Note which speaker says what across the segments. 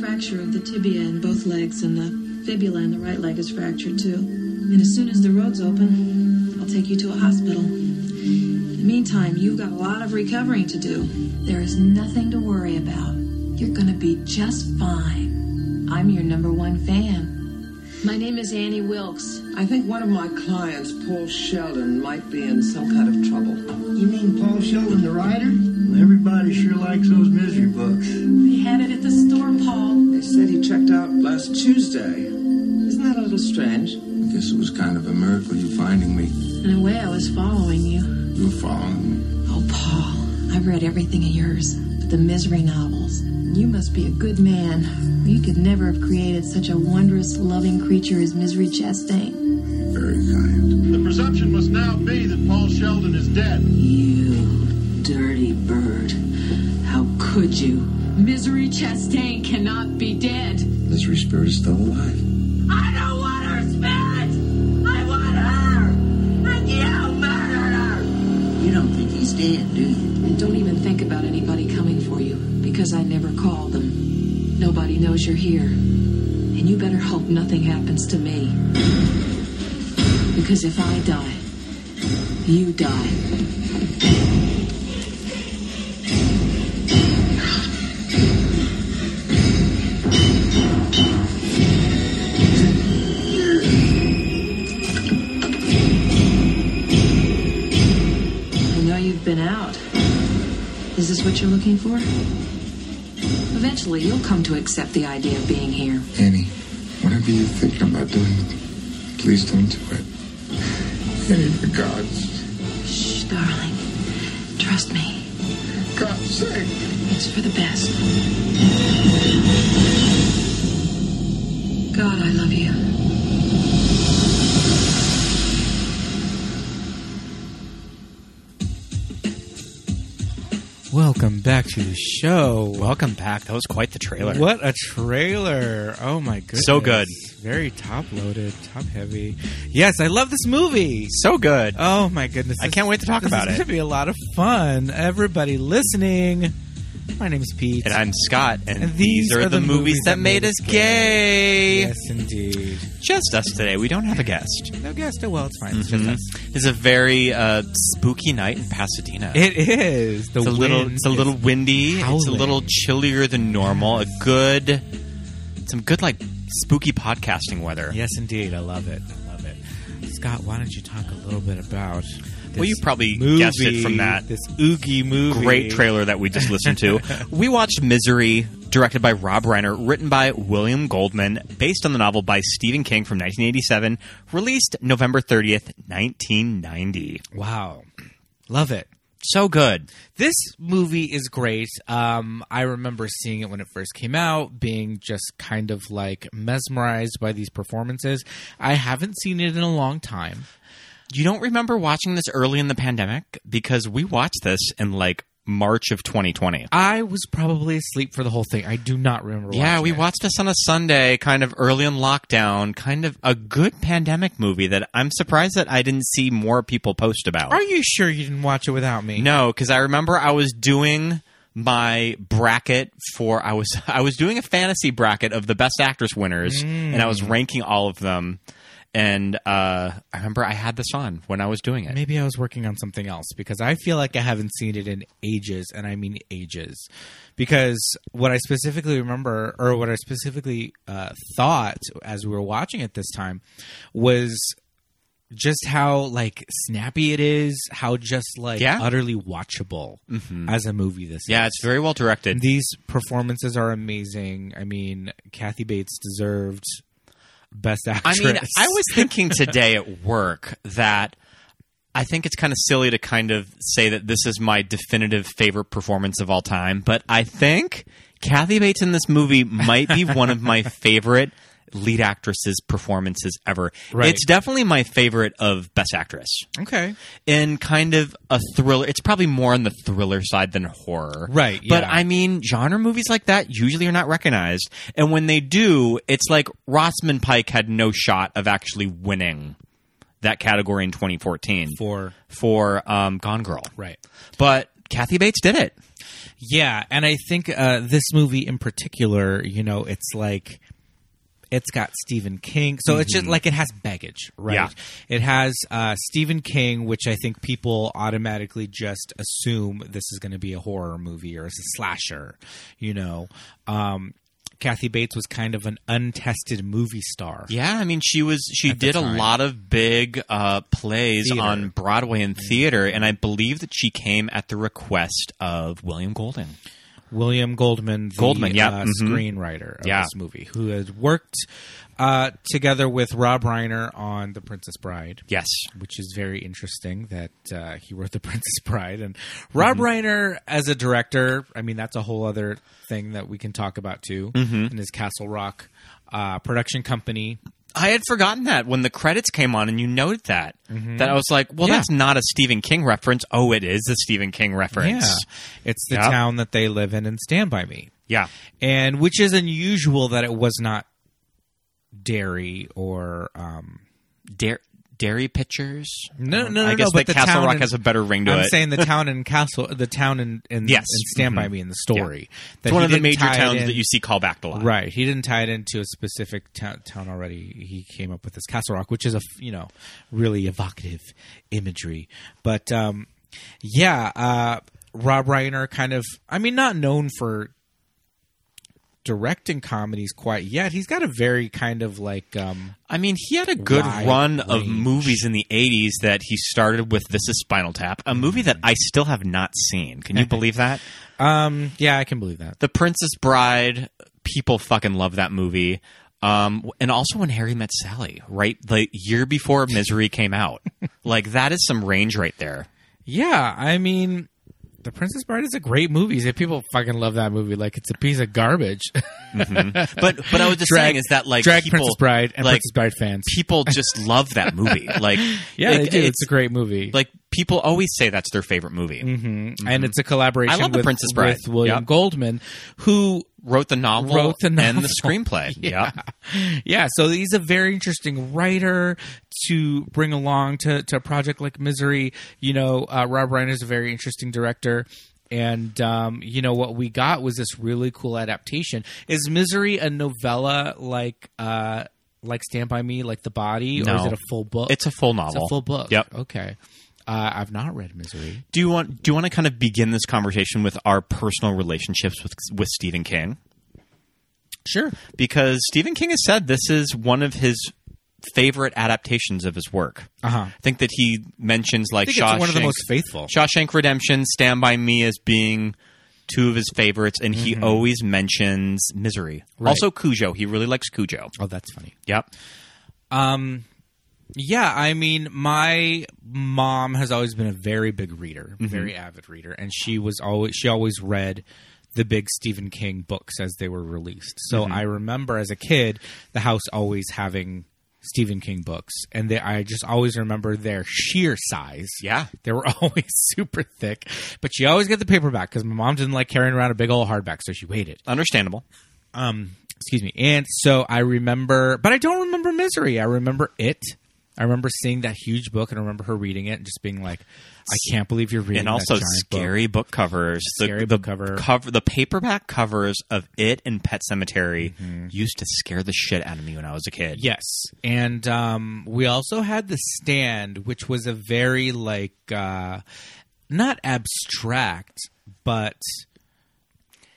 Speaker 1: fracture of the tibia in both legs, and the fibula in the right leg is fractured too. And as soon as the road's open, I'll take you to a hospital. In the meantime, you've got a lot of recovering to do.
Speaker 2: There is nothing to worry about. You're going to be just fine. I'm your number one fan. My name is Annie Wilkes.
Speaker 3: I think one of my clients, Paul Sheldon, might be in some kind of trouble.
Speaker 4: You mean Paul Sheldon, the writer? Well, everybody sure likes those misery books.
Speaker 2: They had it at the store, Paul.
Speaker 3: They said he checked out last Tuesday. Isn't that a little strange?
Speaker 5: I guess it was kind of a miracle you finding me.
Speaker 1: In a way, I was following you.
Speaker 5: You were following me?
Speaker 2: Oh, Paul, I've read everything of yours, but the misery novels. You must be a good man. You could never have created such a wondrous, loving creature as Misery Chastain.
Speaker 5: Very kind.
Speaker 6: The presumption must now be that Paul Sheldon is dead.
Speaker 2: You dirty bird. How could you? Misery Chastain cannot be dead.
Speaker 5: Misery Spirit is still alive.
Speaker 7: I don't want her spirit! I want her! And you murdered her!
Speaker 8: You don't think he's dead, do you?
Speaker 2: And don't even think about anybody coming for you because I never called them. Nobody knows you're here. And you better hope nothing happens to me. Because if I die, you die.
Speaker 1: I know you've been out. Is this what you're looking for?
Speaker 2: Eventually, you'll come to accept the idea of being here.
Speaker 5: Annie, whatever you think I'm not doing, please don't do it. Annie, for God's...
Speaker 2: Shh, darling. Trust me.
Speaker 5: God's sake.
Speaker 2: It's for the best. God, I love you.
Speaker 9: Welcome back to the show.
Speaker 10: Welcome back. That was quite the trailer.
Speaker 9: What a trailer! Oh my goodness,
Speaker 10: So good.
Speaker 9: Very top loaded, top heavy. Yes, I love this movie.
Speaker 10: So good.
Speaker 9: Oh my goodness,
Speaker 10: I can't wait to talk
Speaker 9: this
Speaker 10: about
Speaker 9: is
Speaker 10: it.
Speaker 9: Going to be a lot of fun. Everybody listening, my name is Pete.
Speaker 10: and I'm Scott, and, these, are, the, movies, that made us gay.
Speaker 9: yes, indeed.
Speaker 10: Just us today. We don't have a guest.
Speaker 9: No guest. Oh well, it's fine. It's
Speaker 10: Mhm.
Speaker 9: just us.
Speaker 10: This is a very uh, spooky night in Pasadena.
Speaker 9: It is the
Speaker 10: it's a little.
Speaker 9: wind
Speaker 10: It's a little
Speaker 9: is-
Speaker 10: windy. It's a
Speaker 9: howling.
Speaker 10: little chillier than normal. A good, some good like spooky podcasting weather.
Speaker 9: Yes, indeed. I love it. I love it. Scott, why don't you talk a little bit about? This
Speaker 10: Well, you probably
Speaker 9: movie,
Speaker 10: guessed it from that.
Speaker 9: This Oogie movie.
Speaker 10: Great trailer that we just listened to. we watched Misery, directed by Rob Reiner, written by William Goldman, based on the novel by Stephen King from 1987, released November 30th, 1990.
Speaker 9: Wow, love it.
Speaker 10: So good.
Speaker 9: This movie is great. Um, I remember seeing it when it first came out, being just kind of like mesmerized by these performances. I haven't seen it in a long time.
Speaker 10: You don't remember watching this early in the pandemic because we watched this in like March of 2020.
Speaker 9: I was probably asleep for the whole thing. I do not remember.
Speaker 10: Yeah,
Speaker 9: watching
Speaker 10: we
Speaker 9: it.
Speaker 10: watched this on a Sunday, kind of early in lockdown, kind of a good pandemic movie that I'm surprised that I didn't see more people post about.
Speaker 9: Are you sure you didn't watch it without me?
Speaker 10: No, because I remember I was doing my bracket for I was I was doing a fantasy bracket of the best actress winners, and I was ranking all of them. And uh, I remember I had this on when I was doing it.
Speaker 9: Maybe I was working on something else because I feel like I haven't seen it in ages, and I mean ages. Because what I specifically remember, or what I specifically uh, thought as we were watching it this time, was just how like snappy it is, how just like
Speaker 10: Yeah. Mm-hmm.
Speaker 9: utterly watchable as a movie. This
Speaker 10: Yeah,
Speaker 9: is.
Speaker 10: it's very well directed.
Speaker 9: These performances are amazing. I mean, Kathy Bates deserved best
Speaker 10: I
Speaker 9: actress.
Speaker 10: mean, I was thinking today at work that I think it's kind of silly to kind of say that this is my definitive favorite performance of all time, but I think Kathy Bates in this movie might be one of my favorite lead actresses performances ever.
Speaker 9: Right.
Speaker 10: It's definitely my favorite of best actress.
Speaker 9: okay.
Speaker 10: In kind of a thriller, it's probably more on the thriller side than horror.
Speaker 9: Right,
Speaker 10: But
Speaker 9: yeah.
Speaker 10: I mean, genre movies like that usually are not recognized. And when they do, it's like Rossman Pike had no shot of actually winning that category in 2014
Speaker 9: For
Speaker 10: for um, Gone Girl.
Speaker 9: right.
Speaker 10: But Kathy Bates did it.
Speaker 9: Yeah, and I think uh, this movie in particular, you know, it's like it's got Stephen King, so it's just like it has baggage, right?
Speaker 10: Mm-hmm. Yeah.
Speaker 9: It has uh, Stephen King, which I think people automatically just assume this is going to be a horror movie or it's a slasher, you know. Um, Kathy Bates was kind of an untested movie star.
Speaker 10: Yeah, I mean, she was she
Speaker 9: the
Speaker 10: did a
Speaker 9: time.
Speaker 10: lot of big uh, plays
Speaker 9: Theater.
Speaker 10: on Broadway and theater, and I believe that she came at the request of William Golden.
Speaker 9: William Goldman, the,
Speaker 10: Goldman, yeah,
Speaker 9: uh,
Speaker 10: mhm.
Speaker 9: screenwriter of
Speaker 10: Yeah.
Speaker 9: this movie, who has worked uh, together with Rob Reiner on The Princess Bride,
Speaker 10: Yes,
Speaker 9: which is very interesting that uh, he wrote The Princess Bride. And Rob
Speaker 10: Mm-hmm.
Speaker 9: Reiner as a director, I mean, that's a whole other thing that we can talk about too,
Speaker 10: Mm-hmm.
Speaker 9: in his Castle Rock uh, production company.
Speaker 10: I had forgotten that when the credits came on, and you noted that that I was like, well,
Speaker 9: Mm-hmm. Yeah.
Speaker 10: that's not a Stephen King reference. Oh, it is a Stephen King reference.
Speaker 9: Yeah, it's the
Speaker 10: Yeah.
Speaker 9: town that they live in and Stand By Me.
Speaker 10: Yeah,
Speaker 9: and which is unusual that it was not Dairy or um,
Speaker 10: Dairy, dairy Pictures. Um,
Speaker 9: No, no, no,
Speaker 10: I
Speaker 9: no,
Speaker 10: guess
Speaker 9: but
Speaker 10: that
Speaker 9: the
Speaker 10: Castle
Speaker 9: town
Speaker 10: Rock
Speaker 9: in-
Speaker 10: has a better ring to
Speaker 9: I'm
Speaker 10: it.
Speaker 9: saying the town in Castle, the town in, in,
Speaker 10: Yes. Mm-hmm.
Speaker 9: in Stand by Me in the story. That
Speaker 10: it's one
Speaker 9: he
Speaker 10: of the
Speaker 9: didn't
Speaker 10: major
Speaker 9: tie it
Speaker 10: towns
Speaker 9: in-
Speaker 10: that you see call back a lot.
Speaker 9: Right, he didn't tie it into a specific town, town already. He came up with this Castle Rock, which is a f- you know really evocative imagery. But um, yeah, uh, Rob Reiner kind of, I mean, not known for directing comedies quite yet. He's got a very kind of like um,
Speaker 10: I mean, he had a good
Speaker 9: Wide
Speaker 10: run of
Speaker 9: range.
Speaker 10: movies in the 80s that he started with This is Spinal Tap, a movie that
Speaker 9: Mm-hmm.
Speaker 10: I still have not seen. Can you believe that?
Speaker 9: um, yeah, I can believe that.
Speaker 10: The Princess Bride, people fucking love that movie. Um, and also when Harry Met Sally, right? The year before Misery came out. Like, that is some range right there.
Speaker 9: Yeah, I mean, The Princess Bride is a great movie. If People fucking love that movie. Like it's a piece of garbage.
Speaker 10: But but I was just
Speaker 9: Drag-
Speaker 10: saying is that, like,
Speaker 9: Drag
Speaker 10: people,
Speaker 9: Princess Bride and
Speaker 10: like,
Speaker 9: Princess Bride fans.
Speaker 10: people just love that movie. Like,
Speaker 9: yeah,
Speaker 10: like,
Speaker 9: they do. It's,
Speaker 10: it's
Speaker 9: a great Mm-hmm. movie.
Speaker 10: like people always say that's their favorite movie.
Speaker 9: and it's a collaboration
Speaker 10: I love The
Speaker 9: with,
Speaker 10: Princess Bride.
Speaker 9: with William
Speaker 10: Yep.
Speaker 9: Goldman, who
Speaker 10: Wrote the novel,
Speaker 9: Wrote the
Speaker 10: and
Speaker 9: novel.
Speaker 10: the screenplay.
Speaker 9: Yeah. yeah, so he's a very interesting writer to bring along to, to a project like Misery. You know, uh, Rob Reiner's a very interesting director. And, um, you know, what we got was this really cool adaptation. Is Misery a novella like, uh, like Stand By Me, like The Body, or
Speaker 10: No.
Speaker 9: is it a full book?
Speaker 10: It's a full novel.
Speaker 9: It's a full book.
Speaker 10: Yep.
Speaker 9: Okay. Uh, I've not read Misery.
Speaker 10: Do you want do you want to kind of begin this conversation with our personal relationships with with Stephen King?
Speaker 9: Sure.
Speaker 10: Because Stephen King has said this is one of his favorite adaptations of his work.
Speaker 9: Uh-huh.
Speaker 10: I think that he mentions like
Speaker 9: I think
Speaker 10: Shawshank,
Speaker 9: it's one of the most faithful.
Speaker 10: Shawshank Redemption, Stand by Me as being two of his favorites, and
Speaker 9: Mm-hmm.
Speaker 10: he always mentions Misery. Also Cujo. He really likes Cujo.
Speaker 9: Oh, that's funny.
Speaker 10: Yep.
Speaker 9: Yeah, I mean, my mom has always been a very big reader, very avid reader, and she was always she always read the big Stephen King books as they were released. So I remember as a kid the house always having Stephen King books, and they, I just always remember their sheer size.
Speaker 10: Yeah.
Speaker 9: they were always super thick, but she always got the paperback because my mom didn't like carrying around a big old hardback, so she waited
Speaker 10: Understandable.
Speaker 9: Um, excuse me. And so I remember, but I don't remember Misery. I remember it. I remember seeing that huge book and I remember her reading it and just being like, I can't believe you're reading
Speaker 10: and also
Speaker 9: that giant book.
Speaker 10: scary book, covers.
Speaker 9: Scary
Speaker 10: the
Speaker 9: book cover.
Speaker 10: the paperback covers of it and Pet Cemetery
Speaker 9: Mm-hmm.
Speaker 10: used to scare the shit out of me when I was a kid.
Speaker 9: Yes. And um, we also had The Stand, which was a very, like, uh, not abstract, but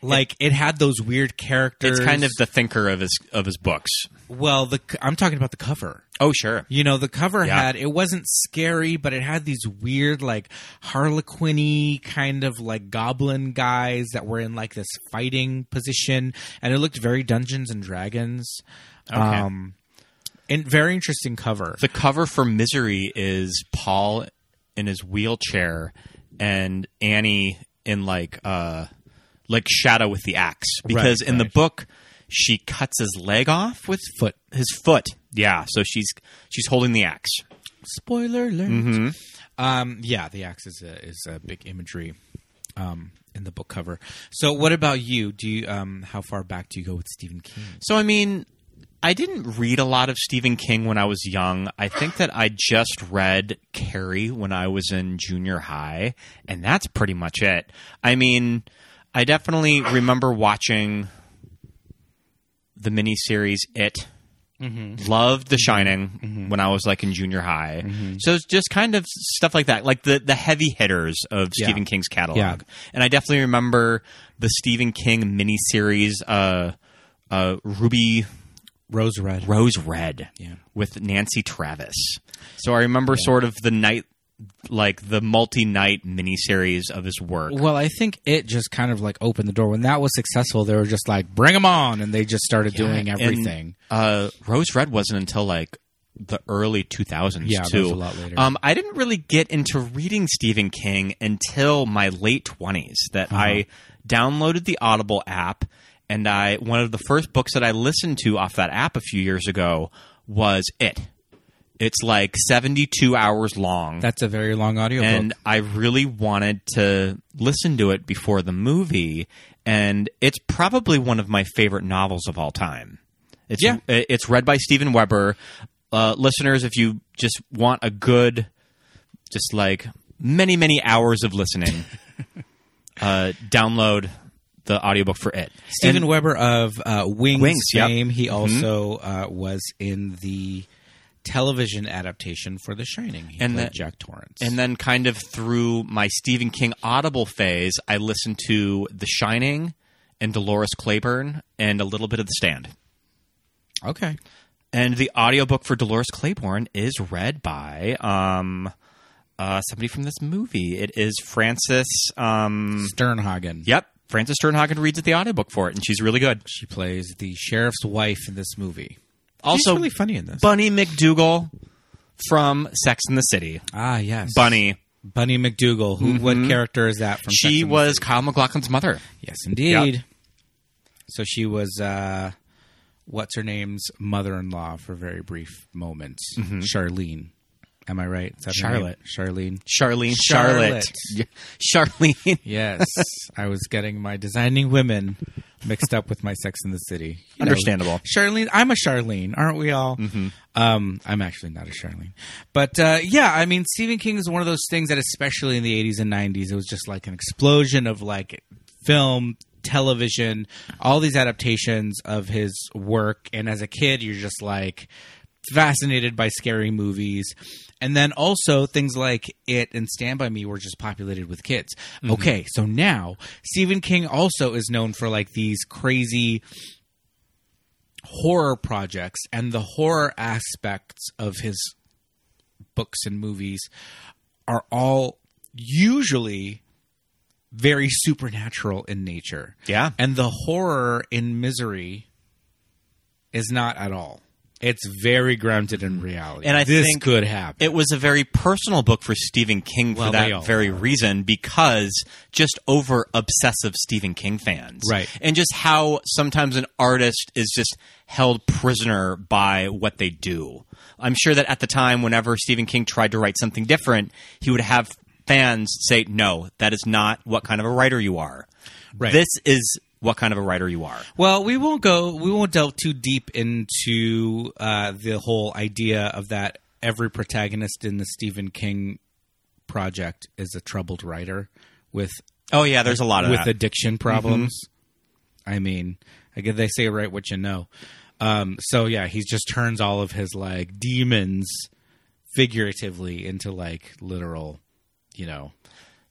Speaker 9: like it, had those weird characters.
Speaker 10: it's kind of the thinker of his of his books.
Speaker 9: well, the c- I'm talking about the cover.
Speaker 10: Oh sure,
Speaker 9: You know, the cover
Speaker 10: Yeah.
Speaker 9: had it wasn't scary, but it had these weird like harlequiny kind of like goblin guys that were in like this fighting position and it looked very Dungeons and Dragons. Um and very interesting cover.
Speaker 10: the cover for Misery is Paul in his wheelchair and Annie in like uh like shadow with the axe because
Speaker 9: Right,
Speaker 10: in the
Speaker 9: right.
Speaker 10: book she cuts his leg off with
Speaker 9: Foot.
Speaker 10: his foot. Yeah, so she's she's holding the axe.
Speaker 9: Spoiler alert. Mm-hmm. Um yeah, the axe is a, is a big imagery um in the book cover. So what about you? Do you um how far back do you go with Stephen King?
Speaker 10: So I mean, I didn't read a lot of Stephen King when I was young. I think that I just read Carrie when I was in junior high, and that's pretty much it. I mean, I definitely remember watching the miniseries It. Loved The Shining when I was like in junior high. So it's just kind of stuff like that, like the the heavy hitters of
Speaker 9: Yeah.
Speaker 10: Stephen King's catalog.
Speaker 9: Yeah.
Speaker 10: And I definitely remember the Stephen King miniseries, uh, uh, Ruby
Speaker 9: Rose Red.
Speaker 10: Rose Red
Speaker 9: Yeah.
Speaker 10: with Nancy Travis. So I remember sort of the night, like the multi night miniseries of his work.
Speaker 9: Well, I think it just kind of like opened the door. When that was successful, they were just like, bring them on. And they just started doing
Speaker 10: And,
Speaker 9: everything.
Speaker 10: uh, Rose Red wasn't until like the early 2000s
Speaker 9: Yeah, that
Speaker 10: too.
Speaker 9: was a lot later.
Speaker 10: Um, I didn't really get into reading Stephen King until my late 20s. That
Speaker 9: Uh-huh.
Speaker 10: I downloaded the Audible app, and I one of the first books that I listened to off that app a few years ago was It. It's like 72 hours long.
Speaker 9: That's a very long audio
Speaker 10: and I really wanted to listen to it before the movie, and it's probably one of my favorite novels of all time. It's,
Speaker 9: Yeah.
Speaker 10: i- it's read by Steven Weber. Uh, listeners, if you just want a good, just like many many hours of listening, uh, download the audiobook for it.
Speaker 9: Steven
Speaker 10: And-
Speaker 9: Weber of uh, Wings,
Speaker 10: Wings, yep. Mm-hmm.
Speaker 9: fame. He also uh, was in the television adaptation for The Shining. He
Speaker 10: And
Speaker 9: played
Speaker 10: the-
Speaker 9: Jack Torrance.
Speaker 10: And then, kind of through my Stephen King audible phase, I listened to The Shining and Dolores Claiborne and a little bit of The Stand.
Speaker 9: okay,
Speaker 10: And the audiobook for Dolores Claiborne is read by um, uh, somebody from this movie. It is Frances.
Speaker 9: Mm.
Speaker 10: Um,
Speaker 9: Sternhagen.
Speaker 10: yep, Frances Sternhagen reads the audiobook for it, and she's really good.
Speaker 9: she plays the sheriff's wife in this movie.
Speaker 10: Also,
Speaker 9: She's really funny in this.
Speaker 10: Bunny McDougal from Sex and the City.
Speaker 9: ah, yes,
Speaker 10: Bunny. Mm-hmm.
Speaker 9: Bunny McDougal. Who? What character is that from? Sex
Speaker 10: She
Speaker 9: and the
Speaker 10: was
Speaker 9: City?
Speaker 10: Kyle McLaughlin's mother.
Speaker 9: Yes, indeed. So she was. Uh, What's her name's mother-in-law for very brief moments? Charlene, am I right? Is that her name?
Speaker 10: Charlotte.
Speaker 9: Charlene.
Speaker 10: Charlene.
Speaker 9: Charlotte.
Speaker 10: Charlotte. Charlene.
Speaker 9: Yes, I was getting my designing women mixed up with my Sex in the City. You know,
Speaker 10: Understandable.
Speaker 9: Charlene, I'm a Charlene, aren't we all? Um, I'm actually not a Charlene, but uh, yeah, I mean Stephen King is one of those things that, especially in the 80s and 90s, it was just like an explosion of like film, television, all these adaptations of his work. And as a kid, you're just like fascinated by scary movies. And then also things like It and Stand By Me were just populated with kids. Okay, so now Stephen King also is known for like these crazy horror projects and the horror aspects of his books and movies are all usually very supernatural in nature.
Speaker 10: Yeah.
Speaker 9: And the horror in misery is not at all. It's very grounded in reality.
Speaker 10: And I
Speaker 9: this
Speaker 10: think
Speaker 9: could happen.
Speaker 10: It was a very personal book for Stephen King for
Speaker 9: Well, they all
Speaker 10: that very reason because just over obsessive Stephen King fans.
Speaker 9: Right.
Speaker 10: And just how sometimes an artist is just held prisoner by what they do. I'm sure that at the time, whenever Stephen King tried to write something different, he would have fans say, No, that is not what kind of a writer you are.
Speaker 9: Right.
Speaker 10: This is what kind of a writer you are.
Speaker 9: Well, we won't go. We won't delve too deep into uh, the whole idea of that every protagonist in the Stephen King project is a troubled writer with
Speaker 10: Oh, yeah, there's a lot of
Speaker 9: with
Speaker 10: that. Mm-hmm.
Speaker 9: addiction problems. I mean, I guess they say write what you know. Um, so yeah, he just turns all of his like demons figuratively into like literal, you know,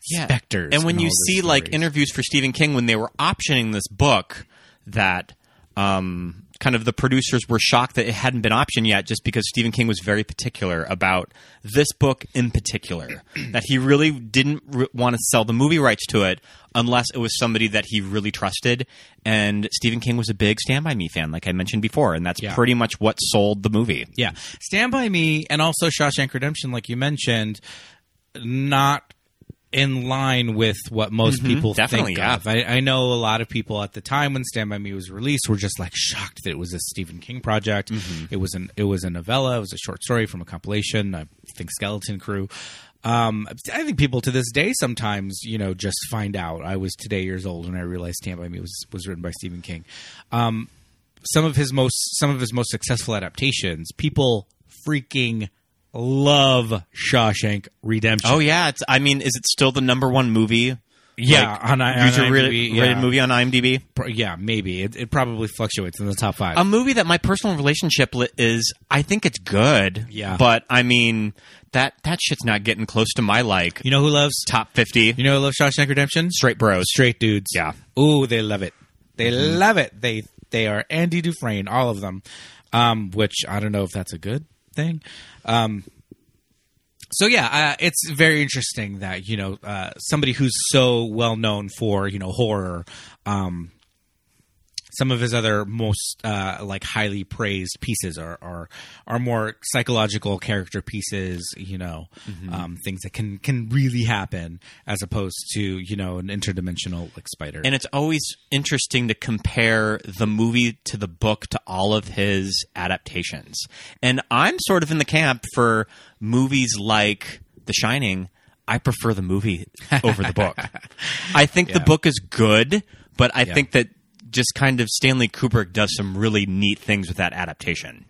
Speaker 9: specters.
Speaker 10: And when
Speaker 9: in
Speaker 10: you
Speaker 9: all of his
Speaker 10: see like
Speaker 9: stories.
Speaker 10: interviews for Stephen King when they were optioning this book, that um, kind of the producers were shocked that it hadn't been optioned yet, just because Stephen King was very particular about this book in particular, that he really didn't re- want to sell the movie rights to it unless it was somebody that he really trusted. And Stephen King was a big Stand By Me fan, like I mentioned before, and that's
Speaker 9: Yeah.
Speaker 10: pretty much what sold the movie.
Speaker 9: Yeah. Stand By Me and also Shawshank Redemption, like you mentioned, not in line with what most people
Speaker 10: Mm-hmm. Definitely,
Speaker 9: think
Speaker 10: yeah.
Speaker 9: of. I, I know a lot of people at the time when Stand By Me was released were just like shocked that it was a Stephen King project.
Speaker 10: Mm-hmm.
Speaker 9: It was an it was a novella, it was a short story from a compilation, I think Skeleton Crew. Um, I think people to this day sometimes, you know, just find out. I was today years old when I realized Stand by Me was was written by Stephen King some of his most some of his most successful adaptations. People freaking love Shawshank Redemption. Oh,
Speaker 10: Oh yeah, it's, I mean, is it still the number one movie
Speaker 9: Yeah,
Speaker 10: Like,
Speaker 9: on, I- on
Speaker 10: user rated-
Speaker 9: IMDb, yeah.
Speaker 10: rated movie on IMDb.
Speaker 9: Pro- yeah, maybe it, it probably fluctuates in the top five.
Speaker 10: a movie that my personal relationship li- is I think it's good.
Speaker 9: Yeah.
Speaker 10: But I mean that that shit's not getting close to my like
Speaker 9: you know who loves
Speaker 10: top fifty
Speaker 9: You know who loves Shawshank Redemption?
Speaker 10: straight bros.
Speaker 9: Straight dudes.
Speaker 10: Yeah. Mm-hmm.
Speaker 9: Ooh, they love it. They love it. They they are Andy Dufresne, all of them. Um, which I don't know if that's a good thing. Um, so yeah, uh, it's very interesting that you know uh, somebody who's so well known for you know horror. Um, some of his other most uh, like highly praised pieces are, are are more psychological character pieces, you know, um, things that can can really happen as opposed to you know an interdimensional like spider.
Speaker 10: And it's always interesting to compare the movie to the book to all of his adaptations. And I'm sort of in the camp for movies like The Shining. I prefer the movie over the book. I think the book is good, but I think that just kind of Stanley Kubrick does some really neat things with that adaptation.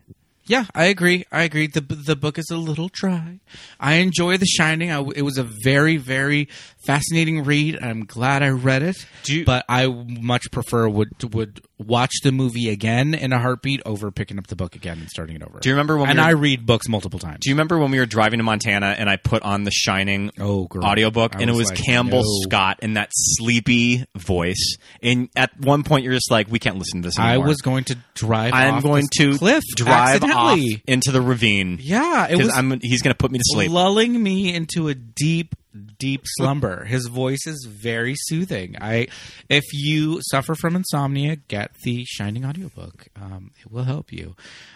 Speaker 9: Yeah, I agree. I agree. the The book is a little dry. I enjoy The Shining. I, it was a very, very fascinating read. I'm glad I read it.
Speaker 10: Do you-
Speaker 9: but I much prefer would would watch the movie again in a heartbeat over picking up the book again and starting it over.
Speaker 10: Do you remember when
Speaker 9: And
Speaker 10: we were-
Speaker 9: I read books multiple times.
Speaker 10: Do you remember when we were driving to Montana and I put on the Shining
Speaker 9: Oh, girl.
Speaker 10: audiobook
Speaker 9: I
Speaker 10: and it was
Speaker 9: was like,
Speaker 10: Campbell
Speaker 9: no.
Speaker 10: Scott in that sleepy voice? And at one point you're just like, we can't listen to this
Speaker 9: I
Speaker 10: anymore.
Speaker 9: was going to drive.
Speaker 10: I'm
Speaker 9: off
Speaker 10: going
Speaker 9: this
Speaker 10: to
Speaker 9: cliff
Speaker 10: drive off
Speaker 9: accidentally.
Speaker 10: into the ravine.
Speaker 9: Yeah, it
Speaker 10: 'Cause
Speaker 9: was
Speaker 10: I'm, he's going to put me to sleep.
Speaker 9: lulling me into a deep deep slumber his voice is very soothing i if you suffer from insomnia get the shining audiobook um, it will help you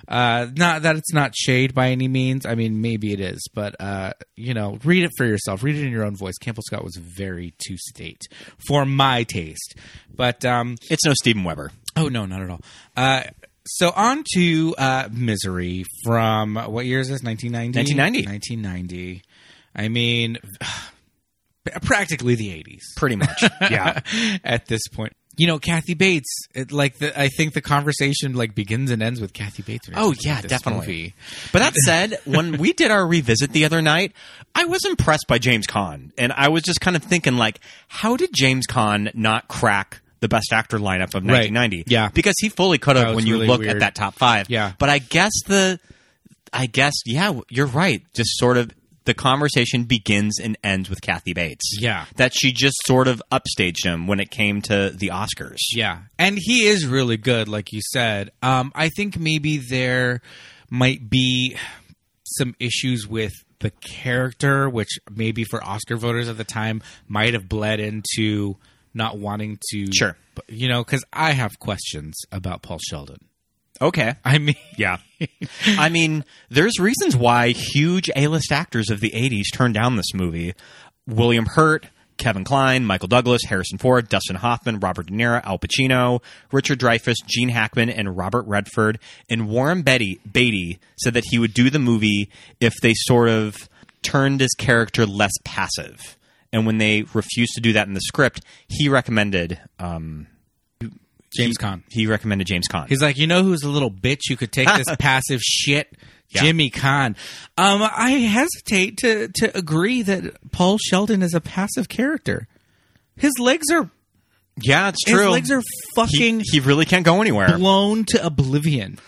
Speaker 9: uh, not that it's not shade by any means i mean maybe it is but uh, you know read it for yourself read it in your own voice campbell scott was very to state for my taste but um,
Speaker 10: it's no Steven Weber.
Speaker 9: Oh no, not at all. Uh, so on to uh, Misery from what year is this? 1990?
Speaker 10: 1990.
Speaker 9: 1990. I mean, practically the 80s
Speaker 10: Pretty much. yeah.
Speaker 9: at this point. You know, Kathy Bates. It, like, the, I think the conversation like begins and ends with Kathy Bates. when it
Speaker 10: Oh,
Speaker 9: comes to
Speaker 10: yeah,
Speaker 9: this
Speaker 10: definitely.
Speaker 9: movie.
Speaker 10: But that said, when we did our revisit the other night, I was impressed by James Caan. And I was just kind of thinking, like, how did James Caan not crack the best actor lineup of
Speaker 9: Right.
Speaker 10: 1990?
Speaker 9: Yeah.
Speaker 10: Because he fully could have
Speaker 9: That was
Speaker 10: when you
Speaker 9: really
Speaker 10: look at
Speaker 9: weird.
Speaker 10: that top five.
Speaker 9: Yeah.
Speaker 10: But I guess the, I guess, yeah, you're right. Just sort of the conversation begins and ends with Kathy Bates.
Speaker 9: Yeah.
Speaker 10: That she just sort of upstaged him when it came to the Oscars.
Speaker 9: Yeah, and he is really good, like you said. Um, I think maybe there might be some issues with the character, which maybe for Oscar voters at the time might have bled into not wanting to.
Speaker 10: Sure.
Speaker 9: but, you know, because I have questions about Paul Sheldon.
Speaker 10: Okay.
Speaker 9: I mean,
Speaker 10: Yeah. I mean, there's reasons why huge A-list actors of the 80s turned down this movie. William Hurt, Kevin Kline, Michael Douglas, Harrison Ford, Dustin Hoffman, Robert De Niro, Al Pacino, Richard Dreyfuss, Gene Hackman, and Robert Redford. And Warren Betty, Beatty said that he would do the movie if they sort of turned his character less passive. And when they refused to do that in the script, he recommended um,
Speaker 9: James
Speaker 10: he-
Speaker 9: Caan.
Speaker 10: He recommended James Caan.
Speaker 9: He's like, you know who's a little bitch who could take this passive shit? Jimmy Kahn. Um, I hesitate to, to agree that Paul Sheldon is a passive character. His legs are
Speaker 10: yeah, it's
Speaker 9: His
Speaker 10: true.
Speaker 9: legs are
Speaker 10: he,
Speaker 9: fucking
Speaker 10: he really can't go anywhere.
Speaker 9: blown to oblivion.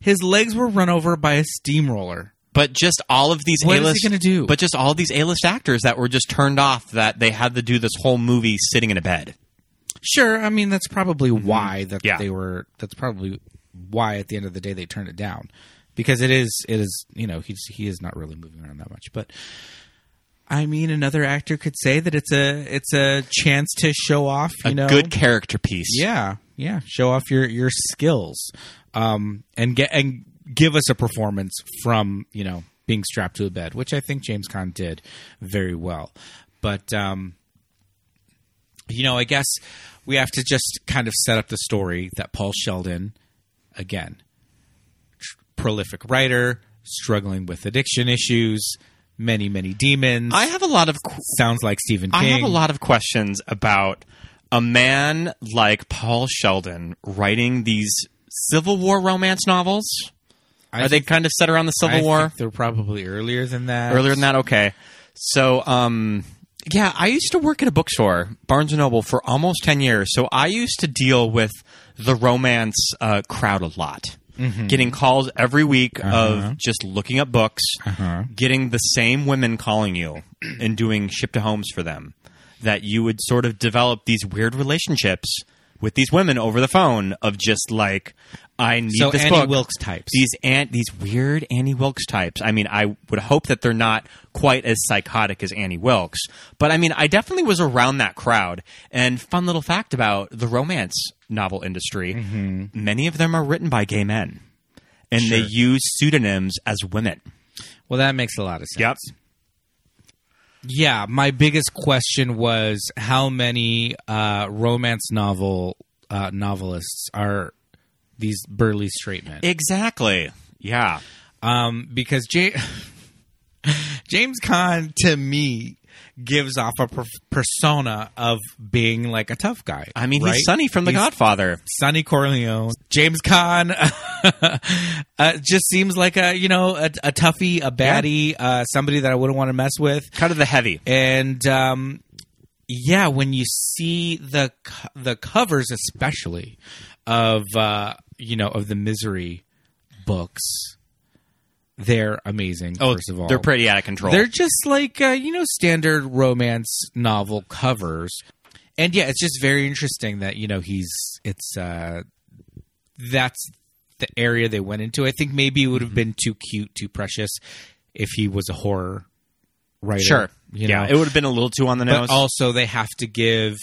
Speaker 9: His legs were run over by a steamroller.
Speaker 10: But just all of these
Speaker 9: What is
Speaker 10: A-list,
Speaker 9: he gonna do?
Speaker 10: But just all these A-list actors that were just turned off that they had to do this whole movie sitting in a bed.
Speaker 9: Sure, I mean that's probably why that
Speaker 10: Mm-hmm. Yeah.
Speaker 9: they were. That's probably why at the end of the day they turned it down because it is it is you know he's he is not really moving around that much. But I mean, another actor could say that it's a it's a chance to show off. You
Speaker 10: A
Speaker 9: know,
Speaker 10: good character piece.
Speaker 9: Yeah, yeah. Show off your your skills, um, and get and give us a performance from you know being strapped to a bed, which I think James Caan did very well. But um, you know, I guess we have to just kind of set up the story that Paul Sheldon, again, tr- prolific writer, struggling with addiction issues, many many demons.
Speaker 10: I have a lot of qu-
Speaker 9: sounds like Stephen King.
Speaker 10: I have a lot of questions about a man like Paul Sheldon writing these Civil War romance novels.
Speaker 9: I
Speaker 10: Are they
Speaker 9: think-
Speaker 10: kind of set around the Civil
Speaker 9: I
Speaker 10: War?
Speaker 9: think they're probably earlier than that.
Speaker 10: Earlier than that, okay. So, um, Yeah, I used to work at a bookstore, Barnes and Noble, for almost ten years. So I used to deal with the romance uh, crowd a lot, getting calls every week of just looking up books, getting the same women calling you and doing ship to homes for them. That you would sort of develop these weird relationships with these women over the phone of just like, I need
Speaker 9: So
Speaker 10: this
Speaker 9: Annie
Speaker 10: book.
Speaker 9: Wilkes types.
Speaker 10: These and these weird Annie Wilkes types. I mean, I would hope that they're not quite as psychotic as Annie Wilkes, but I mean, I definitely was around that crowd. And fun little fact about the romance novel industry:
Speaker 9: Mm-hmm.
Speaker 10: many of them are written by gay men, and they use pseudonyms as women.
Speaker 9: Well, that makes a lot of sense. Yeah, my biggest question was how many uh, romance novel uh, novelists are these burly straight men?
Speaker 10: exactly. Yeah,
Speaker 9: um, because Ja- James Caan to me gives off a per- persona of being like a tough guy.
Speaker 10: I mean,
Speaker 9: right?
Speaker 10: he's Sonny from The
Speaker 9: He's
Speaker 10: Godfather.
Speaker 9: Sonny Corleone, James Caan, uh, just seems like a you know a, a toughie, a baddie, uh, somebody that I wouldn't want to mess with.
Speaker 10: Kind of the heavy.
Speaker 9: And um, yeah, when you see the co- the covers, especially of uh, you know of the misery books, they're amazing. first of all,
Speaker 10: Oh, they're pretty out of control.
Speaker 9: Oh, they're just like uh, you know standard romance novel covers, and yeah, it's just very interesting that you know he's it's uh, that's the area they went into. I think maybe it would
Speaker 10: Mm-hmm.
Speaker 9: have been too cute, too precious if he was a horror writer.
Speaker 10: sure.
Speaker 9: you
Speaker 10: yeah,
Speaker 9: know?
Speaker 10: it would have been a little too on the nose.
Speaker 9: but also they have to give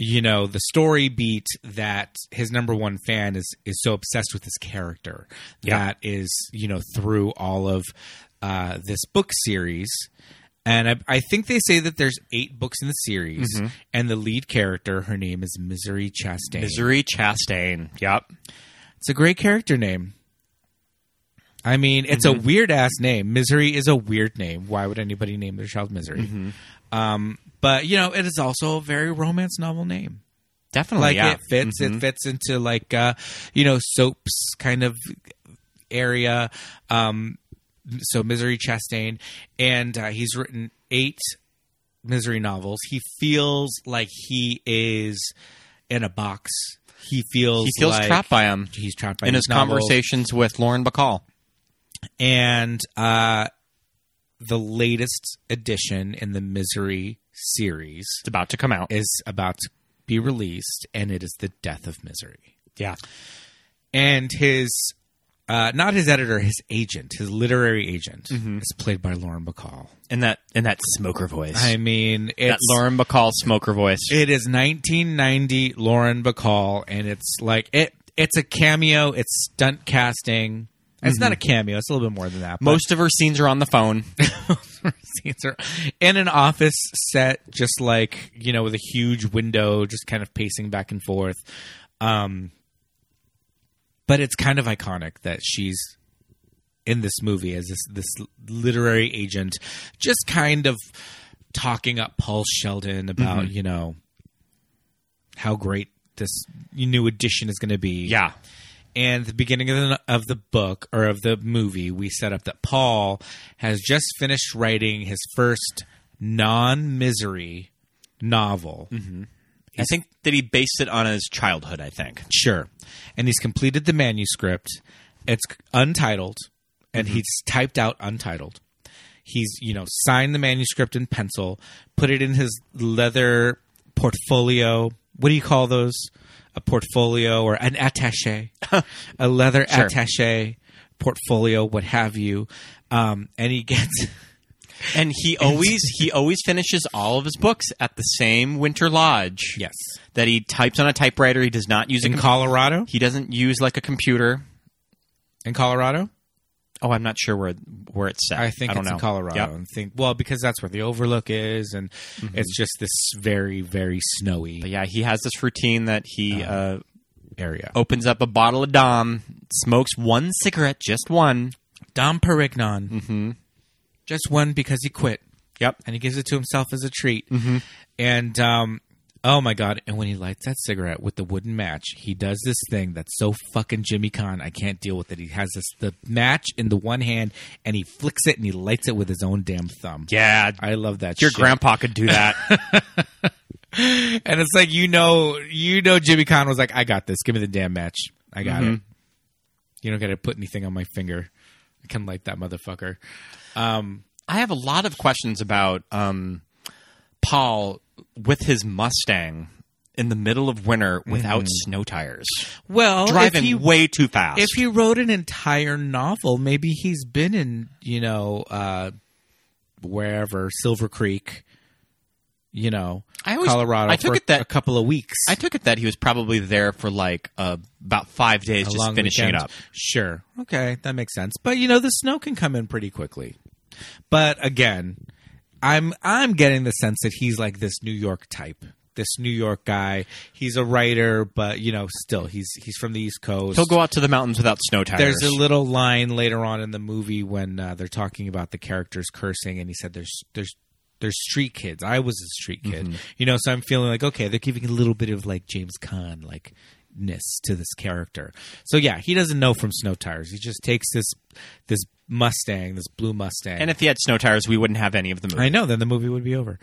Speaker 9: you know the story beat that his number one fan is is so obsessed with his character that is you know through all of uh, this book series and I, I think they say that there's eight books in the series
Speaker 10: Mm-hmm.
Speaker 9: and the lead character her name is misery chastain
Speaker 10: Misery Chastain. Yep.
Speaker 9: it's a great character name I mean, it's a
Speaker 10: Mm-hmm.
Speaker 9: weird ass name. Misery is a weird name. Why would anybody name their child Misery?
Speaker 10: Mm-hmm.
Speaker 9: Um, but you know, it is also a very romance novel name.
Speaker 10: Definitely.
Speaker 9: Like
Speaker 10: Oh, yeah. Mm-hmm.
Speaker 9: it fits. It fits into like uh, you know soaps kind of area. Um, so Misery Chastain, and uh, he's written eight misery novels. He feels like he is in a box. He feels
Speaker 10: He feels
Speaker 9: like
Speaker 10: trapped by him.
Speaker 9: He's trapped by
Speaker 10: in
Speaker 9: these
Speaker 10: his
Speaker 9: novels.
Speaker 10: conversations with Lauren Bacall.
Speaker 9: and uh, the latest edition in the Misery series
Speaker 10: It's about to come out.
Speaker 9: is about to be released, and it is the death of Misery.
Speaker 10: yeah.
Speaker 9: And his, uh, not his editor, his agent, his literary agent,
Speaker 10: Mm-hmm.
Speaker 9: is played by Lauren Bacall.
Speaker 10: In that in that smoker voice.
Speaker 9: I mean, it's
Speaker 10: that Lauren Bacall smoker voice.
Speaker 9: It is 1990 Lauren Bacall, and it's like it. It's a cameo. It's stunt casting. It's not a cameo. It's a little bit more than that. but-
Speaker 10: Mm-hmm. Most of her scenes are on the phone.
Speaker 9: scenes are in an office set, just like you know, with a huge window, just kind of pacing back and forth. Um, but it's kind of iconic that she's in this movie as this this literary agent, just kind of talking up Paul Sheldon about you know how great this new edition is going to be.
Speaker 10: yeah.
Speaker 9: And the beginning of the, of the book or of the movie, we set up that Paul has just finished writing his first non misery novel.
Speaker 10: I think that he based it on his childhood, I think.
Speaker 9: Sure. And he's completed the manuscript. It's untitled, and
Speaker 10: Mm-hmm.
Speaker 9: he's typed out untitled. He's, you know, signed the manuscript in pencil, put it in his leather portfolio. What do you call those? A portfolio or an attache, a leather
Speaker 10: Sure.
Speaker 9: attache portfolio, what have you. Um, and he gets.
Speaker 10: And he always he always finishes all of his books at the same winter lodge.
Speaker 9: Yes.
Speaker 10: That he types on a typewriter. He does not use a
Speaker 9: In
Speaker 10: com-
Speaker 9: Colorado?
Speaker 10: he doesn't use like a computer.
Speaker 9: In Colorado?
Speaker 10: Oh, I'm not sure where where it's set.
Speaker 9: I think
Speaker 10: don't
Speaker 9: it's
Speaker 10: know.
Speaker 9: in Colorado.
Speaker 10: Yep.
Speaker 9: And think well because that's where the Overlook is, and it's just this very very snowy
Speaker 10: But yeah, he has this routine that he
Speaker 9: Uh-huh.
Speaker 10: uh,
Speaker 9: area.
Speaker 10: opens up a bottle of Dom, smokes one cigarette, just one.
Speaker 9: Dom Perignon, just one because he quit,
Speaker 10: Mm-hmm. Yep. Mm-hmm.
Speaker 9: and he gives it to himself as a treat. And um, Oh my god! And when he lights that cigarette with the wooden match, he does this thing that's so fucking Jimmy Con. I can't deal with it. He has this the match in the one hand, and he flicks it and he lights it with his own damn thumb.
Speaker 10: Yeah,
Speaker 9: I love that.
Speaker 10: your
Speaker 9: shit.
Speaker 10: grandpa could do that.
Speaker 9: and it's like you know, you know, Jimmy Con was like, "I got this. Give me the damn match. I got
Speaker 10: Mm-hmm.
Speaker 9: it. You don't got to put anything on my finger. I can light that motherfucker."
Speaker 10: I have a lot of questions about um, Paul with his Mustang in the middle of winter without snow tires,
Speaker 9: Mm. Well,
Speaker 10: driving way too fast.
Speaker 9: if he wrote an entire novel, maybe he's been in, you know, uh, wherever Silver Creek, you know,
Speaker 10: I always-
Speaker 9: Colorado.
Speaker 10: I took
Speaker 9: for
Speaker 10: it that-
Speaker 9: a couple of weeks.
Speaker 10: I took it that he was probably there for like uh, about five days,
Speaker 9: a
Speaker 10: just
Speaker 9: long
Speaker 10: finishing it
Speaker 9: weekend.
Speaker 10: up.
Speaker 9: Sure, okay, that makes sense. But you know, the snow can come in pretty quickly. But again, I'm I'm getting the sense that he's like this New York type. This New York guy, he's a writer, but you know, still he's he's from the East Coast.
Speaker 10: He'll go out to the mountains without snow tires.
Speaker 9: There's a little line later on in the movie when uh, they're talking about the characters cursing, and he said, "There's, there's, there's street kids. I was a street kid,
Speaker 10: Mm-hmm.
Speaker 9: you know." So I'm feeling like, okay, they're giving a little bit of like James Caan like ness to this character. So yeah, he doesn't know from snow tires. He just takes this this Mustang, this blue Mustang,
Speaker 10: and if he had snow tires, we wouldn't have any of the movie.
Speaker 9: I know. Then the movie would be over.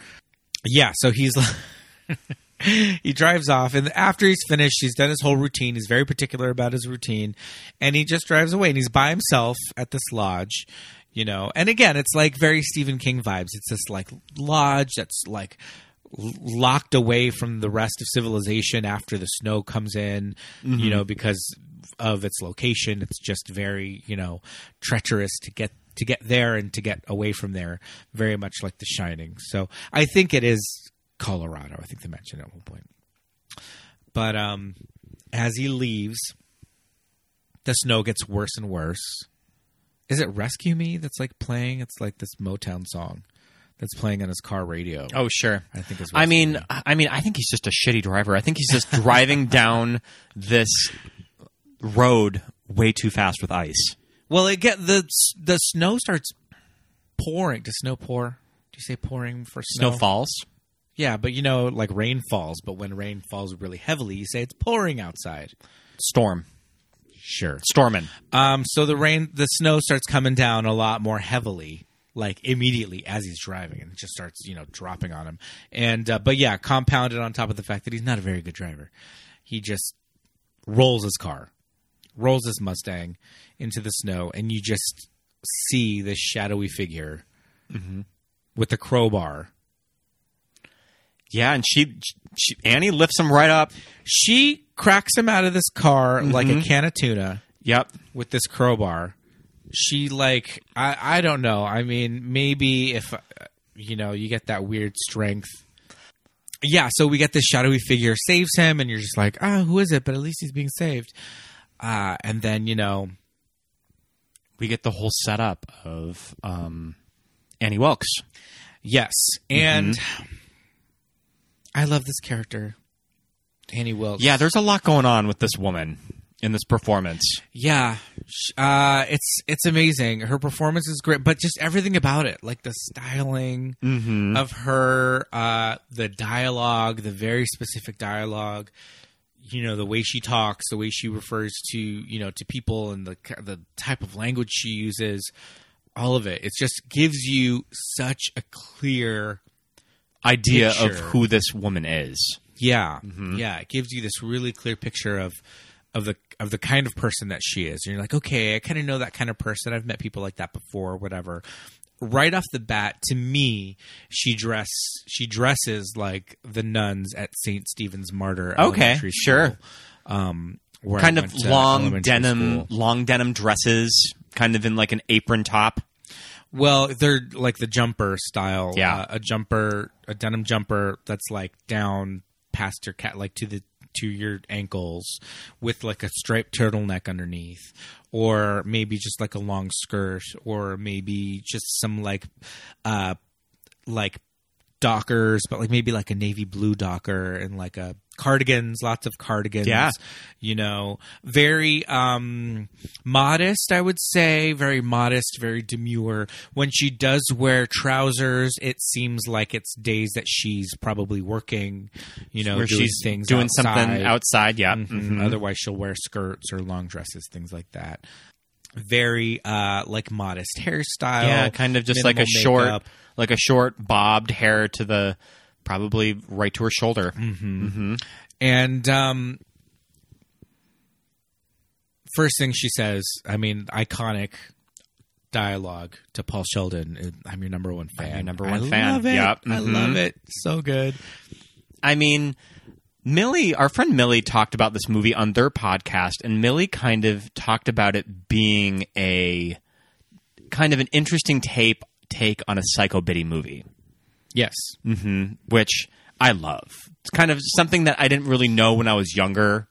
Speaker 9: Yeah. So he's like, he drives off, and after he's finished, he's done his whole routine. He's very particular about his routine, and he just drives away. And he's by himself at this lodge, you know. And again, it's like very Stephen King vibes. It's this like lodge that's like l- locked away from the rest of civilization after the snow comes in, you know, because of its location. It's just very, you know, treacherous to get to get there and to get away from there, very much like The Shining. So I think it is Colorado. I think they mentioned it at one point. But um, as he leaves, the snow gets worse and worse. Is it "Rescue Me" that's like playing? It's like this Motown song that's playing on his car radio.
Speaker 10: Oh sure,
Speaker 9: I think is what
Speaker 10: I
Speaker 9: it's
Speaker 10: mean, I mean, I think he's just a shitty driver. I think he's just driving down this road way too fast with ice.
Speaker 9: Well, it get the the snow starts pouring. Does snow pour? Do you say pouring for snow?
Speaker 10: Snow falls.
Speaker 9: Yeah, but you know, like rain falls. But when rain falls really heavily, you say it's pouring outside.
Speaker 10: Storm.
Speaker 9: Sure.
Speaker 10: Stormin.
Speaker 9: Um, so the rain, the snow starts coming down a lot more heavily, like immediately as he's driving, and it just starts, you know, dropping on him. And uh, but yeah, compounded on top of the fact that he's not a very good driver, he just rolls his car, rolls his Mustang into the snow, and you just see this shadowy figure with the crowbar.
Speaker 10: Yeah, and she, she Annie lifts him right up.
Speaker 9: She cracks him out of this car like a can of tuna.
Speaker 10: Yep.
Speaker 9: with this crowbar. She like I I don't know. I mean, maybe if uh, you know, you get that weird strength. Yeah, so we get this shadowy figure saves him and you're just like, "Oh, who is it?" But at least he's being saved. Uh and then, you know,
Speaker 10: We get the whole setup of um, Annie Wilkes.
Speaker 9: yes. And I love this character. Annie Wilkes.
Speaker 10: Yeah, there's a lot going on with this woman in this performance.
Speaker 9: Yeah, sh- uh, it's it's amazing. Her performance is great, but just everything about it, like the styling
Speaker 10: Mm-hmm.
Speaker 9: of her, uh, the dialogue, the very specific dialogue. You know the way she talks, the way she refers to you know to people, and the ki- the type of language she uses. All of it. It just gives you such a clear
Speaker 10: Idea of
Speaker 9: Picture.
Speaker 10: who this woman is.
Speaker 9: yeah,
Speaker 10: Mm-hmm.
Speaker 9: yeah. It gives you this really clear picture of of the of the kind of person that she is. And you're like, okay, I kind of know that kind of person. I've met people like that before, or whatever. Right off the bat, to me, she dress she dresses like the nuns at Saint Stephen's Martyr.
Speaker 10: Okay,
Speaker 9: Elementary School,
Speaker 10: sure.
Speaker 9: Um, where I
Speaker 10: Kind of
Speaker 9: went to
Speaker 10: long
Speaker 9: elementary
Speaker 10: denim,
Speaker 9: school.
Speaker 10: long denim dresses, kind of in like an apron top.
Speaker 9: Well, they're like the jumper style.
Speaker 10: Yeah.
Speaker 9: Uh, a jumper, a denim jumper that's like down past your cat, like to the to your ankles, with like a striped turtleneck underneath, or maybe just like a long skirt, or maybe just some like, uh, like dockers, but like maybe like a navy blue docker and like a cardigans, lots of cardigans.
Speaker 10: Yeah.
Speaker 9: You know, very um modest, I would say, very modest, very demure. When she does wear trousers, it seems like it's days that she's probably working, you know,
Speaker 10: where
Speaker 9: doing
Speaker 10: she's
Speaker 9: things
Speaker 10: doing
Speaker 9: outside.
Speaker 10: something outside. Yeah. Mm-hmm.
Speaker 9: Mhm. Otherwise, she'll wear skirts or long dresses, things like that. Very uh like modest hairstyle.
Speaker 10: Yeah, kind of just like a
Speaker 9: minimal
Speaker 10: short,
Speaker 9: makeup.
Speaker 10: like a short bobbed hair to the probably right to her shoulder.
Speaker 9: Mm. And um, first thing she says, I mean, iconic dialogue to Paul Sheldon. I'm your number one fan. Mm-hmm.
Speaker 10: your number
Speaker 9: I
Speaker 10: one fan.
Speaker 9: love it.
Speaker 10: Yep.
Speaker 9: I
Speaker 10: Mhm.
Speaker 9: love it. So good.
Speaker 10: I mean, Millie, our friend Millie talked about this movie on their podcast, and Millie kind of talked about it being a kind of an interesting tape take on a psycho bitty movie.
Speaker 9: Yes.
Speaker 10: hmm which I love. It's kind of something that I didn't really know when I was younger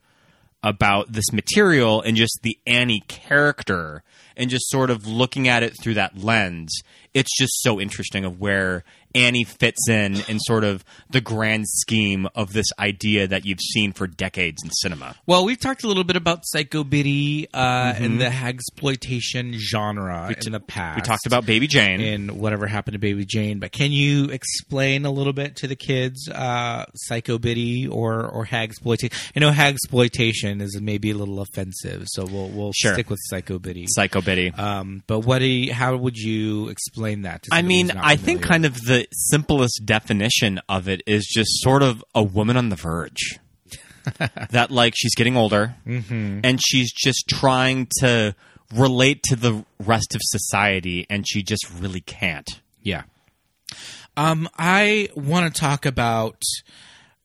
Speaker 10: about this material and just the Annie character and just sort of looking at it through that lens. It's just so interesting of where Annie fits in in sort of the grand scheme of this idea that you've seen for decades in cinema.
Speaker 9: Well, we've talked a little bit about psychobilly uh, and the hagsploitation genre in the past.
Speaker 10: We talked about Baby Jane.
Speaker 9: in whatever happened to Baby Jane. But can you explain a little bit to the kids uh, psychobilly or or hagsploitation? I know hagsploitation is maybe a little offensive, so we'll we'll
Speaker 10: Sure.
Speaker 9: stick with psychobilly.
Speaker 10: Psycho Bitty.
Speaker 9: um, but what do you, how would you explain that? To
Speaker 10: I
Speaker 9: somebody
Speaker 10: mean,
Speaker 9: who's not
Speaker 10: I think
Speaker 9: familiar?
Speaker 10: kind of the simplest definition of it is just sort of a woman on the verge. that like she's getting older and she's just trying to relate to the rest of society and she just really can't.
Speaker 9: Yeah. Um, I want to talk about,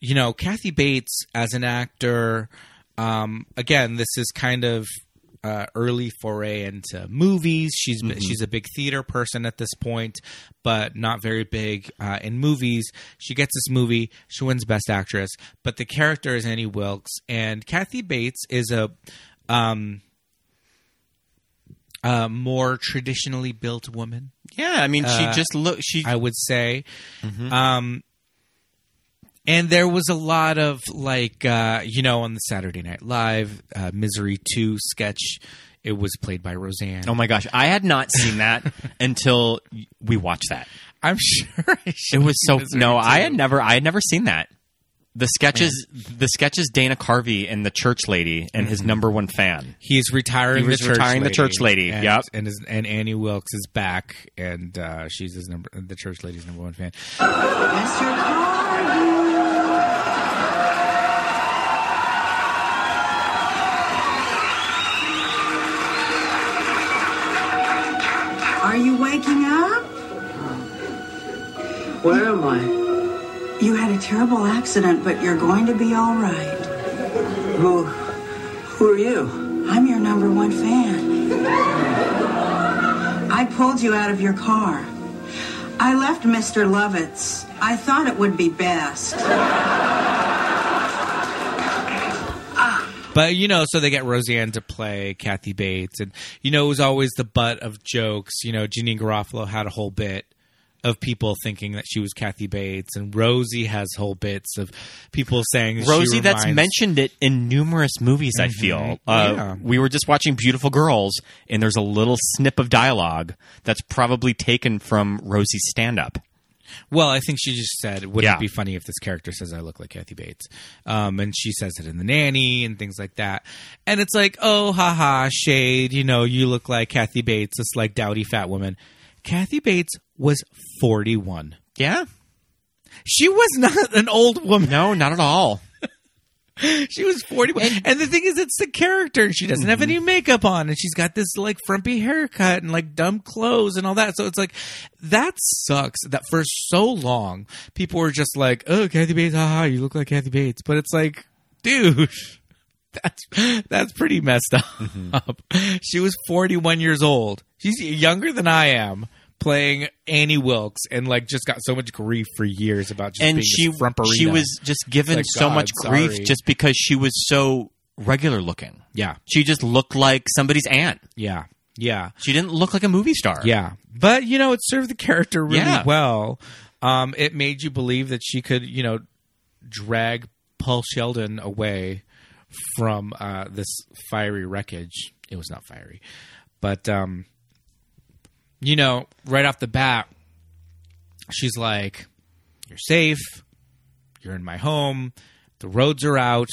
Speaker 9: you know, Kathy Bates as an actor. Um, again, this is kind of uh, early foray into movies. She's she's a big theater person at this point, but not very big uh, in movies. She gets this movie. She wins Best Actress, but the character is Annie Wilkes, and Kathy Bates is a um, a more traditionally built woman.
Speaker 10: Yeah, I mean she just look she
Speaker 9: I would say.
Speaker 10: Mm-hmm.
Speaker 9: Um, and there was a lot of like uh, you know on the Saturday Night Live uh, Misery Two sketch. It was played by Roseanne.
Speaker 10: Oh my gosh, I had not seen that until we watched that.
Speaker 9: I'm sure I should
Speaker 10: It was so
Speaker 9: Misery
Speaker 10: no, I
Speaker 9: too.
Speaker 10: had never I had never seen that. The sketches the sketches Dana Carvey and the church lady and his number one fan.
Speaker 9: He's retiring.
Speaker 10: He was
Speaker 9: the church
Speaker 10: retiring the
Speaker 9: lady,
Speaker 10: church lady,
Speaker 9: And,
Speaker 10: yep.
Speaker 9: and his, and Annie Wilkes is back, and uh, she's his number. The church lady's number one fan.
Speaker 8: Mr. Cargill. Are you waking up?
Speaker 3: Where am I?
Speaker 8: You had a terrible accident, but you're going to be all right.
Speaker 3: Who? Who are you?
Speaker 8: I'm your number one fan. I pulled you out of your car. I left Mr. Lovett's. I thought it would be best.
Speaker 9: But you know, so they get Roseanne to play Kathy Bates, and you know, it was always the butt of jokes. You know, Jeanine Garofalo had a whole bit of people thinking that she was Kathy Bates, and Rosie has whole bits of people saying that she
Speaker 10: Rosie that's
Speaker 9: reminds- Mm-hmm.
Speaker 10: mentioned it in numerous movies. I feel uh,
Speaker 9: Yeah.
Speaker 10: we were just watching Beautiful Girls, and there's a little snip of dialogue that's probably taken from Rosie's stand-up.
Speaker 9: Well, I think she just said, "Wouldn't
Speaker 10: Yeah.
Speaker 9: it be funny if this character says I look like Kathy Bates?" Um, and she says it in the nanny and things like that. And it's like, "Oh, haha, shade! You know, you look like Kathy Bates, this like dowdy fat woman." Kathy Bates was forty-one.
Speaker 10: Yeah,
Speaker 9: She was not an old woman.
Speaker 10: no, not at all.
Speaker 9: She was 41. And, the thing is, it's the character. and She doesn't have
Speaker 10: Mm-hmm.
Speaker 9: any makeup on and she's got this like frumpy haircut and like dumb clothes and all that. So it's like, that sucks that for so long people were just like, oh, Kathy Bates, haha, you look like Kathy Bates. But it's like, dude. That's that's pretty messed up.
Speaker 10: Mm-hmm.
Speaker 9: She was 41 years old. She's younger than I am playing Annie Wilkes and like just got so much grief for years about just
Speaker 10: And
Speaker 9: being
Speaker 10: she
Speaker 9: this frumperina.
Speaker 10: she was just given
Speaker 9: Like,
Speaker 10: so
Speaker 9: God,
Speaker 10: much grief
Speaker 9: sorry.
Speaker 10: just because she was so regular looking.
Speaker 9: yeah.
Speaker 10: She just looked like somebody's aunt.
Speaker 9: Yeah. Yeah.
Speaker 10: She didn't look like a movie star.
Speaker 9: Yeah. But you know, it served the character really
Speaker 10: Yeah.
Speaker 9: well. Um, it made you believe that she could, you know, drag Paul Sheldon away from uh, this fiery wreckage. It was not fiery, but um, you know, right off the bat, she's like, "You're safe. You're in my home. The roads are out.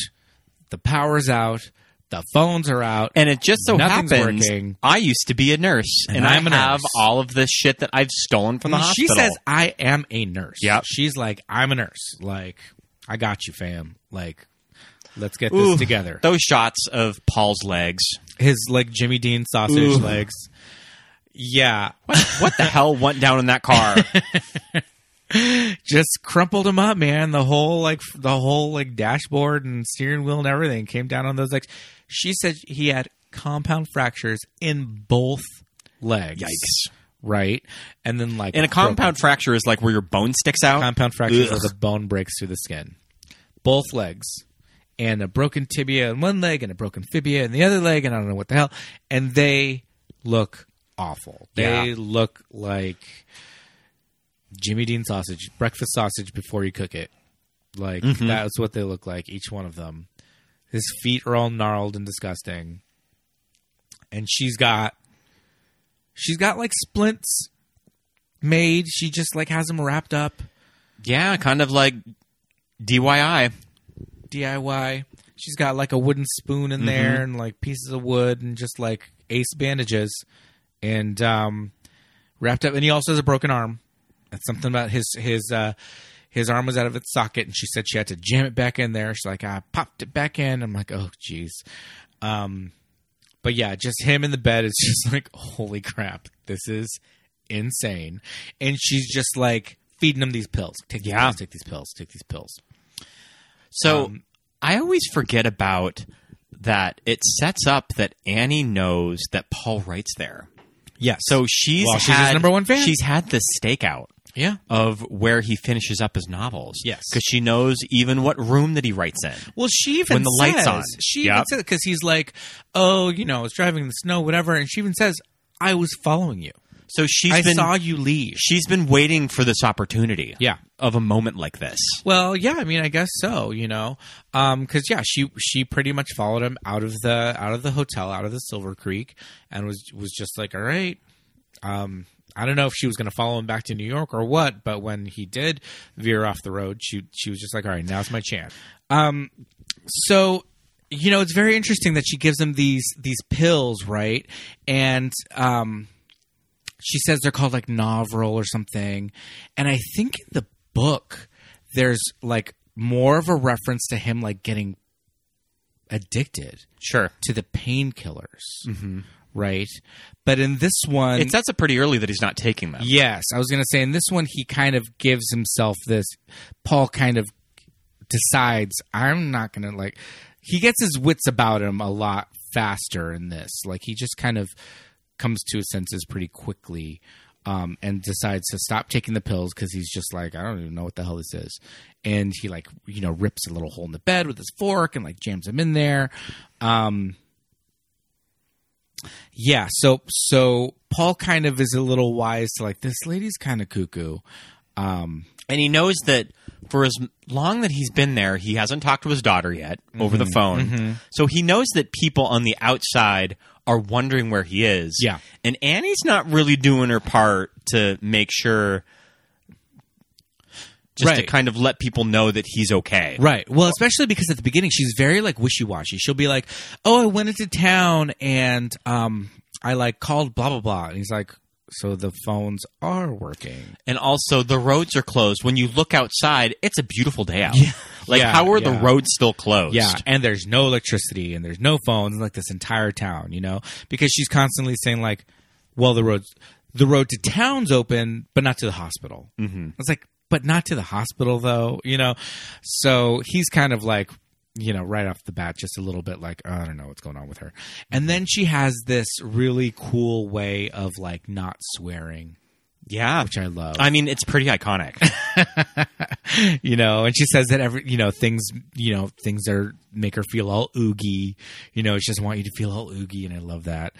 Speaker 9: The power's out. The phones are out."
Speaker 10: And it just so
Speaker 9: Nothing's
Speaker 10: happens
Speaker 9: working.
Speaker 10: I used to be a nurse, and,
Speaker 9: And
Speaker 10: I
Speaker 9: I'm a
Speaker 10: have
Speaker 9: nurse.
Speaker 10: all of this shit that I've stolen from the
Speaker 9: And
Speaker 10: hospital.
Speaker 9: She says, "I am a nurse."
Speaker 10: Yep.
Speaker 9: She's like, "I'm a nurse. Like, I got you, fam. Like, let's get
Speaker 10: Ooh,
Speaker 9: this together."
Speaker 10: Those shots of Paul's legs.
Speaker 9: His like Jimmy Dean sausage
Speaker 10: Ooh.
Speaker 9: legs. Yeah,
Speaker 10: What the hell went down in that car?
Speaker 9: just crumpled him up, man. The whole like f- the whole like dashboard and steering wheel and everything came down on those legs. She said he had compound fractures in both legs.
Speaker 10: Yikes.
Speaker 9: Right, and then like
Speaker 10: And a compound fracture is like where your bone sticks out.
Speaker 9: compound fractures where
Speaker 10: Ugh.
Speaker 9: the bone breaks through the skin. Both legs. And a broken tibia in one leg and a broken fibia in the other leg, and I don't know what the hell. And they look awful. They
Speaker 10: Yeah.
Speaker 9: look like Jimmy Dean sausage, breakfast sausage before you cook it. Like
Speaker 10: Mm-hmm.
Speaker 9: that's what they look like, each one of them. His feet are all gnarled and disgusting. And she's got she's got like splints made. She just like has them wrapped up.
Speaker 10: yeah, kind of like DYI.
Speaker 9: DIY. She's got like a wooden spoon in
Speaker 10: Mm-hmm.
Speaker 9: there and like pieces of wood and just like ace bandages and um, wrapped up. And he also has a broken arm. That's something about his his uh, his arm was out of its socket, and she said she had to jam it back in there. She's like, I popped it back in. I'm like, oh jeez. Um, but yeah, just him in the bed is just like, holy crap, this is insane. And she's just like feeding him these pills. Take these
Speaker 10: Yeah.
Speaker 9: pills, take these pills, take these pills.
Speaker 10: So
Speaker 9: Um,
Speaker 10: I always forget about that. It sets up that Annie knows that Paul writes there.
Speaker 9: Yeah.
Speaker 10: So she's
Speaker 9: Well, she's his
Speaker 10: had
Speaker 9: number one fan.
Speaker 10: She's had the stakeout
Speaker 9: yeah.
Speaker 10: of where he finishes up his novels.
Speaker 9: Yes.
Speaker 10: because she knows even what room that he writes in.
Speaker 9: Well, she even
Speaker 10: When the
Speaker 9: says,
Speaker 10: light's on.
Speaker 9: She
Speaker 10: Yep.
Speaker 9: even says because he's like, oh, you know, I was driving in the snow, whatever, and she even says, I was following you.
Speaker 10: So she's
Speaker 9: I
Speaker 10: been
Speaker 9: saw you leave.
Speaker 10: she's been waiting for this opportunity.
Speaker 9: Yeah.
Speaker 10: of a moment like this.
Speaker 9: Well, yeah, I mean, I guess so, you know, because yeah, she she pretty much followed him out of the out of the hotel, out of the Silver Creek, and was was just like, all right, um, I don't know if she was going to follow him back to New York or what, but when he did veer off the road, she she was just like, all right, now's my chance. Um, so you know, it's very interesting that she gives him these these pills, right? And um, she says they're called like Novril or something. And I think in the book, there's like more of a reference to him like getting addicted
Speaker 10: Sure,
Speaker 9: to the painkillers, Mm-hmm. right? But in this one,
Speaker 10: it sets up pretty early that he's not taking them.
Speaker 9: Oh. yes, I was gonna say in this one he kind of gives himself this. Paul kind of decides I'm not gonna like. He gets his wits about him a lot faster in this. Like he just kind of comes to his senses pretty quickly. Um, and decides to stop taking the pills because he's just like I don't even know what the hell this is, and he like you know rips a little hole in the bed with his fork and like jams him in there, um, yeah so so paul kind of is a little wise to like this lady's kind of cuckoo um
Speaker 10: and he knows that for as long that he's been there, he hasn't talked to his daughter yet over
Speaker 9: Mm-hmm.
Speaker 10: the phone. So he knows that people on the outside are wondering where he is.
Speaker 9: Yeah.
Speaker 10: and Annie's not really doing her part to make sure, just to
Speaker 9: Right.
Speaker 10: kind of let people know that he's okay.
Speaker 9: right well especially because at the beginning she's very like wishy-washy she'll be like oh i went into town and um i like called blah blah blah and he's like so the phones are working
Speaker 10: And also, the roads are closed. When you look outside, it's a beautiful day out. Like,
Speaker 9: Yeah,
Speaker 10: how are the
Speaker 9: yeah.
Speaker 10: roads still closed?
Speaker 9: yeah and there's no electricity and there's no phones in like this entire town you know because she's constantly saying like well the roads the road to town's open but not to the hospital mm-hmm. it's like but not to the hospital though you know so he's kind of like you know right off the bat just a little bit like "Oh, i don't know what's going on with her and then she has this really cool way of like not swearing
Speaker 10: Yeah.
Speaker 9: which i love
Speaker 10: I mean, it's pretty iconic.
Speaker 9: you know, and she says that every, you know, things, you know, things are make her feel all oogie. You know, she doesn't want you to feel all oogie, and I love that.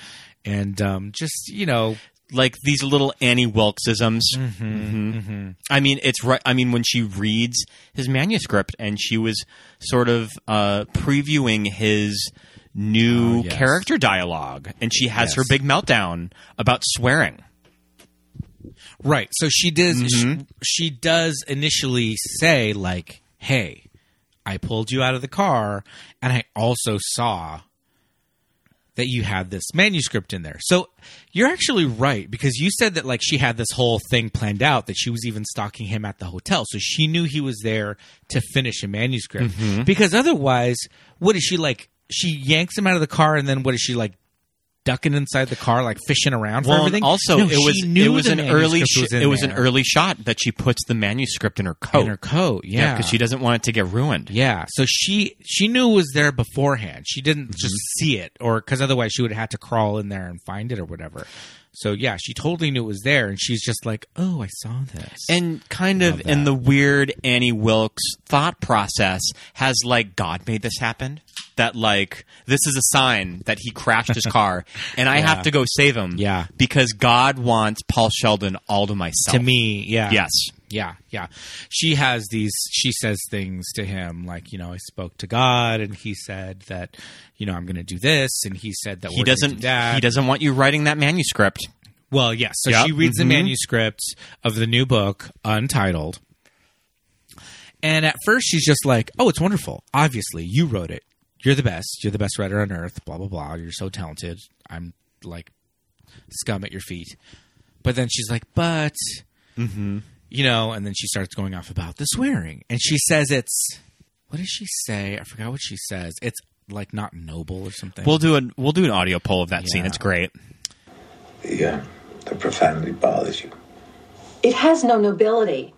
Speaker 9: And um, just you know,
Speaker 10: like these little Annie Wilkesisms.
Speaker 9: Mm-hmm,
Speaker 10: Mhm. I mean, it's right. I mean, when she reads his manuscript, and she was sort of uh, previewing his new
Speaker 9: Oh, yes.
Speaker 10: character dialogue, and she has her
Speaker 9: Yes.
Speaker 10: big meltdown about swearing.
Speaker 9: Right. So she does. She, she does initially say like, "Hey, I pulled you out of the car, and I also saw that you had this manuscript in there." So you're actually right because you said that like she had this whole thing planned out that she was even stalking him at the hotel, so she knew he was there to finish a manuscript.
Speaker 10: Mm-hmm.
Speaker 9: Because otherwise, what is she like? She yanks him out of the car, and then what is she like? Ducking inside the car, like fishing around for
Speaker 10: Well, and
Speaker 9: everything.
Speaker 10: also
Speaker 9: No,
Speaker 10: it
Speaker 9: she
Speaker 10: was
Speaker 9: knew
Speaker 10: it was
Speaker 9: the
Speaker 10: an early
Speaker 9: manuscript
Speaker 10: sh-
Speaker 9: in
Speaker 10: it was an
Speaker 9: there.
Speaker 10: early shot that she puts the manuscript in her coat.
Speaker 9: in her coat. Yeah,
Speaker 10: Yeah, because she doesn't want it to get ruined.
Speaker 9: Yeah, so she she knew it was there beforehand. She didn't
Speaker 10: Mm-hmm.
Speaker 9: just see it, or because otherwise she would have had to crawl in there and find it or whatever. So yeah, she totally knew it was there, and she's just like, "Oh, I saw this."
Speaker 10: And kind of
Speaker 9: Love
Speaker 10: in
Speaker 9: that.
Speaker 10: the weird Annie Wilkes thought process has like God made this happen. That like this is a sign that he crashed his car and I have to go save him.
Speaker 9: Yeah.
Speaker 10: Because God wants Paul Sheldon all to myself.
Speaker 9: to me, yeah,
Speaker 10: Yes.
Speaker 9: yeah, yeah. She has these. She says things to him like, you know, I spoke to God, and He said that, you know, I'm going to do this, and He said that
Speaker 10: He
Speaker 9: we're gonna do
Speaker 10: doesn't
Speaker 9: that.
Speaker 10: he doesn't want you writing that manuscript.
Speaker 9: Well, yes. So
Speaker 10: Yep.
Speaker 9: she reads
Speaker 10: Mhm.
Speaker 9: the manuscript of the new book, Untitled. And at first, she's just like, oh, it's wonderful. Obviously, you wrote it. You're the best. You're the best writer on earth, blah, blah, blah. You're so talented. I'm like scum at your feet. But then she's like, but,
Speaker 10: Mm-hmm.
Speaker 9: you know, and then she starts going off about the swearing. And she says it's, what does she say? I forgot what she says. It's like not noble or something.
Speaker 10: We'll do an we'll do an audio poll of that scene.
Speaker 9: Yeah.
Speaker 10: It's great.
Speaker 5: The, uh, the profanity bothers you.
Speaker 7: It has no nobility.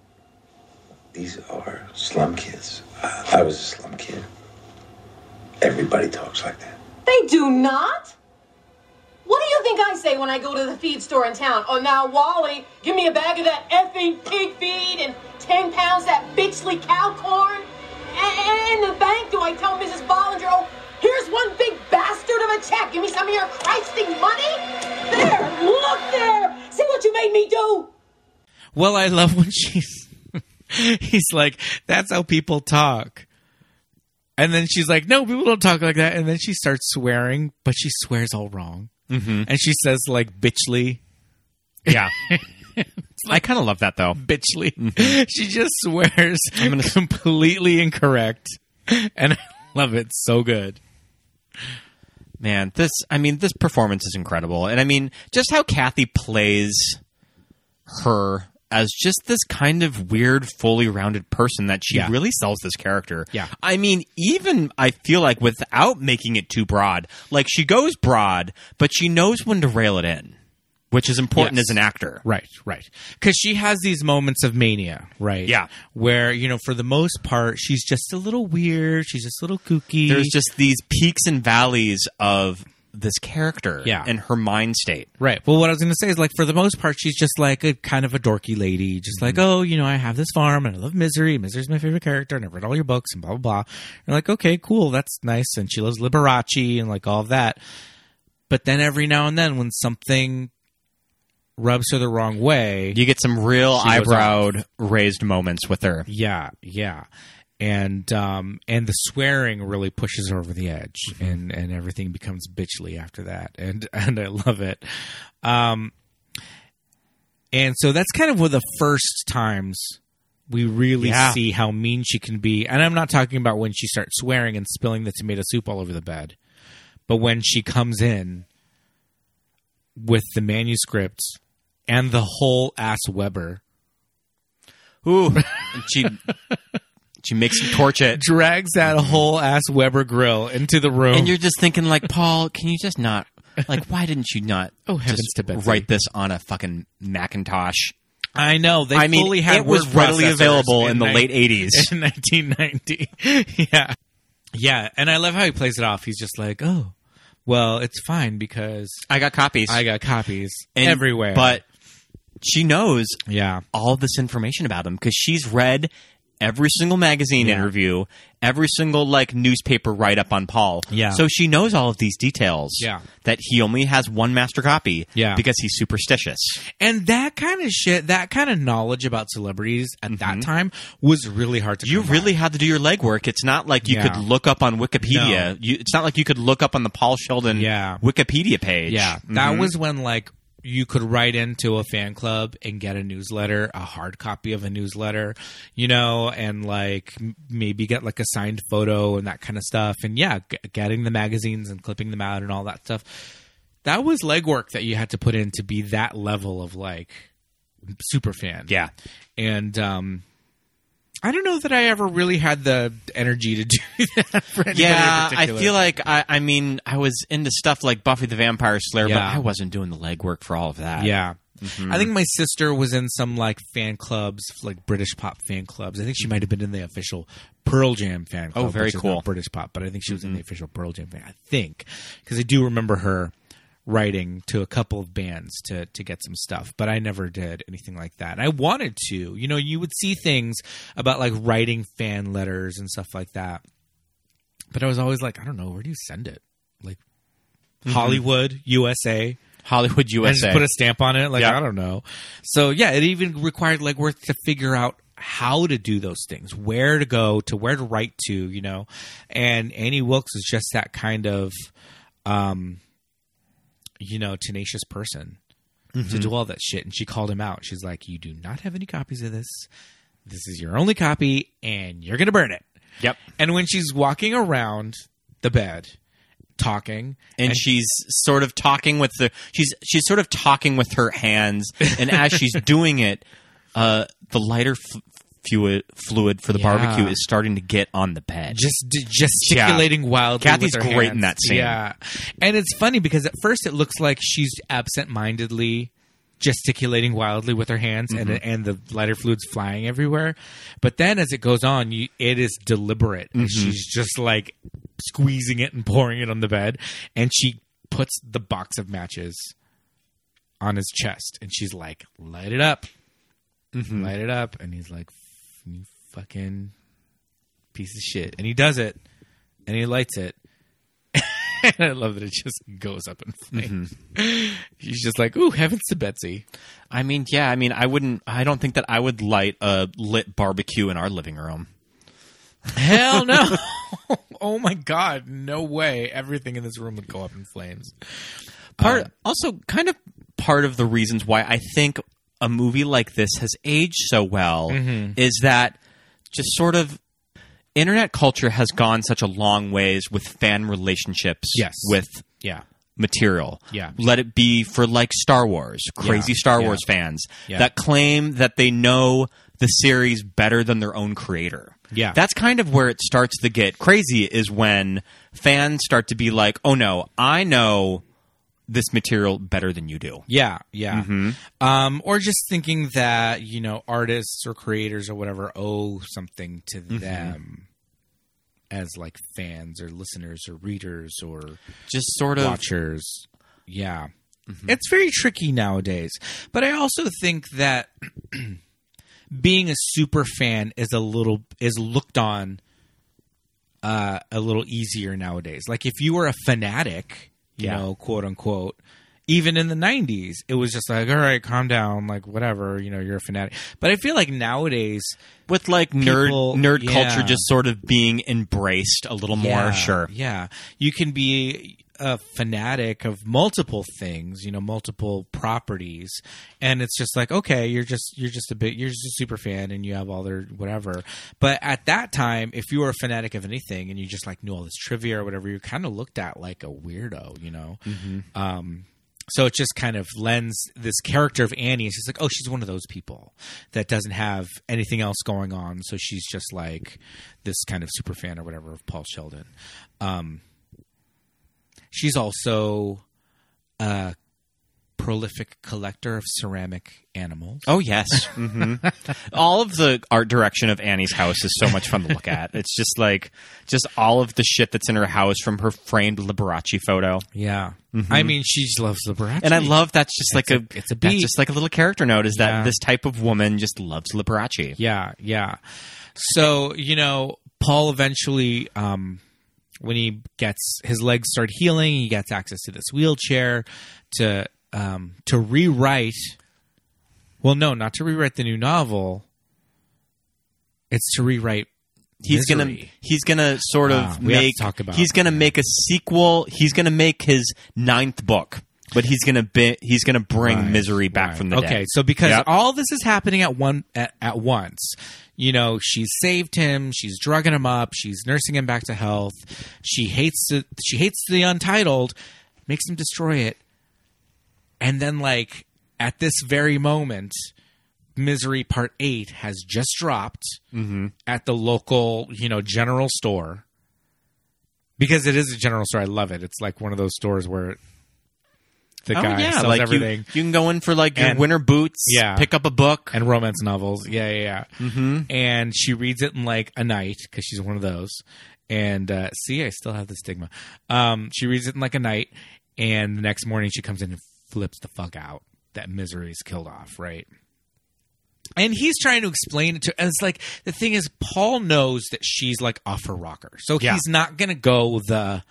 Speaker 5: These are slum kids. I, I was a slum kid. Everybody talks like that.
Speaker 7: They do not. What do you think I say when I go to the feed store in town? Oh, now, Wally, give me a bag of that effing pig feed and 10 pounds of that bitchly cow corn. And, and in the bank, do I tell Mrs. Bollinger, oh, here's one big bastard of a check. Give me some of your Christing money. There, look there. See what you made me do.
Speaker 9: Well, I love when she's. he's like, that's how people talk. And then she's like, no, people don't talk like that. And then she starts swearing, but she swears all wrong. Mm-hmm. And she says, like, bitchly,
Speaker 10: Yeah. I kind of love that though.
Speaker 9: bitchly. She just swears Mm-hmm. I'm
Speaker 10: gonna-
Speaker 9: completely incorrect. And I love it so good.
Speaker 10: Man, this I mean, this performance is incredible. And I mean, just how Kathy plays her as just this kind of weird, fully rounded person that she
Speaker 9: Yeah.
Speaker 10: really sells this character.
Speaker 9: Yeah.
Speaker 10: I mean, even I feel like without making it too broad, like she goes broad, but she knows when to rail it in. Which is important
Speaker 9: Yes.
Speaker 10: as an actor.
Speaker 9: Right, right. Because she has these moments of mania, right?
Speaker 10: Yeah.
Speaker 9: Where, you know, for the most part, she's just a little weird. She's just a little kooky.
Speaker 10: There's just these peaks and valleys of this character
Speaker 9: Yeah.
Speaker 10: and her mind state.
Speaker 9: Right. Well, what I was going to say is, like, for the most part, she's just like a kind of a dorky lady. Just like, oh, you know, I have this farm and I love Misery. Misery's my favorite character and I've read all your books and blah, blah, blah. And like, okay, cool. That's nice. And she loves Liberace and like all of that. But then every now and then when something rubs her the wrong way.
Speaker 10: You get some real
Speaker 9: She goes
Speaker 10: eyebrowed raised moments with her.
Speaker 9: Yeah, yeah. And um and the swearing really pushes her over the edge and and everything becomes bitchly after that. And and I love it. Um and so that's kind of one of the first times we really
Speaker 10: Yeah.
Speaker 9: see how mean she can be. And I'm not talking about when she starts swearing and spilling the tomato soup all over the bed, but when she comes in with the manuscript and the whole ass Weber
Speaker 10: Ooh, And she she makes him torch it,
Speaker 9: drags that whole ass Weber grill into the room.
Speaker 10: and you're just thinking like, Paul, can you just not? Like, why didn't you not?
Speaker 9: Oh, heavens
Speaker 10: just
Speaker 9: to Betsy.
Speaker 10: write this on a fucking Macintosh.
Speaker 9: I know they
Speaker 10: I mean,
Speaker 9: fully had
Speaker 10: it was
Speaker 9: word
Speaker 10: readily
Speaker 9: processors
Speaker 10: available in, the
Speaker 9: nin-
Speaker 10: late '80s.
Speaker 9: in 1990. yeah, yeah, and I love how he plays it off. He's just like, oh, well, it's fine because
Speaker 10: I got copies
Speaker 9: I got copies
Speaker 10: And-
Speaker 9: everywhere.
Speaker 10: but she knows
Speaker 9: yeah,
Speaker 10: all this information about him because she's read every single magazine
Speaker 9: Yeah.
Speaker 10: interview, every single like newspaper write up on Paul.
Speaker 9: Yeah.
Speaker 10: So she knows all of these details.
Speaker 9: Yeah.
Speaker 10: That he only has one master copy.
Speaker 9: Yeah.
Speaker 10: Because he's superstitious.
Speaker 9: And that kind of shit, that kind of knowledge about celebrities at that time was really hard to.
Speaker 10: Mm-hmm. You
Speaker 9: come by.
Speaker 10: really had to do your legwork. It's not like you
Speaker 9: Yeah.
Speaker 10: could look up on Wikipedia.
Speaker 9: No.
Speaker 10: You, it's not like you could look up on the Paul Sheldon
Speaker 9: Yeah.
Speaker 10: Wikipedia page. Mm-hmm.
Speaker 9: yeah. That was when like you could write into a fan club and get a newsletter, a hard copy of a newsletter, you know, and like m- maybe get like a signed photo and that kind of stuff. And yeah, g- getting the magazines and clipping them out and all that stuff. That was legwork that you had to put in to be that level of like super fan.
Speaker 10: Yeah.
Speaker 9: and um I don't know that I ever really had the energy to do that. For anybody
Speaker 10: Yeah,
Speaker 9: in
Speaker 10: I
Speaker 9: particular.
Speaker 10: feel like I, I mean I was into stuff like Buffy the Vampire Slayer,
Speaker 9: Yeah.
Speaker 10: but I wasn't doing the legwork for all of that.
Speaker 9: yeah. I think my sister was in some like fan clubs, like British pop fan clubs. I think she might have been in the official Pearl Jam fan club.
Speaker 10: Oh, very
Speaker 9: which is not
Speaker 10: cool. Mm-hmm.
Speaker 9: British pop, but I think she was in the official Pearl Jam fan. I think because I do remember her writing to a couple of bands to to get some stuff, but I never did anything like that. And I wanted to, you know, you would see things about like writing fan letters and stuff like that, but I was always like, I don't know, where do you send it? Like
Speaker 10: Mm-hmm.
Speaker 9: Hollywood, USA.
Speaker 10: Hollywood USA.
Speaker 9: And just put a stamp on it. Like,
Speaker 10: Yeah.
Speaker 9: I don't know. So, yeah, it even required like work to figure out how to do those things, where to go to, where to write to, you know. And Annie Wilkes is just that kind of, um, you know, tenacious person
Speaker 10: Mm-hmm.
Speaker 9: to do all that shit. And she called him out. She's like, You do not have any copies of this. This is your only copy, and you're going to burn it.
Speaker 10: yep.
Speaker 9: And when she's walking around the bed, talking,
Speaker 10: and she's sort of talking with the she's she's sort of talking with her hands and as she's doing it uh the lighter f- fluid fluid for the
Speaker 9: Yeah.
Speaker 10: barbecue is starting to get on the bed
Speaker 9: just d- gesticulating wildly.
Speaker 10: Kathy's
Speaker 9: with her
Speaker 10: great
Speaker 9: hands.
Speaker 10: in that scene.
Speaker 9: Yeah, and it's funny because at first it looks like she's absent-mindedly gesticulating wildly with her hands,
Speaker 10: Mm-hmm.
Speaker 9: and and the lighter fluid's flying everywhere. But then as it goes on, you, it is deliberate. And
Speaker 10: Mm-hmm.
Speaker 9: she's just like squeezing it and pouring it on the bed, and she puts the box of matches on his chest, and she's like, "Light it up."
Speaker 10: Mm-hmm.
Speaker 9: light it up and he's like "F- you fucking piece of shit and he does it and he lights it and i love that it just goes up in flames Mm-hmm. he's just like ooh heavens to betsy
Speaker 10: i mean yeah i mean i wouldn't i don't think that i would light a lit barbecue in our living room
Speaker 9: hell no oh my god no way everything in this room would go up in flames
Speaker 10: part also kind of part of the reasons why I think a movie like this has aged so well is that just sort of internet culture has gone such a long ways with fan relationships
Speaker 9: Yes.
Speaker 10: with
Speaker 9: yeah
Speaker 10: material.
Speaker 9: Yeah.
Speaker 10: Let it be for like Star Wars, crazy
Speaker 9: Yeah.
Speaker 10: Star
Speaker 9: Yeah.
Speaker 10: Wars fans
Speaker 9: Yeah.
Speaker 10: that claim that they know the series better than their own creator.
Speaker 9: Yeah.
Speaker 10: That's kind of where it starts to get crazy is when fans start to be like, "Oh no, I know this material better than you do." Mm-hmm.
Speaker 9: Yeah, yeah. Um, or just thinking that you know artists or creators or whatever owe something to them as like fans or listeners or readers or
Speaker 10: Just sort of
Speaker 9: watchers. Yeah, Mm-hmm. it's very tricky nowadays. But I also think that being a super fan is a little is looked on uh, a little easier nowadays. Like if you were a fanatic, you
Speaker 10: Yeah.
Speaker 9: know, quote unquote. Even in the '90s, it was just like, "All right, calm down, like whatever, you know, you're a fanatic." But I feel like nowadays,
Speaker 10: with like nerd
Speaker 9: People-
Speaker 10: nerd
Speaker 9: yeah.
Speaker 10: culture just sort of being embraced a little more, sure.
Speaker 9: Yeah. You can be a fanatic of multiple things, you know, multiple properties, and it's just like, okay, you're just you're just a bit you're just a super fan and you have all their whatever. But at that time, if you were a fanatic of anything and you just like knew all this trivia or whatever, you're kind of looked at like a weirdo, you know. Um so it just kind of lends this character of Annie. She's like, oh, she's one of those people that doesn't have anything else going on, so she's just like this kind of super fan or whatever of Paul Sheldon. Um, she's also a prolific collector of ceramic animals.
Speaker 10: Oh yes, hmm
Speaker 9: Mm-hmm.
Speaker 10: all of the art direction of Annie's house is so much fun to look at. It's just like just all of the shit that's in her house from her framed Liberace photo,
Speaker 9: Yeah, I mean, she just loves Liberace,
Speaker 10: Mm-hmm. and I love that's just like a,
Speaker 9: It's a- it's a
Speaker 10: that's
Speaker 9: beat.
Speaker 10: just like a little character note is that
Speaker 9: Yeah.
Speaker 10: this type of woman just loves Liberace.
Speaker 9: Yeah, yeah. So you know, Paul eventually, um, when he gets his legs start healing, he gets access to this wheelchair to um, to rewrite. Well, no, not to rewrite the new novel. It's to rewrite.
Speaker 10: He's
Speaker 9: Misery.
Speaker 10: gonna he's gonna sort of
Speaker 9: Ah, we have to
Speaker 10: make
Speaker 9: talk about-
Speaker 10: he's gonna make a sequel. He's gonna make his ninth book, but he's gonna be, he's gonna bring
Speaker 9: Right,
Speaker 10: misery back
Speaker 9: right.
Speaker 10: from the
Speaker 9: okay,
Speaker 10: dead.
Speaker 9: so because
Speaker 10: Yep.
Speaker 9: all this is happening at one at, at once, you know, she's saved him, she's drugging him up, she's nursing him back to health. She hates it. She hates the untitled, makes him destroy it, and then like at this very moment, Misery Part Eight has just dropped
Speaker 10: Mm-hmm.
Speaker 9: at the local, you know, general store. Because it is a general store, I love it. It's like one of those stores where the
Speaker 10: Oh,
Speaker 9: guy
Speaker 10: yeah,
Speaker 9: sells
Speaker 10: like you-
Speaker 9: everything
Speaker 10: You, can go in for like your
Speaker 9: And-
Speaker 10: winter boots,
Speaker 9: Yeah.
Speaker 10: pick up a book.
Speaker 9: and romance novels. Yeah, yeah, yeah. Mm-hmm. And she reads it in like a night because she's one of those. And uh, see, I still have the stigma. Um, she reads it in like a night, and the next morning she comes in and flips the fuck out that misery is killed off, right? And he's trying to explain it to and it's like the thing is Paul knows that she's like off her rocker. So
Speaker 10: Yeah.
Speaker 9: he's not gonna go the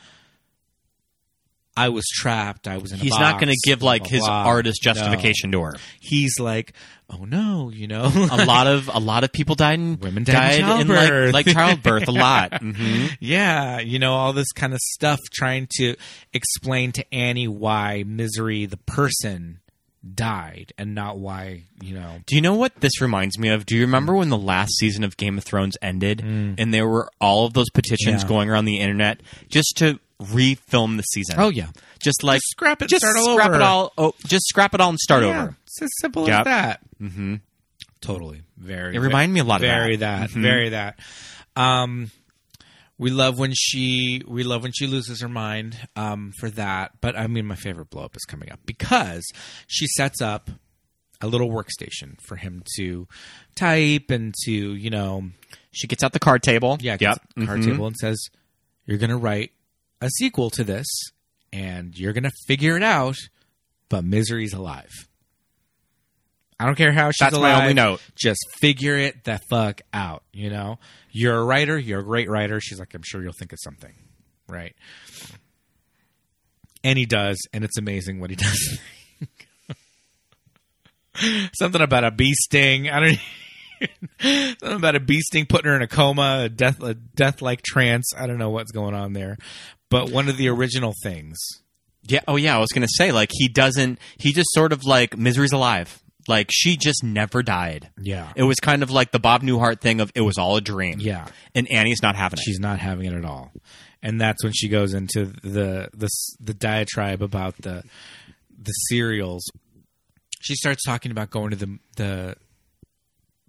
Speaker 9: I was trapped, I was in a
Speaker 10: he's not going to
Speaker 9: box,
Speaker 10: give
Speaker 9: blah,
Speaker 10: like
Speaker 9: blah,
Speaker 10: his
Speaker 9: blah."
Speaker 10: artist
Speaker 9: No
Speaker 10: justification to her.
Speaker 9: he's like, oh no, you know,
Speaker 10: A lot of a lot of people died in
Speaker 9: Women died in childbirth. Mm-hmm.
Speaker 10: like, like childbirth a lot. hmm
Speaker 9: yeah, you know, all this kind of stuff, trying to explain to Annie why misery, the person, died, and not why, you know,
Speaker 10: Do you know what this reminds me of? Do you remember when the last season of Game of Thrones ended and there were all of those petitions
Speaker 9: Mm. Yeah.
Speaker 10: going around the internet just to refilm the season?
Speaker 9: Oh, yeah.
Speaker 10: Just like
Speaker 9: Just scrap it and
Speaker 10: just
Speaker 9: start all
Speaker 10: scrap
Speaker 9: over.
Speaker 10: it all oh, just scrap it all and start
Speaker 9: Yeah,
Speaker 10: over.
Speaker 9: It's as simple
Speaker 10: Yep.
Speaker 9: as that. Mm-hmm. Totally. Very.
Speaker 10: It reminded me a lot of
Speaker 9: very
Speaker 10: that. Mm-hmm.
Speaker 9: that. Very that. Um, we love when she we love when she loses her mind um, for that. But I mean, my favorite blow up is coming up because she sets up a little workstation for him to type and to you know
Speaker 10: She gets out the card table.
Speaker 9: yeah,
Speaker 10: Yep. Mm-hmm.
Speaker 9: gets the card table and says, "You're going to write a sequel to this, and you're going to figure it out." But misery's alive. I don't care how she's
Speaker 10: That's my
Speaker 9: alive.
Speaker 10: only note.
Speaker 9: Just figure it the fuck out. You know, you're a writer. You're a great writer. She's like, I'm sure you'll think of something, right? And he does, and it's amazing what he does. something about a bee sting. I don't. Something about a bee sting putting her in a coma, a death, a death-like trance. I don't know what's going on there, but one of the original things.
Speaker 10: Yeah. Oh, yeah. I was gonna say like he doesn't. He just sort of like misery's alive. Like she just never died.
Speaker 9: Yeah.
Speaker 10: It was kind of like the Bob Newhart thing of it was all a dream.
Speaker 9: Yeah.
Speaker 10: And Annie's not having it.
Speaker 9: She's not having it at all, and that's when she goes into the the the diatribe about the the cereals. She starts talking about going to the the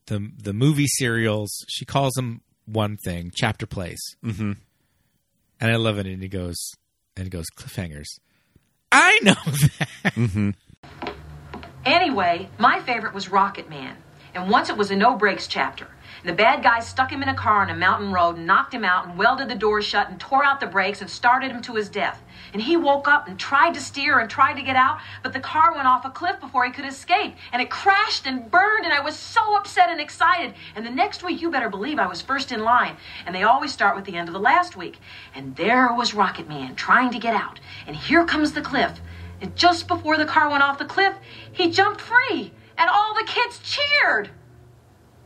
Speaker 9: the the movie serials. She calls them one thing, chapter place. Mm-hmm. And I love it. And he goes and he goes cliffhangers. I know that.
Speaker 11: Anyway, my favorite was Rocket Man. And once it was a no brakes chapter. The bad guy stuck him in a car on a mountain road, knocked him out, and welded the door shut, and tore out the brakes, and started him to his death. And he woke up and tried to steer and tried to get out, but the car went off a cliff before he could escape. And it crashed and burned, and I was so upset and excited. And the next week, you better believe I was first in line. And they always start with the end of the last week. And there was Rocket Man trying to get out. And here comes the cliff. And just before the car went off the cliff, he jumped free, and all the kids cheered.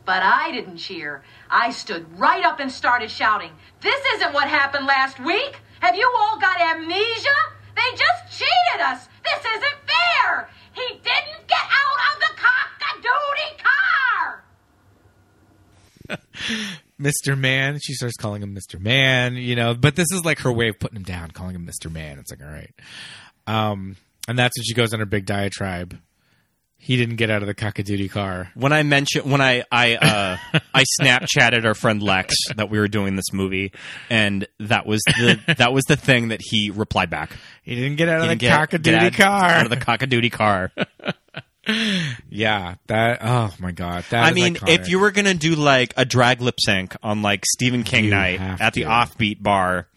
Speaker 11: But I didn't cheer. I stood right up and started shouting, This isn't what happened last week! Have you all got amnesia? They just cheated us! This isn't fair! He didn't get out of the cock-a-doodie car!
Speaker 9: Mr. Man. She starts calling him Mr. Man, you know, but this is like her way of putting him down, calling him Mr. Man. It's like, all right. Um, and that's when she goes on her big diatribe. He didn't get out of the cockadoodie car.
Speaker 10: when I mentioned when I I uh, I Snapchatted our friend Lex that we were doing this movie, and that was the that was the thing that he replied back.
Speaker 9: He didn't get out
Speaker 10: He
Speaker 9: of the
Speaker 10: didn't get-
Speaker 9: cockadoodie
Speaker 10: get out-
Speaker 9: car.
Speaker 10: out of the cockadoodie car.
Speaker 9: yeah, that. Oh my god, that.
Speaker 10: I
Speaker 9: is
Speaker 10: mean,
Speaker 9: iconic.
Speaker 10: if you were gonna do like a drag lip sync on like Stephen King
Speaker 9: You
Speaker 10: night
Speaker 9: have
Speaker 10: at the
Speaker 9: to.
Speaker 10: offbeat bar,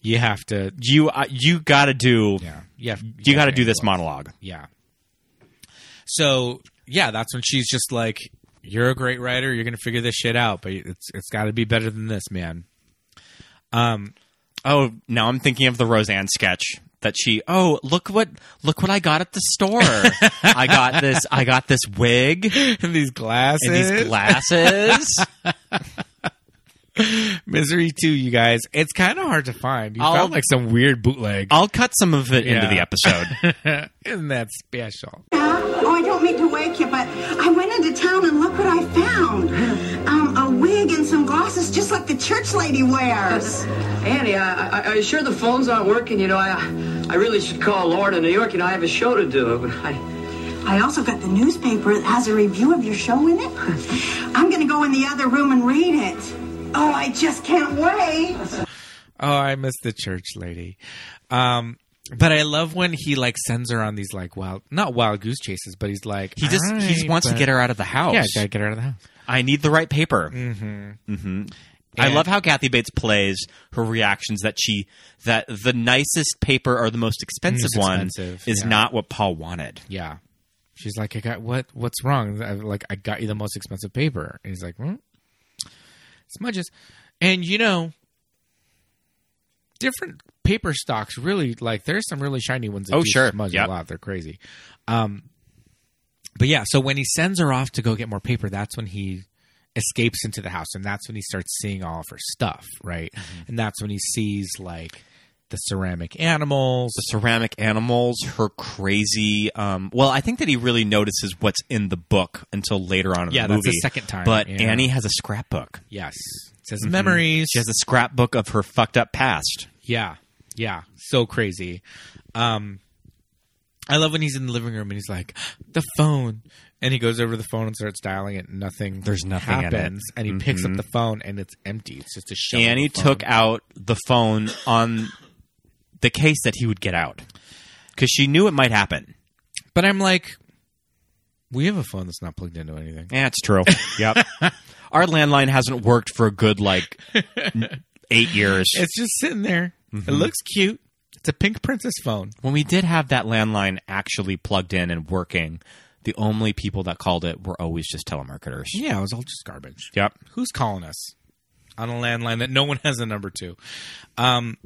Speaker 9: you have to,
Speaker 10: you uh, you gotta do
Speaker 9: yeah, yeah,
Speaker 10: you gotta do this monologue.
Speaker 9: Yeah. So yeah, that's when she's just like, you're a great writer. You're going to figure this shit out, but it's it's got to be better than this, man.
Speaker 10: Um, oh, now I'm thinking of the Roseanne sketch that she. Oh, look what look what I got at the store. I got this. I got this wig
Speaker 9: and these glasses.
Speaker 10: And these glasses.
Speaker 9: Misery too, you guys. It's kind of hard to find. You
Speaker 10: I'll-
Speaker 9: found like some weird bootleg.
Speaker 10: I'll cut some of it into
Speaker 9: Yeah.
Speaker 10: the episode.
Speaker 9: Isn't that special?
Speaker 8: Oh, I don't mean to wake you, but I went into town and look what I found. Um, a wig and some glasses, just like the church lady wears.
Speaker 12: Andy, I, I, are you sure the phones aren't working? You know, I, I really should call Lauren in New York. You know, I have a show to do. I,
Speaker 8: I also got the newspaper that has a review of your show in it. I'm gonna go in the other room and read it. Oh, I just can't wait.
Speaker 9: Oh, I miss the church lady. Um, but I love when he like sends her on these like wild, not wild goose chases, but he's like
Speaker 10: He just
Speaker 9: "All
Speaker 10: he just
Speaker 9: right,
Speaker 10: wants to
Speaker 9: but-
Speaker 10: get her out of the house.
Speaker 9: Yeah, gotta get her out of the house.
Speaker 10: I need the right paper.
Speaker 9: Mm-hmm.
Speaker 10: hmm I
Speaker 9: And-
Speaker 10: love how Kathy Bates plays her reactions that she that the nicest paper or the most expensive
Speaker 9: Most
Speaker 10: one
Speaker 9: expensive,
Speaker 10: is
Speaker 9: yeah.
Speaker 10: not what Paul wanted.
Speaker 9: Yeah, she's like, I got what? What's wrong? I, like I got you the most expensive paper, and he's like, hmm? smudges, and you know, different paper stocks really like there's some really shiny ones. That
Speaker 10: Oh,
Speaker 9: do
Speaker 10: sure.
Speaker 9: smudge
Speaker 10: Yep.
Speaker 9: a lot. They're crazy. Um, but yeah, so when he sends her off to go get more paper, that's when he escapes into the house, and that's when he starts seeing all of her stuff, right?
Speaker 10: Mm-hmm.
Speaker 9: And that's when he sees like the ceramic animals,
Speaker 10: The ceramic animals, her crazy. Um, well, I think that he really notices what's in the book until later on in
Speaker 9: Yeah,
Speaker 10: the
Speaker 9: that's
Speaker 10: movie.
Speaker 9: the second time,
Speaker 10: But
Speaker 9: yeah.
Speaker 10: Annie has a scrapbook.
Speaker 9: Yes. It says
Speaker 10: Mhm.
Speaker 9: memories.
Speaker 10: She has a scrapbook of her fucked up past.
Speaker 9: Yeah. Yeah. So crazy. Um I love when he's in the living room and he's like, the phone. And he goes over to the phone and starts dialing it. and Nothing. Mm-hmm.
Speaker 10: There's nothing in it.
Speaker 9: happens. And he picks up
Speaker 10: Mhm.
Speaker 9: the phone and it's empty. It's just a shell. of
Speaker 10: Annie
Speaker 9: a phone.
Speaker 10: took out the phone on the case that he would get out because she knew it might happen.
Speaker 9: But I'm like, we have a phone that's not plugged into anything.
Speaker 10: Yeah, it's true. Yep. Our landline hasn't worked for a good like n- eight years.
Speaker 9: It's just sitting there.
Speaker 10: Mhm.
Speaker 9: It looks cute. It's a pink princess phone.
Speaker 10: when we did have that landline actually plugged in and working, the only people that called it were always just telemarketers.
Speaker 9: Yeah, it was all just garbage.
Speaker 10: Yep.
Speaker 9: Who's calling us on a landline that no one has a number to? Um,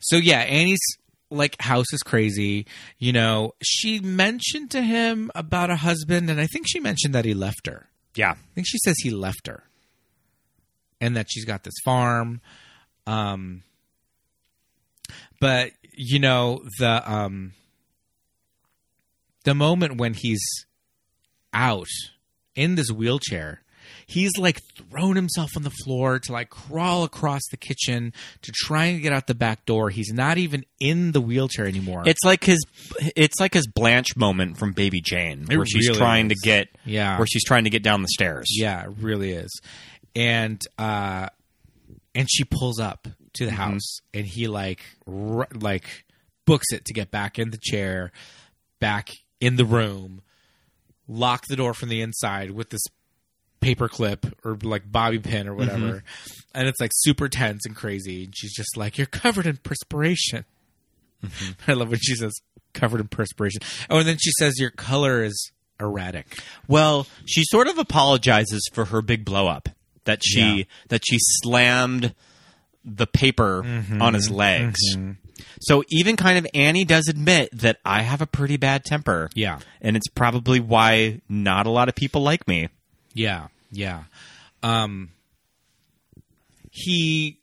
Speaker 9: so yeah, Annie's like house is crazy. You know, she mentioned to him about a husband, and I think she mentioned that he left her.
Speaker 10: Yeah.
Speaker 9: I think she says he left her, and that she's got this farm. Um, but you know the um, the moment when he's out in this wheelchair. He's like thrown himself on the floor to like crawl across the kitchen to try and get out the back door. He's not even in the wheelchair anymore.
Speaker 10: It's like his, it's like his Blanche moment from Baby Jane,
Speaker 9: It
Speaker 10: where she's
Speaker 9: really
Speaker 10: trying
Speaker 9: is.
Speaker 10: to get,
Speaker 9: Yeah.
Speaker 10: where she's trying to get down the stairs.
Speaker 9: yeah, it really is. And uh and she pulls up to the house and he like r- like books it to get back in the chair, back in the room, lock the door from the inside with this paper clip or like bobby pin or whatever. And it's like super tense and crazy. And she's just like, You're covered in perspiration. I love when she says covered in perspiration. Oh, and then she says your color is erratic.
Speaker 10: Well, she sort of apologizes for her big blow up that she
Speaker 9: Yeah.
Speaker 10: that she slammed the paper
Speaker 9: Mhm.
Speaker 10: on his legs.
Speaker 9: Mhm.
Speaker 10: So even kind of Annie does admit that I have a pretty bad temper.
Speaker 9: Yeah.
Speaker 10: And it's probably why not a lot of people like me.
Speaker 9: Yeah, yeah. Um, he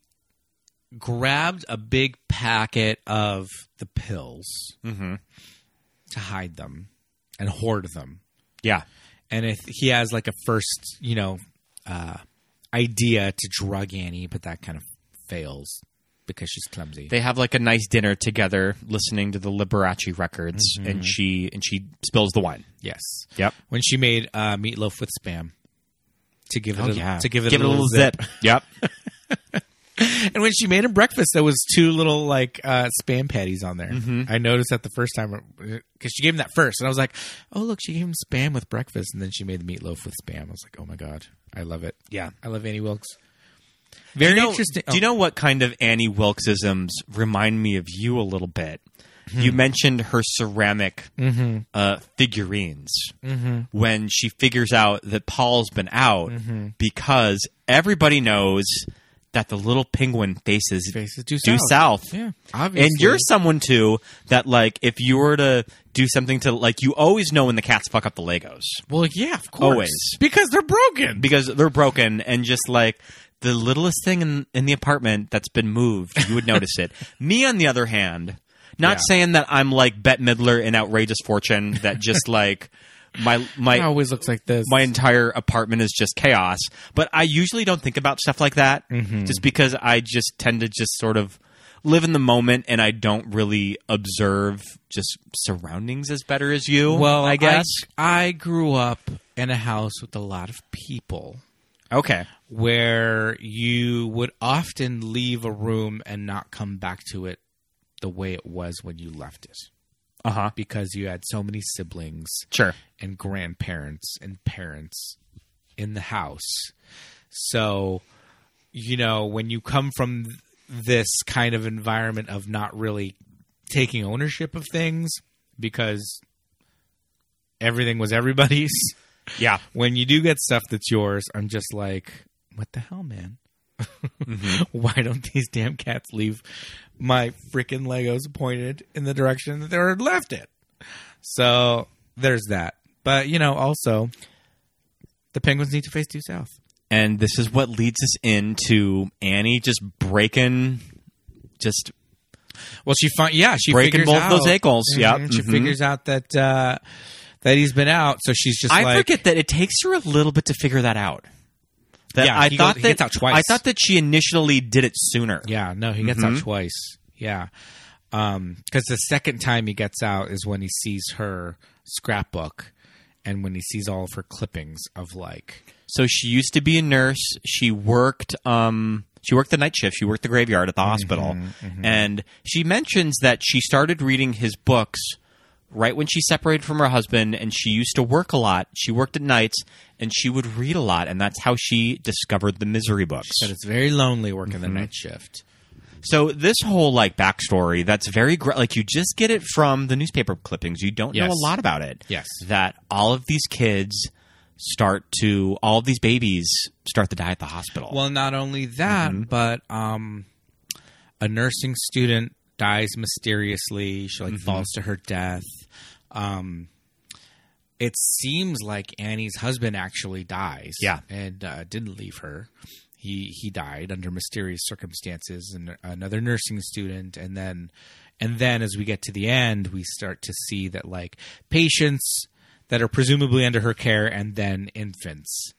Speaker 9: grabbed a big packet of the pills
Speaker 10: Mm-hmm.
Speaker 9: to hide them and hoard them.
Speaker 10: Yeah.
Speaker 9: And if he has like a first, you know, uh, idea to drug Annie, but that kind of fails because she's clumsy.
Speaker 10: They have like a nice dinner together listening to the Liberace records
Speaker 9: Mhm.
Speaker 10: and she and she spills the wine.
Speaker 9: yes.
Speaker 10: Yep.
Speaker 9: When she made uh, meatloaf with spam to give it
Speaker 10: Oh,
Speaker 9: a,
Speaker 10: yeah.
Speaker 9: to give it
Speaker 10: Give
Speaker 9: a little zip.
Speaker 10: Yep.
Speaker 9: And when she made him breakfast, there was two little like uh, spam patties on there.
Speaker 10: Mm-hmm.
Speaker 9: I noticed that the first time because she gave him that first, and I was like, "Oh, look, she gave him spam with breakfast," and then she made the meatloaf with spam. I was like, "Oh my god, I love it!
Speaker 10: Yeah.
Speaker 9: I love Annie Wilkes."
Speaker 10: Very
Speaker 9: interesting- oh,
Speaker 10: Do you know what kind of Annie Wilkesisms remind me of you a little bit?
Speaker 9: Hmm.
Speaker 10: You mentioned her ceramic
Speaker 9: Mhm.
Speaker 10: uh, figurines
Speaker 9: Mhm.
Speaker 10: when she figures out that Paul's been out
Speaker 9: Mhm.
Speaker 10: because everybody knows that the little penguin faces, faces
Speaker 9: due south.
Speaker 10: south.
Speaker 9: Yeah, obviously.
Speaker 10: And you're someone too that like if you were to do something to like you always know when the cats fuck up the Legos.
Speaker 9: Well, yeah, of course.
Speaker 10: Always.
Speaker 9: Because they're broken.
Speaker 10: Because they're broken and just like the littlest thing in, in the apartment that's been moved, you would notice it. Me, on the other hand, not
Speaker 9: Yeah.
Speaker 10: saying that I'm like Bette Midler in Outrageous Fortune, that just like my my
Speaker 9: It always looks like this.
Speaker 10: my entire apartment is just chaos. But I usually don't think about stuff like that,
Speaker 9: Mhm.
Speaker 10: just because I just tend to just sort of live in the moment, and I don't really observe just surroundings as better as you.
Speaker 9: Well,
Speaker 10: I guess.
Speaker 9: I, grew up in a house with a lot of people.
Speaker 10: Okay.
Speaker 9: Where you would often leave a room and not come back to it the way it was when you left it.
Speaker 10: Uh huh.
Speaker 9: Because you had so many siblings
Speaker 10: Sure.
Speaker 9: and grandparents and parents in the house. So, you know, when you come from th- this kind of environment of not really taking ownership of things because everything was everybody's.
Speaker 10: Yeah.
Speaker 9: When you do get stuff that's yours, I'm just like, what the hell, man?
Speaker 10: Mm-hmm.
Speaker 9: Why don't these damn cats leave my freaking Legos pointed in the direction that they were left it? So there's that. But, you know, also, the Penguins need to face due south.
Speaker 10: and this is what leads us into Annie just breaking, just
Speaker 9: Well, she fin- yeah, she
Speaker 10: Breaking
Speaker 9: figures
Speaker 10: both
Speaker 9: out,
Speaker 10: those ankles. Yep.
Speaker 9: Mhm, She
Speaker 10: Mhm.
Speaker 9: figures out that uh, that he's been out, so she's just
Speaker 10: I
Speaker 9: like,
Speaker 10: forget that it takes her a little bit to figure that out. That
Speaker 9: Yeah,
Speaker 10: I
Speaker 9: he
Speaker 10: thought
Speaker 9: goes- he
Speaker 10: that
Speaker 9: gets out twice.
Speaker 10: I thought that she initially did it sooner.
Speaker 9: yeah, no, he gets
Speaker 10: Mhm.
Speaker 9: out twice, yeah, because the second time he gets out is when he sees her scrapbook, and when he sees all of her clippings of like,
Speaker 10: So she used to be a nurse. She worked um she worked the night shift. She worked the graveyard at the hospital. And she mentions that she started reading his books right when she separated from her husband and she used to work a lot. She worked at nights and she would read a lot and that's how she discovered the misery books.
Speaker 9: that it's very lonely working the night shift.
Speaker 10: So this whole like backstory that's very gr- like you just get it from the newspaper clippings. You don't
Speaker 9: Yes.
Speaker 10: know a lot about it.
Speaker 9: Yes.
Speaker 10: that all of these kids start to all of these babies start to die at Mm-hmm. the hospital.
Speaker 9: Well, not only that, but um, a nursing student dies mysteriously. She
Speaker 10: Mm-hmm.
Speaker 9: like falls to her death. Um, it seems like Annie's husband actually dies.
Speaker 10: Yeah.
Speaker 9: and uh, didn't leave her. He he died under mysterious circumstances, and another nursing student, and then and then as we get to the end, we start to see that like patients that are presumably under her care, and then infants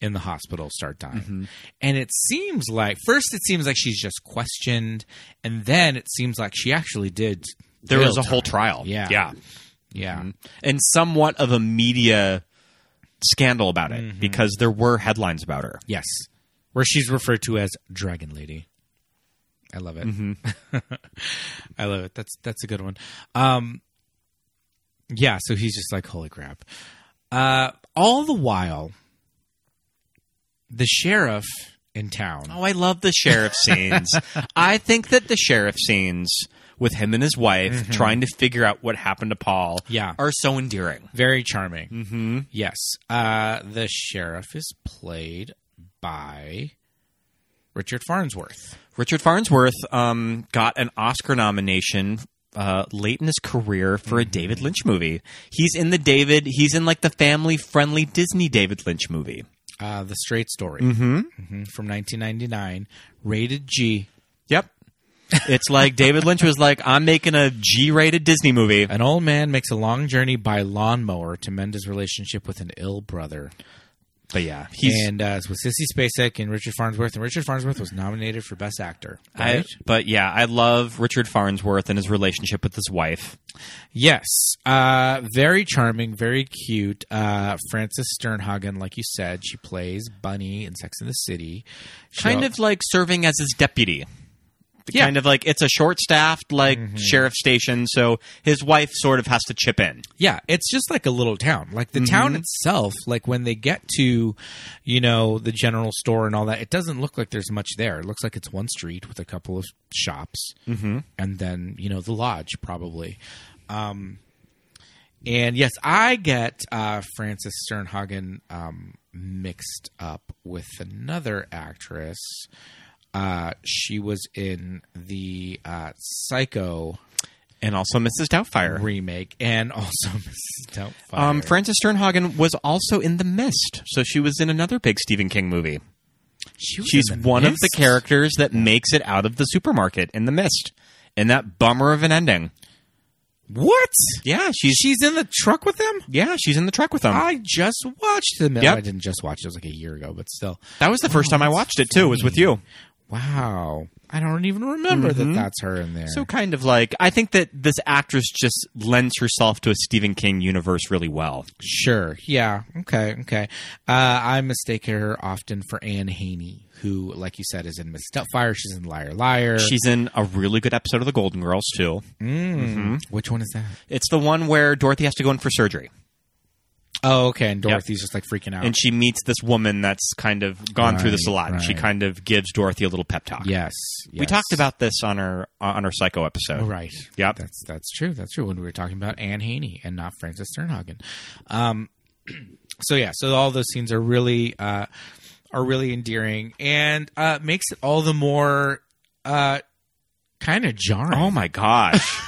Speaker 9: in the hospital start dying.
Speaker 10: Mm-hmm.
Speaker 9: And it seems like first it seems like she's just questioned, and then it seems like she actually did.
Speaker 10: there was a
Speaker 9: jail
Speaker 10: whole trial.
Speaker 9: Yeah.
Speaker 10: yeah,
Speaker 9: Yeah.
Speaker 10: Mhm. and somewhat of a media scandal about it
Speaker 9: Mm-hmm.
Speaker 10: because there were headlines about her.
Speaker 9: Yes, where she's referred to as Dragon Lady. I love it.
Speaker 10: Mm-hmm.
Speaker 9: I love it. That's that's a good one. Um, yeah. So he's just like, holy crap. Uh, all the while, the sheriff in town.
Speaker 10: Oh, I love the sheriff scenes. I think that the sheriff scenes with him and his wife trying to figure out what happened to Paul
Speaker 9: Mm-hmm. Yeah.
Speaker 10: are so endearing.
Speaker 9: Very charming.
Speaker 10: Mm-hmm.
Speaker 9: Yes. Uh, the sheriff is played by Richard Farnsworth.
Speaker 10: Richard Farnsworth um, got an Oscar nomination uh, late in his career for a David Lynch movie. He's in the David. He's in like the family-friendly Disney David Lynch movie.
Speaker 9: Uh, the Straight Story
Speaker 10: Mm-hmm.
Speaker 9: Mhm, from 1999, rated G.
Speaker 10: Yep. It's like David Lynch was like, "I'm making a G-rated Disney movie."
Speaker 9: An old man makes a long journey by lawnmower to mend his relationship with an ill brother.
Speaker 10: But yeah, he's.
Speaker 9: and uh, it's with Sissy Spacek and Richard Farnsworth, and Richard Farnsworth was nominated for Best Actor.
Speaker 10: I-
Speaker 9: Right?
Speaker 10: but yeah, I love Richard Farnsworth and his relationship with his wife.
Speaker 9: Yes. Uh, very charming, very cute. Uh, Frances Sternhagen, like you said, she plays Bunny in Sex and the City. She
Speaker 10: kind
Speaker 9: al-
Speaker 10: of like serving as his deputy the kind of like it's a short-staffed like sheriff station, so his wife sort of has to chip in.
Speaker 9: Yeah, it's just like a little town. Like the town
Speaker 10: Mhm.
Speaker 9: itself, like when they get to, you know, the general store and all that, it doesn't look like there's much there. It looks like it's one street with a couple of shops
Speaker 10: Mhm.
Speaker 9: and then, you know, the lodge probably. Um, and yes, I get uh, Frances Sternhagen um, mixed up with another actress. Uh, she was in the uh, Psycho
Speaker 10: and also Mrs. Doubtfire
Speaker 9: remake, and also Mrs. Doubtfire.
Speaker 10: Um, Frances Sternhagen was also in The Mist, so she was in another big Stephen King movie.
Speaker 9: She was
Speaker 10: She's
Speaker 9: in The
Speaker 10: one of the
Speaker 9: Mist?
Speaker 10: characters that makes it out of the supermarket in The Mist, in that bummer of an ending.
Speaker 9: What?
Speaker 10: Yeah, she's
Speaker 9: she's in the truck with them.
Speaker 10: Yeah, she's in the truck with them.
Speaker 9: Um, I just watched them.
Speaker 10: Yep.
Speaker 9: I didn't just watch it; it was like a year ago, but still.
Speaker 10: That was the first time I watched it too. Was with you.
Speaker 9: Wow, I don't even remember
Speaker 10: Mhm.
Speaker 9: that that's her in there.
Speaker 10: So kind of like I think that this actress just lends herself to a Stephen King universe really well.
Speaker 9: Sure. Yeah. Okay. Okay. Uh, I mistake her often for Anne Haney, who, like you said, is in Miss Doubtfire. She's in Liar Liar.
Speaker 10: She's in a really good episode of The Golden Girls too.
Speaker 9: Mm.
Speaker 10: Mhm.
Speaker 9: Which one is that?
Speaker 10: It's the one where Dorothy has to go in for surgery.
Speaker 9: Oh, okay. And Dorothy's just like freaking out.
Speaker 10: And she meets this woman that's kind of gone through this a
Speaker 9: Right,
Speaker 10: lot, and she
Speaker 9: right.
Speaker 10: kind of gives Dorothy a little pep talk.
Speaker 9: yes,
Speaker 10: We
Speaker 9: yes.
Speaker 10: talked about this on our on our Psycho episode,
Speaker 9: Oh, right.
Speaker 10: Yep.
Speaker 9: That's that's true. That's true. When we were talking about Anne Haney and not Frances Sternhagen. Um, so yeah, so all those scenes are really uh, are really endearing and uh, makes it all the more uh, kind of jarring.
Speaker 10: Oh my gosh.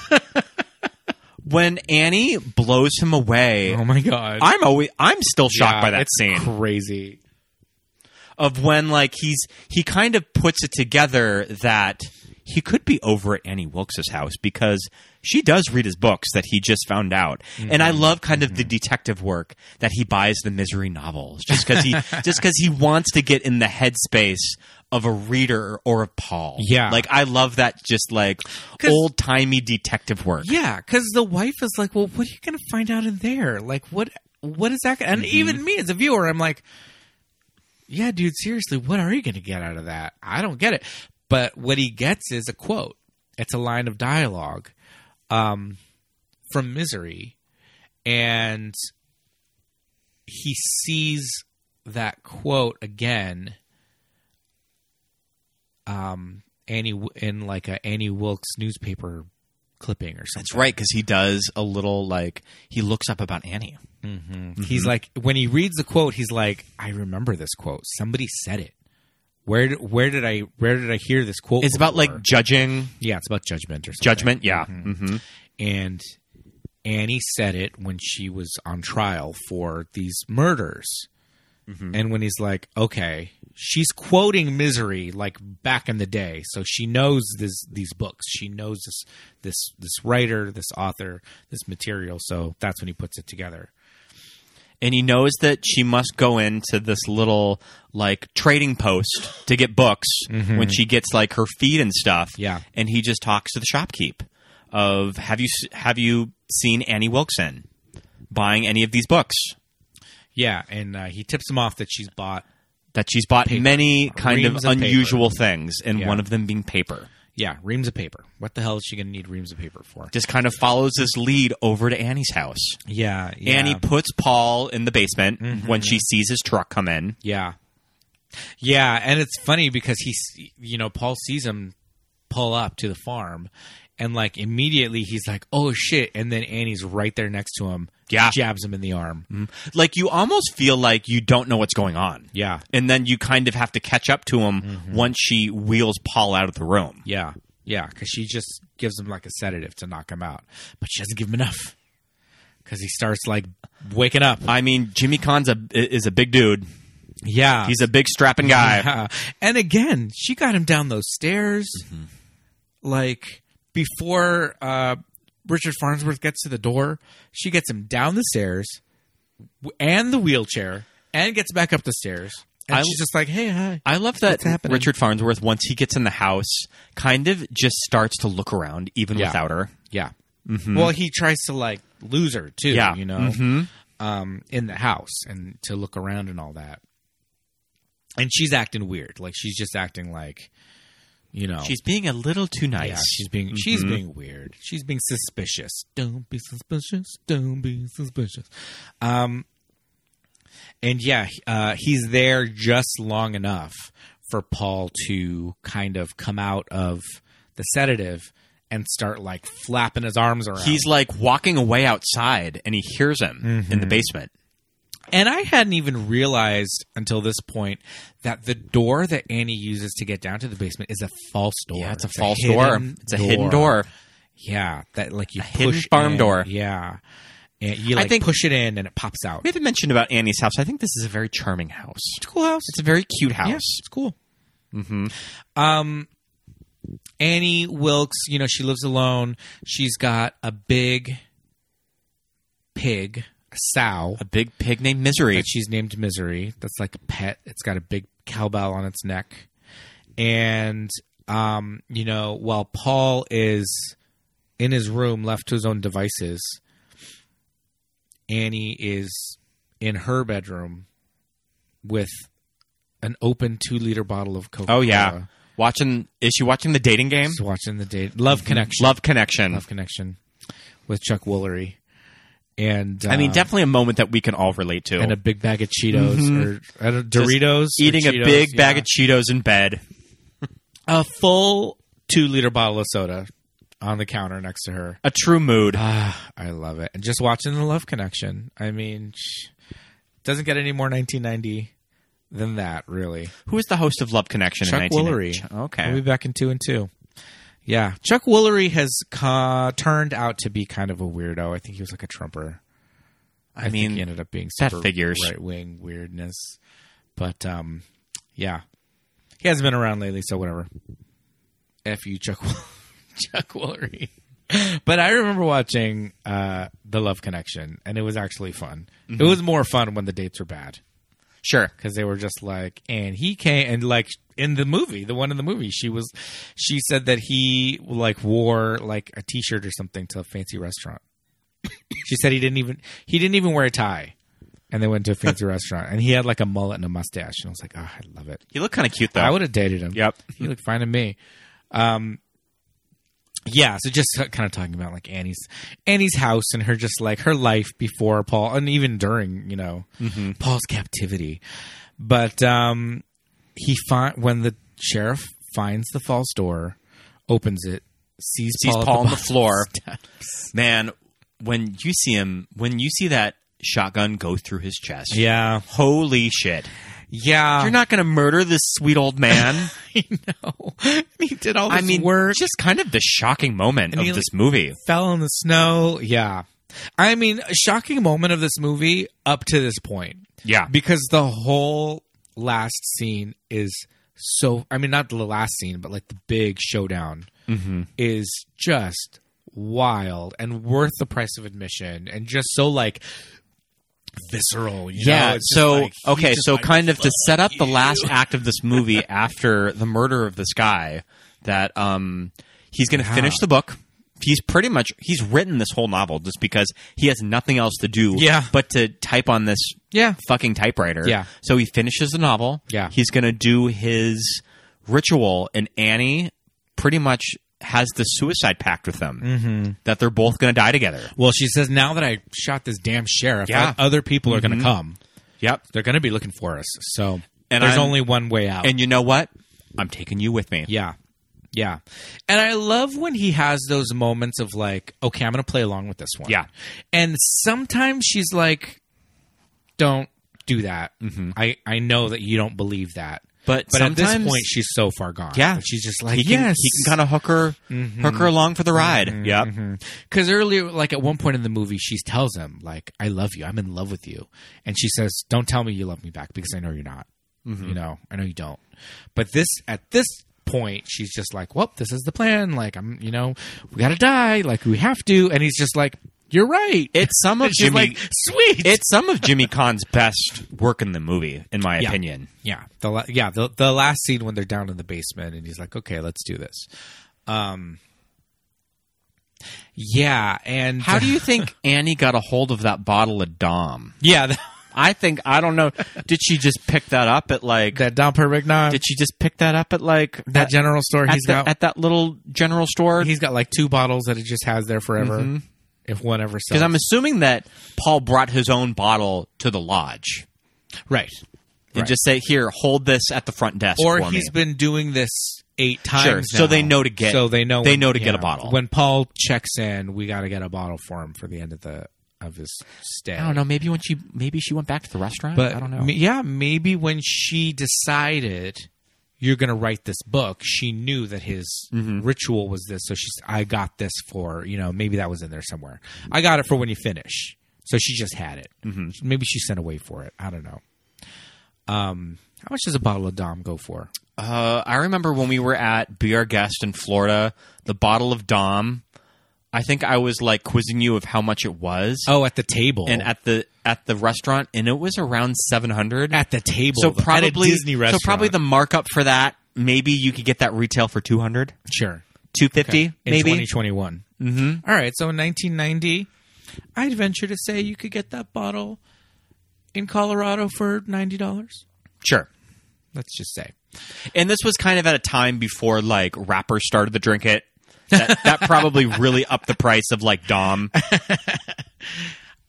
Speaker 10: when Annie blows him away.
Speaker 9: Oh my god.
Speaker 10: I'm always I'm still shocked
Speaker 9: Yeah,
Speaker 10: by that
Speaker 9: it's
Speaker 10: scene.
Speaker 9: Crazy.
Speaker 10: Of when like he's he kind of puts it together that he could be over at Annie Wilkes's house because she does read his books that he just found out. And
Speaker 9: Mm-hmm.
Speaker 10: I love kind of the detective work that he buys the misery novels just cuz he just cuz he wants to get in the headspace of a reader or of Paul.
Speaker 9: Yeah.
Speaker 10: Like I love that just like
Speaker 9: 'Cause-
Speaker 10: old-timey detective work.
Speaker 9: Yeah, because the wife is like, "Well, what are you going to find out in there? Like, what what is that?" gonna-" And even me as a viewer, I'm like, "Yeah, dude, seriously, what are you going to get out of that? I don't get it." But what he gets is a quote. It's a line of dialogue um, from Misery, and he sees that quote again. Um, Annie in like a Annie Wilkes newspaper clipping or something.
Speaker 10: That's right, because he does a little like he looks up about Annie.
Speaker 9: Mhm. He's
Speaker 10: Mm-hmm.
Speaker 9: like when he reads the quote, he's like, "I remember this quote. Somebody said it. Where did- where did I where did I hear this quote?
Speaker 10: It's about like
Speaker 9: before?"
Speaker 10: judging
Speaker 9: yeah, it's about judgment or something.
Speaker 10: judgment. Yeah,
Speaker 9: Mm-hmm.
Speaker 10: hmm
Speaker 9: And Annie said it when she was on trial for these murders.
Speaker 10: Mm-hmm.
Speaker 9: And when he's like, "Okay, she's quoting misery like back in the day, so she knows this these books. She knows this this this writer, this author, this material. So that's when he puts it together."
Speaker 10: and he knows that she must go into this little like trading post to get books when she gets like her feed and stuff.
Speaker 9: Mm-hmm. Yeah.
Speaker 10: and he just talks to the shopkeep of Have you s- have you seen Annie Wilkson buying any of these books
Speaker 9: Yeah, and uh, he tips him off that she's bought.
Speaker 10: that she's bought
Speaker 9: Paper.
Speaker 10: many kind
Speaker 9: Reams
Speaker 10: of
Speaker 9: of paper.
Speaker 10: unusual things, and
Speaker 9: Yeah.
Speaker 10: one of them being paper.
Speaker 9: Yeah, reams of paper. What the hell is she going to need reams of paper for?
Speaker 10: Just kind of follows this lead over to Annie's house.
Speaker 9: Yeah, yeah. Mm-hmm.
Speaker 10: Annie puts Paul in the basement when she sees his truck come in.
Speaker 9: Yeah, yeah. And it's funny because he's, you know, Paul sees him pull up to the farm, and like immediately he's like, "Oh shit!" And then Annie's right there next to him.
Speaker 10: Yeah. Mm-hmm.
Speaker 9: jabs him in the arm.
Speaker 10: Like you almost feel like you don't know what's going on.
Speaker 9: Yeah,
Speaker 10: And then you kind of have to catch up to him
Speaker 9: Mm-hmm.
Speaker 10: once she wheels Paul out of the room.
Speaker 9: yeah, yeah. Because she just gives him like a sedative to knock him out, but she doesn't give him enough because he starts like waking up.
Speaker 10: I mean, Jimmy Khan's a is a big dude.
Speaker 9: Yeah,
Speaker 10: He's a big strapping guy.
Speaker 9: Yeah. And again, she got him down those stairs.
Speaker 10: Mm-hmm.
Speaker 9: Like before uh, Richard Farnsworth gets to the door, she gets him down the stairs w- and the wheelchair and gets back up the stairs. And
Speaker 10: I-
Speaker 9: she's just like, hey, hi.
Speaker 10: I love that
Speaker 9: What's happening?
Speaker 10: Richard Farnsworth once he gets in the house kind of just starts to look around even
Speaker 9: Yeah.
Speaker 10: without her.
Speaker 9: Yeah. Mm-hmm. Well, he tries to like lose her too,
Speaker 10: Yeah.
Speaker 9: you know,
Speaker 10: Mhm.
Speaker 9: um, in the house and to look around and all that. And she's acting weird. Like she's just acting like, You know,
Speaker 10: She's being a little too nice.
Speaker 9: Oh. Yeah, she's being she's
Speaker 10: Mhm.
Speaker 9: being weird. She's being suspicious. Don't be suspicious. Don't be suspicious. Um, and yeah, uh, he's there just long enough for Paul to kind of come out of the sedative and start like flapping his arms around.
Speaker 10: He's like walking away outside, and he hears him
Speaker 9: Mm-hmm.
Speaker 10: in the basement.
Speaker 9: And I hadn't even realized until this point that the door that Annie uses to get down to the basement is a false door.
Speaker 10: Yeah, it's a false door.
Speaker 9: hidden
Speaker 10: It's a hidden door.
Speaker 9: Yeah, that like you
Speaker 10: A
Speaker 9: push
Speaker 10: hidden farm
Speaker 9: in.
Speaker 10: door.
Speaker 9: Yeah, and you
Speaker 10: I
Speaker 9: like
Speaker 10: think-
Speaker 9: push it in and it pops out.
Speaker 10: We haven't mentioned about Annie's house. I think this is a very charming house. It's a
Speaker 9: cool house.
Speaker 10: It's a very cute house.
Speaker 9: Yeah, it's cool.
Speaker 10: Mm-hmm.
Speaker 9: Um, Annie Wilkes, you know, she lives alone. She's got a big pig, a sow,
Speaker 10: a big pig named Misery.
Speaker 9: that she's named Misery. That's like a pet. It's got a big cowbell on its neck, and um, you know, while Paul is in his room, left to his own devices, Annie is in her bedroom with an open two-liter bottle of Coca.
Speaker 10: Oh yeah, watching is she watching the dating game?
Speaker 9: Just watching the date. Love Connection.
Speaker 10: Mm-hmm. Love connection.
Speaker 9: Love Connection with Chuck Woolery. And
Speaker 10: I mean,
Speaker 9: uh,
Speaker 10: definitely a moment that we can all relate to.
Speaker 9: and a big bag of Cheetos
Speaker 10: Mhm.
Speaker 9: or I don't,
Speaker 10: Just
Speaker 9: Doritos. or
Speaker 10: eating a
Speaker 9: Cheetos,
Speaker 10: big bag
Speaker 9: yeah.
Speaker 10: of Cheetos in bed.
Speaker 9: a full two liter bottle of soda on the counter next to her.
Speaker 10: A true mood.
Speaker 9: Ah, I love it. And just watching the Love Connection. I mean, sh- doesn't get any more 1990 than that, really.
Speaker 10: Who is the host of Love Connection?
Speaker 9: Chuck
Speaker 10: in 19
Speaker 9: Woolery.
Speaker 10: Ch- Okay.
Speaker 9: We'll be back in two and two. Yeah, Chuck Woolery has ca- turned out to be kind of a weirdo. I think he was like a Trumper. I, think
Speaker 10: mean,
Speaker 9: he ended up being
Speaker 10: that
Speaker 9: super
Speaker 10: figures.
Speaker 9: right wing weirdness. But um, yeah, he hasn't been around lately, so whatever. F you, Chuck Woolery. Chuck Woolery. But I remember watching uh, The Love Connection, and it was actually fun. It was more fun when the dates were bad
Speaker 10: Sure.
Speaker 9: because they were just like, and he came and like in the movie, the one in the movie, she was, she said that he like wore like a t-shirt or something to a fancy restaurant. she said he didn't even he didn't even wear a tie, and they went to a fancy restaurant, and he had like a mullet and a mustache, and I was like, oh, I love it.
Speaker 10: He looked kind of cute though.
Speaker 9: I would have dated him.
Speaker 10: Yep.
Speaker 9: He looked fine to me. Um, yeah. So just kind of talking about like Annie's Annie's house and her just like her life before Paul and even during you know
Speaker 10: Mm-hmm.
Speaker 9: Paul's captivity. But um, he find when the sheriff finds the false door, opens it, sees,
Speaker 10: sees
Speaker 9: Paul,
Speaker 10: Paul,
Speaker 9: at
Speaker 10: on the
Speaker 9: bottom.
Speaker 10: floor. Man, when you see him, when you see that shotgun go through his chest,
Speaker 9: Yeah. Ah.
Speaker 10: holy shit!
Speaker 9: Yeah.
Speaker 10: You're not going to murder this sweet old man.
Speaker 9: no. he did all this
Speaker 10: I mean,
Speaker 9: work.
Speaker 10: just kind of the shocking moment
Speaker 9: And
Speaker 10: of
Speaker 9: he,
Speaker 10: this movie.
Speaker 9: fell in the snow. Yeah. I mean, a shocking moment of this movie up to this point.
Speaker 10: Yeah.
Speaker 9: Because the whole last scene is so I mean not the last scene, but like the big showdown
Speaker 10: Mm-hmm.
Speaker 9: is just wild and worth the price of admission and just so like visceral, you know? It's just
Speaker 10: so oh,
Speaker 9: like, he
Speaker 10: okay,
Speaker 9: just,
Speaker 10: so
Speaker 9: like,
Speaker 10: kind of to set up the
Speaker 9: you.
Speaker 10: last act of this movie after the murder of this guy, that um, he's going to
Speaker 9: Yeah.
Speaker 10: finish the book. He's pretty much he's written this whole novel just because he has nothing else to do,
Speaker 9: Yeah.
Speaker 10: but to type on this
Speaker 9: Yeah.
Speaker 10: fucking typewriter.
Speaker 9: Yeah.
Speaker 10: So he finishes the novel.
Speaker 9: Yeah.
Speaker 10: He's going to do his ritual, and Annie pretty much has the suicide pact with them
Speaker 9: Mm-hmm.
Speaker 10: that they're both going to die together.
Speaker 9: Well, she says now that I shot this damn sheriff,
Speaker 10: Yeah.
Speaker 9: I- other people are going to come.
Speaker 10: Yep.
Speaker 9: They're going to be looking for us. So
Speaker 10: And
Speaker 9: there's
Speaker 10: I'm-
Speaker 9: only one way out.
Speaker 10: And you know what? I'm taking you with me.
Speaker 9: Yeah. Yeah. And I love when he has those moments of like, okay, I'm going to play along with this one.
Speaker 10: Yeah.
Speaker 9: And sometimes she's like, don't do that. I, I know that you don't believe that.
Speaker 10: But
Speaker 9: But at this
Speaker 10: Mm-hmm. sometimes-
Speaker 9: point, she's so far gone.
Speaker 10: Yeah.
Speaker 9: That she's just like,
Speaker 10: he can,
Speaker 9: yes.
Speaker 10: he can kind of hook her,
Speaker 9: Mm-hmm.
Speaker 10: hook her along for the ride. Yep.
Speaker 9: Because earlier, like at one point in the movie, she tells him, like, I love you. I'm in love with you. And she says, don't tell me you love me back because I know you're not.
Speaker 10: Mm-hmm.
Speaker 9: You know, I know you don't. But this, at this point, she's just like, well, this is the plan. Like, I'm, you know, we got to die. Like, we have to. And he's just like, you're right.
Speaker 10: It's some of
Speaker 9: And she's
Speaker 10: Jimmy.
Speaker 9: like, sweet.
Speaker 10: it's some of Jimmy Kahn's best work in the movie, in my
Speaker 9: Yeah.
Speaker 10: opinion.
Speaker 9: Yeah, the la- yeah the the last scene when they're down in the basement and he's like, "Okay, let's do this." Um, yeah, and
Speaker 10: How do you think Annie got a hold of that bottle of Dom?
Speaker 9: yeah, that-
Speaker 10: I think I don't know. Did she just pick that up at like
Speaker 9: that Don Perignon?
Speaker 10: Did she just pick that up at like
Speaker 9: that general store?
Speaker 10: At
Speaker 9: He's
Speaker 10: the-
Speaker 9: got
Speaker 10: at that little general store.
Speaker 9: He's got like two bottles that he just has there forever.
Speaker 10: Mhm.
Speaker 9: If one ever sells,
Speaker 10: Because I'm assuming that Paul brought his own bottle to the lodge
Speaker 9: right.
Speaker 10: and
Speaker 9: Right.
Speaker 10: just say, "Here, hold this at the front desk."
Speaker 9: Or
Speaker 10: for
Speaker 9: he's
Speaker 10: me.
Speaker 9: been doing this eight times.
Speaker 10: Sure, so
Speaker 9: now.
Speaker 10: they know to get-
Speaker 9: So they know
Speaker 10: they know to get a
Speaker 9: yeah.
Speaker 10: bottle.
Speaker 9: When Paul checks in, we got to get a bottle for him for the end of the of his stay.
Speaker 10: I don't know. Maybe when she maybe she went back to the restaurant.
Speaker 9: But
Speaker 10: I don't know.
Speaker 9: m- yeah, maybe when she decided you're going to write this book, she knew that his
Speaker 10: Mm-hmm.
Speaker 9: ritual was this. So she's, I got this for you know. Maybe that was in there somewhere. I got it for when you finish. So she just had it.
Speaker 10: Mm-hmm.
Speaker 9: Maybe she sent away for it. I don't know. Um, how much does a bottle of Dom go for?
Speaker 10: Uh, I remember when we were at Be Our Guest in Florida, the bottle of Dom. I think I was like quizzing you of how much it was.
Speaker 9: Oh, at the table
Speaker 10: and at the at the restaurant, and it was around seven hundred
Speaker 9: at the table.
Speaker 10: So
Speaker 9: though, at a
Speaker 10: probably
Speaker 9: Disney restaurant.
Speaker 10: So probably the markup for that. Maybe you could get that retail for two hundred.
Speaker 9: sure
Speaker 10: 250
Speaker 9: Okay. in
Speaker 10: maybe
Speaker 9: 2021. Mm-hmm. right, so in 1990, I'd venture to say you could get that bottle in Colorado for ninety dollars.
Speaker 10: sure
Speaker 9: Let's just say.
Speaker 10: and this was kind of at a time before like rappers started to drink it that, that probably really upped the price of like dom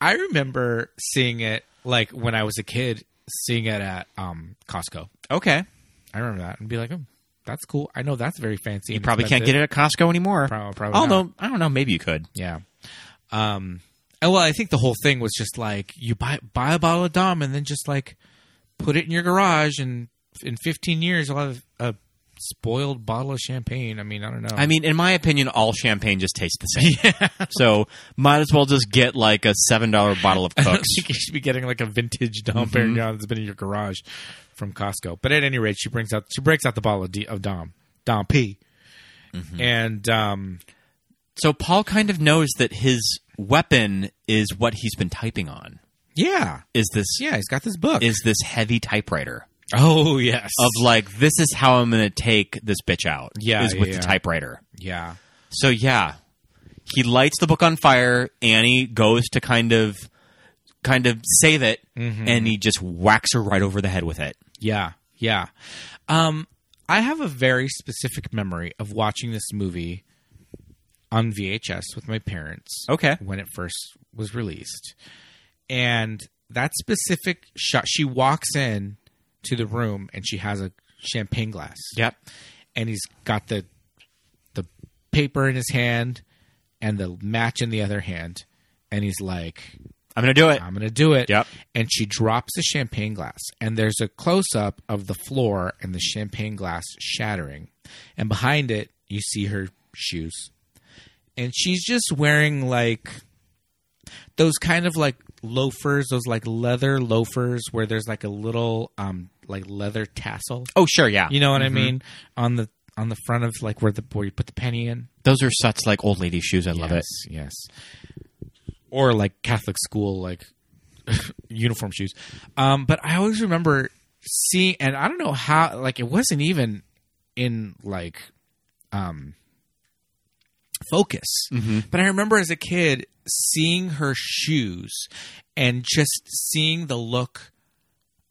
Speaker 9: I remember seeing it like when I was a kid, seeing it at um, Costco.
Speaker 10: okay
Speaker 9: I remember that and be like, oh, that's cool. I know that's very fancy.
Speaker 10: you probably can't get it at costco anymore
Speaker 9: Probably, probably
Speaker 10: although
Speaker 9: not.
Speaker 10: i don't know maybe you could
Speaker 9: Yeah. Um, and well, I think the whole thing was just like you buy buy a bottle of Dom and then just like put it in your garage, and in 15 years you'll have a spoiled bottle of champagne. I mean, I don't know.
Speaker 10: i mean in my opinion all champagne just tastes the same so might as well just get like a seven dollar bottle of
Speaker 9: I
Speaker 10: cooks
Speaker 9: think you should be getting like a vintage
Speaker 10: Mm-hmm.
Speaker 9: Dom Perignon that's been in your garage from Costco. But at any rate, she brings out she breaks out the bottle of, D, of Dom Dom P,
Speaker 10: Mm-hmm.
Speaker 9: and um,
Speaker 10: so paul kind of knows that his weapon is what he's been typing on
Speaker 9: yeah,
Speaker 10: is this
Speaker 9: yeah, he's got this book.
Speaker 10: is this heavy typewriter
Speaker 9: oh yes,
Speaker 10: of like this is how I'm going to take this bitch out.
Speaker 9: Yeah,
Speaker 10: is with
Speaker 9: yeah,
Speaker 10: the
Speaker 9: yeah.
Speaker 10: typewriter.
Speaker 9: yeah,
Speaker 10: So yeah, he lights the book on fire. Annie goes to kind of, kind of save it, and he just whacks her right over the head with it.
Speaker 9: Yeah, yeah. Um, I have a very specific memory of watching this movie on VHS with my parents.
Speaker 10: Okay.
Speaker 9: when it first was released, and that specific shot, she walks in to the room and she has a champagne glass.
Speaker 10: Yep.
Speaker 9: and he's got the the paper in his hand and the match in the other hand, and he's like,
Speaker 10: I'm going to do it.
Speaker 9: I'm gonna do it.
Speaker 10: Yep.
Speaker 9: And she drops a champagne glass, and there's a close up of the floor and the champagne glass shattering, and behind it you see her shoes, and she's just wearing like those kind of like loafers, those like leather loafers where there's like a little um like leather tassel.
Speaker 10: oh sure, yeah.
Speaker 9: You know what
Speaker 10: Mhm.
Speaker 9: I mean? On the on the front of like where the where you put the penny in.
Speaker 10: Those are such like old lady shoes. I love it.
Speaker 9: yes, Yes. Or like Catholic school, like uniform shoes. Um, but I always remember seeing, and I don't know how, like, it wasn't even in like um, focus. But I remember as a kid seeing her shoes and just seeing the look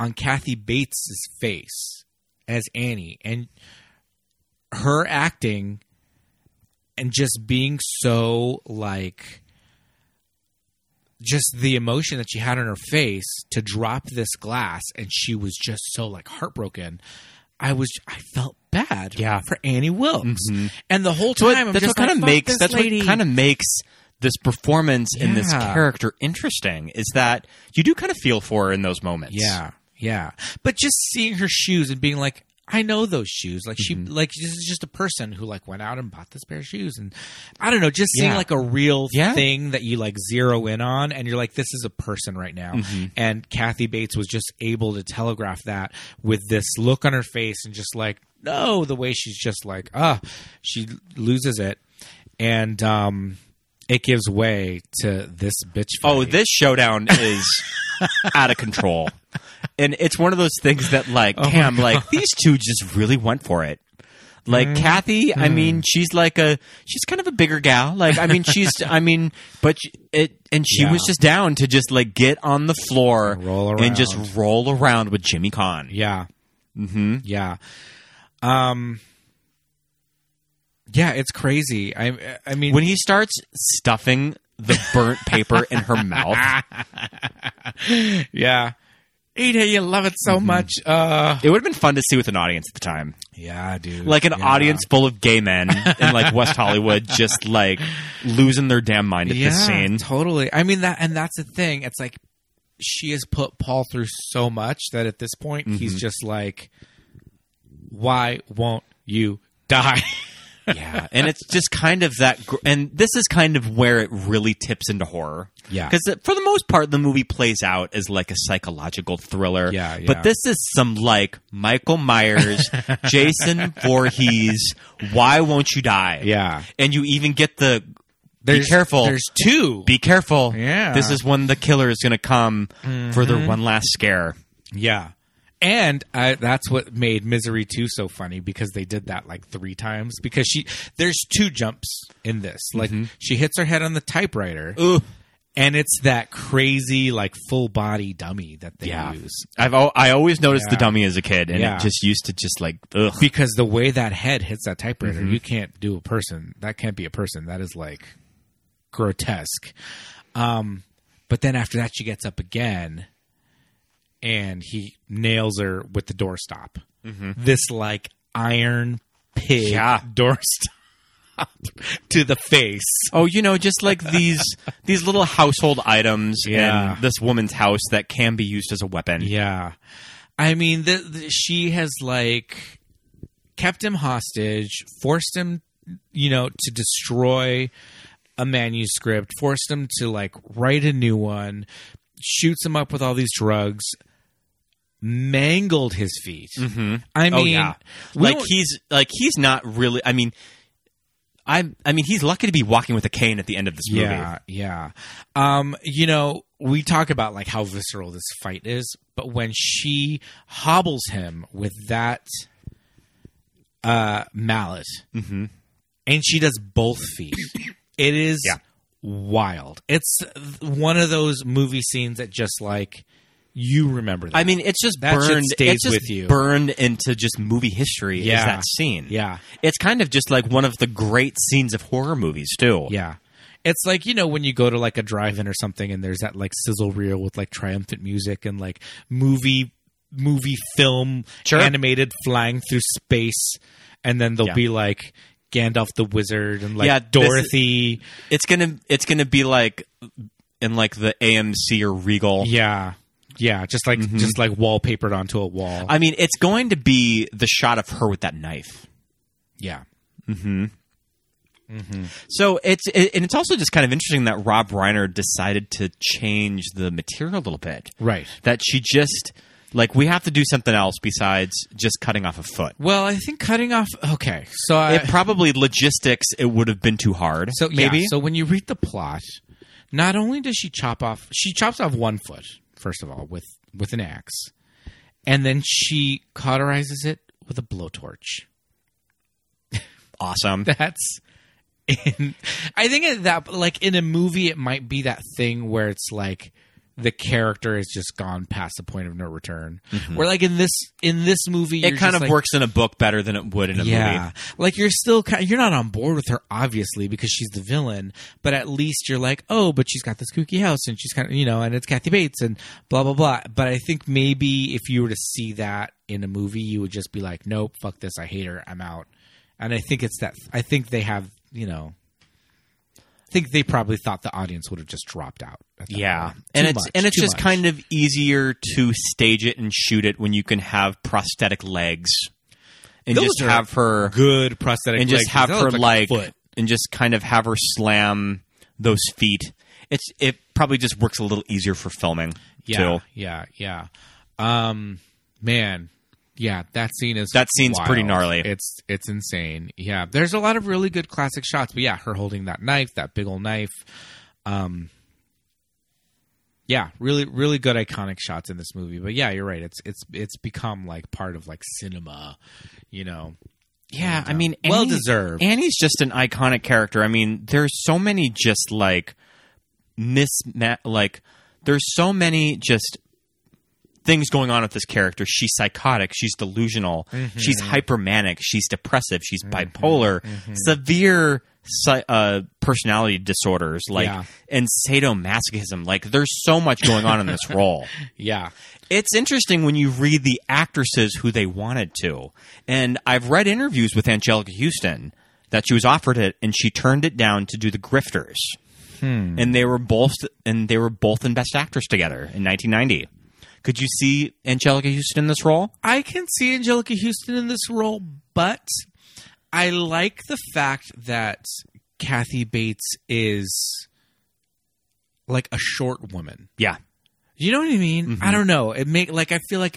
Speaker 9: on Kathy Bates's face as Annie and her acting and just being so like just the emotion that she had on her face to drop this glass and she was just so like heartbroken i was i felt bad
Speaker 10: Yeah. Mm-hmm.
Speaker 9: for annie wilkes and the whole
Speaker 10: So
Speaker 9: time I'm
Speaker 10: that's
Speaker 9: just
Speaker 10: what kind of
Speaker 9: like, "Fuck
Speaker 10: makes
Speaker 9: this
Speaker 10: that's
Speaker 9: lady."
Speaker 10: what kind of makes this performance and this
Speaker 9: Yeah.
Speaker 10: character interesting is that you do kind of feel for her in those moments.
Speaker 9: yeah yeah but just seeing her shoes and being like i know those shoes like she
Speaker 10: Mm-hmm.
Speaker 9: like this is just a person who like went out and bought this pair of shoes and i don't know just seeing
Speaker 10: Yeah.
Speaker 9: like a real
Speaker 10: Yeah.
Speaker 9: thing that you like zero in on and you're like this is a person right now
Speaker 10: Mm-hmm.
Speaker 9: and kathy bates was just able to telegraph that with this look on her face and just like no the way she's just like ah she loses it and um it gives way to this bitch fight.
Speaker 10: Oh, this showdown is out of control.
Speaker 9: Oh
Speaker 10: And it's one of those things that like, damn, like these two just really went for it. Like
Speaker 9: Mm-hmm.
Speaker 10: Kathy, I mean, she's like a she's kind of a bigger gal. Like I mean, she's I mean, but she- it and she
Speaker 9: Yeah.
Speaker 10: was just down to just like get on the floor
Speaker 9: Roll
Speaker 10: and just
Speaker 9: around.
Speaker 10: roll around with Jimmy Kahn.
Speaker 9: Yeah.
Speaker 10: Mm-hmm.
Speaker 9: Yeah. Um Yeah, it's crazy. I I mean
Speaker 10: when he starts stuffing the burnt paper in her mouth.
Speaker 9: Yeah. Eat it, you love it so much. Uh
Speaker 10: It would have been fun to see with an audience at the time.
Speaker 9: Yeah, dude.
Speaker 10: Like an
Speaker 9: Yeah.
Speaker 10: audience full of gay men in like West Hollywood just like losing their damn mind at this scene.
Speaker 9: Totally. I mean that, and that's the thing. It's like she has put Paul through so much that at this point he's
Speaker 10: Mhm.
Speaker 9: just like, "Why won't you die?"
Speaker 10: yeah, and it's just kind of that, gr- and this is kind of where it really tips into horror.
Speaker 9: Yeah.
Speaker 10: because for the most part, the movie plays out as like a psychological thriller.
Speaker 9: Yeah, yeah.
Speaker 10: but this is some like Michael Myers, Jason Voorhees. Why won't you die?
Speaker 9: Yeah,
Speaker 10: and you even get the.
Speaker 9: There's-
Speaker 10: be careful.
Speaker 9: there's two.
Speaker 10: Be careful.
Speaker 9: Yeah.
Speaker 10: This is when the killer is going to come for
Speaker 9: Mhm.
Speaker 10: their one last scare.
Speaker 9: Yeah. And I, that's what made Misery 2 so funny because they did that like three times. Because she, there's two jumps in this. Like she hits her head on the typewriter. And it's that crazy, like full body dummy that they
Speaker 10: Yeah.
Speaker 9: use.
Speaker 10: I've al- I always noticed the
Speaker 9: Yeah.
Speaker 10: dummy as a kid, and
Speaker 9: Yeah.
Speaker 10: it just used to just like ugh.
Speaker 9: Because the way that head hits that typewriter,
Speaker 10: Mhm.
Speaker 9: you can't do a person. That can't be a person. That is like grotesque. Um, but then after that, she gets up again and he nails her with the doorstop. This like iron pig
Speaker 10: Yeah.
Speaker 9: doorstop to the face.
Speaker 10: Oh, you know, just like these these little household items
Speaker 9: Yeah.
Speaker 10: in this woman's house that can be used as a weapon.
Speaker 9: Yeah. I mean, the, the, she has like kept him hostage, forced him, you know, to destroy a manuscript, forced him to like write a new one, shoots him up with all these drugs, mangled his feet.
Speaker 10: Mhm.
Speaker 9: I
Speaker 10: Oh,
Speaker 9: mean,
Speaker 10: yeah.
Speaker 9: we
Speaker 10: like
Speaker 9: don't-
Speaker 10: he's like he's not really. I mean, I I mean he's lucky to be walking with a cane at the end of this movie.
Speaker 9: Yeah, yeah. Um, you know, we talk about like how visceral this fight is, but when she hobbles him with that uh mallet
Speaker 10: Mm-hmm.
Speaker 9: and she does both feet, it is
Speaker 10: Yeah.
Speaker 9: wild. It's one of those movie scenes that just like you remember that.
Speaker 10: I mean, it's just
Speaker 9: That shit
Speaker 10: burned.
Speaker 9: stays
Speaker 10: it's just
Speaker 9: with you.
Speaker 10: burned into just movie history. Is
Speaker 9: Yeah.
Speaker 10: that scene?
Speaker 9: Yeah.
Speaker 10: it's kind of just like one of the great scenes of horror movies too.
Speaker 9: Yeah. It's like, you know, when you go to like a drive in or something and there's that like sizzle reel with like triumphant music and like movie movie film
Speaker 10: Sure.
Speaker 9: animated flying through space and then they'll
Speaker 10: Yeah.
Speaker 9: be like Gandalf the Wizard and like
Speaker 10: Yeah, this-
Speaker 9: Dorothy.
Speaker 10: It's gonna it's gonna be like in like the AMC or Regal.
Speaker 9: yeah. Yeah. Just like just like wallpapered onto a wall.
Speaker 10: Mm-hmm. I mean, it's going to be the shot of her with that knife.
Speaker 9: yeah.
Speaker 10: So it's it, and it's also just kind of interesting that Rob Reiner decided to change the material a little bit.
Speaker 9: Right.
Speaker 10: That she just like we have to do something else besides just cutting off a foot.
Speaker 9: Well, I think cutting off okay. So I
Speaker 10: it probably logistics it would have been too hard.
Speaker 9: So yeah,
Speaker 10: maybe
Speaker 9: so when you read the plot, not only does she chop off, she chops off one foot first of all with with an axe, and then she cauterizes it with a blowtorch.
Speaker 10: awesome.
Speaker 9: That's. In, I think at that like in a movie, it might be that thing where it's like the character has just gone past the point of no return. Where like in this in this movie,
Speaker 10: Mm-hmm. It
Speaker 9: you're
Speaker 10: kind of
Speaker 9: just like,
Speaker 10: works in a book better than it would in a movie.
Speaker 9: like you're still kind you're not on board with her obviously because she's the villain, but at least you're like, "Oh, but she's got this kooky house and she's kind of, you know, and it's Kathy Bates and blah blah blah." But I think maybe if you were to see that in a movie, you would just be like, "Nope, fuck this. I hate her. I'm out." And I think it's that I think they have, you know, I think they probably thought the audience would have just dropped out. at that
Speaker 10: Yeah,
Speaker 9: point.
Speaker 10: and
Speaker 9: Too
Speaker 10: it's
Speaker 9: much,
Speaker 10: and it's
Speaker 9: too
Speaker 10: just
Speaker 9: much.
Speaker 10: kind of easier to stage it and shoot it when you can have prosthetic legs and
Speaker 9: Those
Speaker 10: just
Speaker 9: are
Speaker 10: have her
Speaker 9: good prosthetic
Speaker 10: and just
Speaker 9: legs.
Speaker 10: have
Speaker 9: That
Speaker 10: her
Speaker 9: looks like a
Speaker 10: like,
Speaker 9: foot.
Speaker 10: and just kind of have her slam those feet. It's it probably just works a little easier for filming
Speaker 9: Yeah,
Speaker 10: too.
Speaker 9: yeah, yeah. Um, man, yeah, that scene is
Speaker 10: That scene's
Speaker 9: wild.
Speaker 10: pretty gnarly.
Speaker 9: It's it's insane. Yeah, there's a lot of really good classic shots, but yeah, her holding that knife, that big old knife. Um, yeah, really, really good iconic shots in this movie. But yeah, you're right. It's it's it's become like part of like cinema, you know.
Speaker 10: Yeah, I mean,
Speaker 9: Well
Speaker 10: Annie-
Speaker 9: deserved.
Speaker 10: Annie's just an iconic character. I mean, there's so many just like misma like there's so many just things going on with this character. She's psychotic. She's delusional.
Speaker 9: Mhm.
Speaker 10: She's hypermanic. She's depressive. She's
Speaker 9: Mm-hmm.
Speaker 10: bipolar. Severe psy- uh, personality disorders, like
Speaker 9: Yeah.
Speaker 10: and sadomasochism. Like there's so much going on in this role.
Speaker 9: Yeah.
Speaker 10: It's interesting when you read the actresses who they wanted to. And I've read interviews with Angelica Houston that she was offered it and she turned it down to do The Grifters.
Speaker 9: Hmm.
Speaker 10: And they were both and they were both in Best Actress together in 1990. Could you see Angelica Houston in this role?
Speaker 9: I can see Angelica Houston in this role, but I like the fact that Kathy Bates is like a short woman.
Speaker 10: Yeah.
Speaker 9: You know what I mean? I don't know. It make like I feel like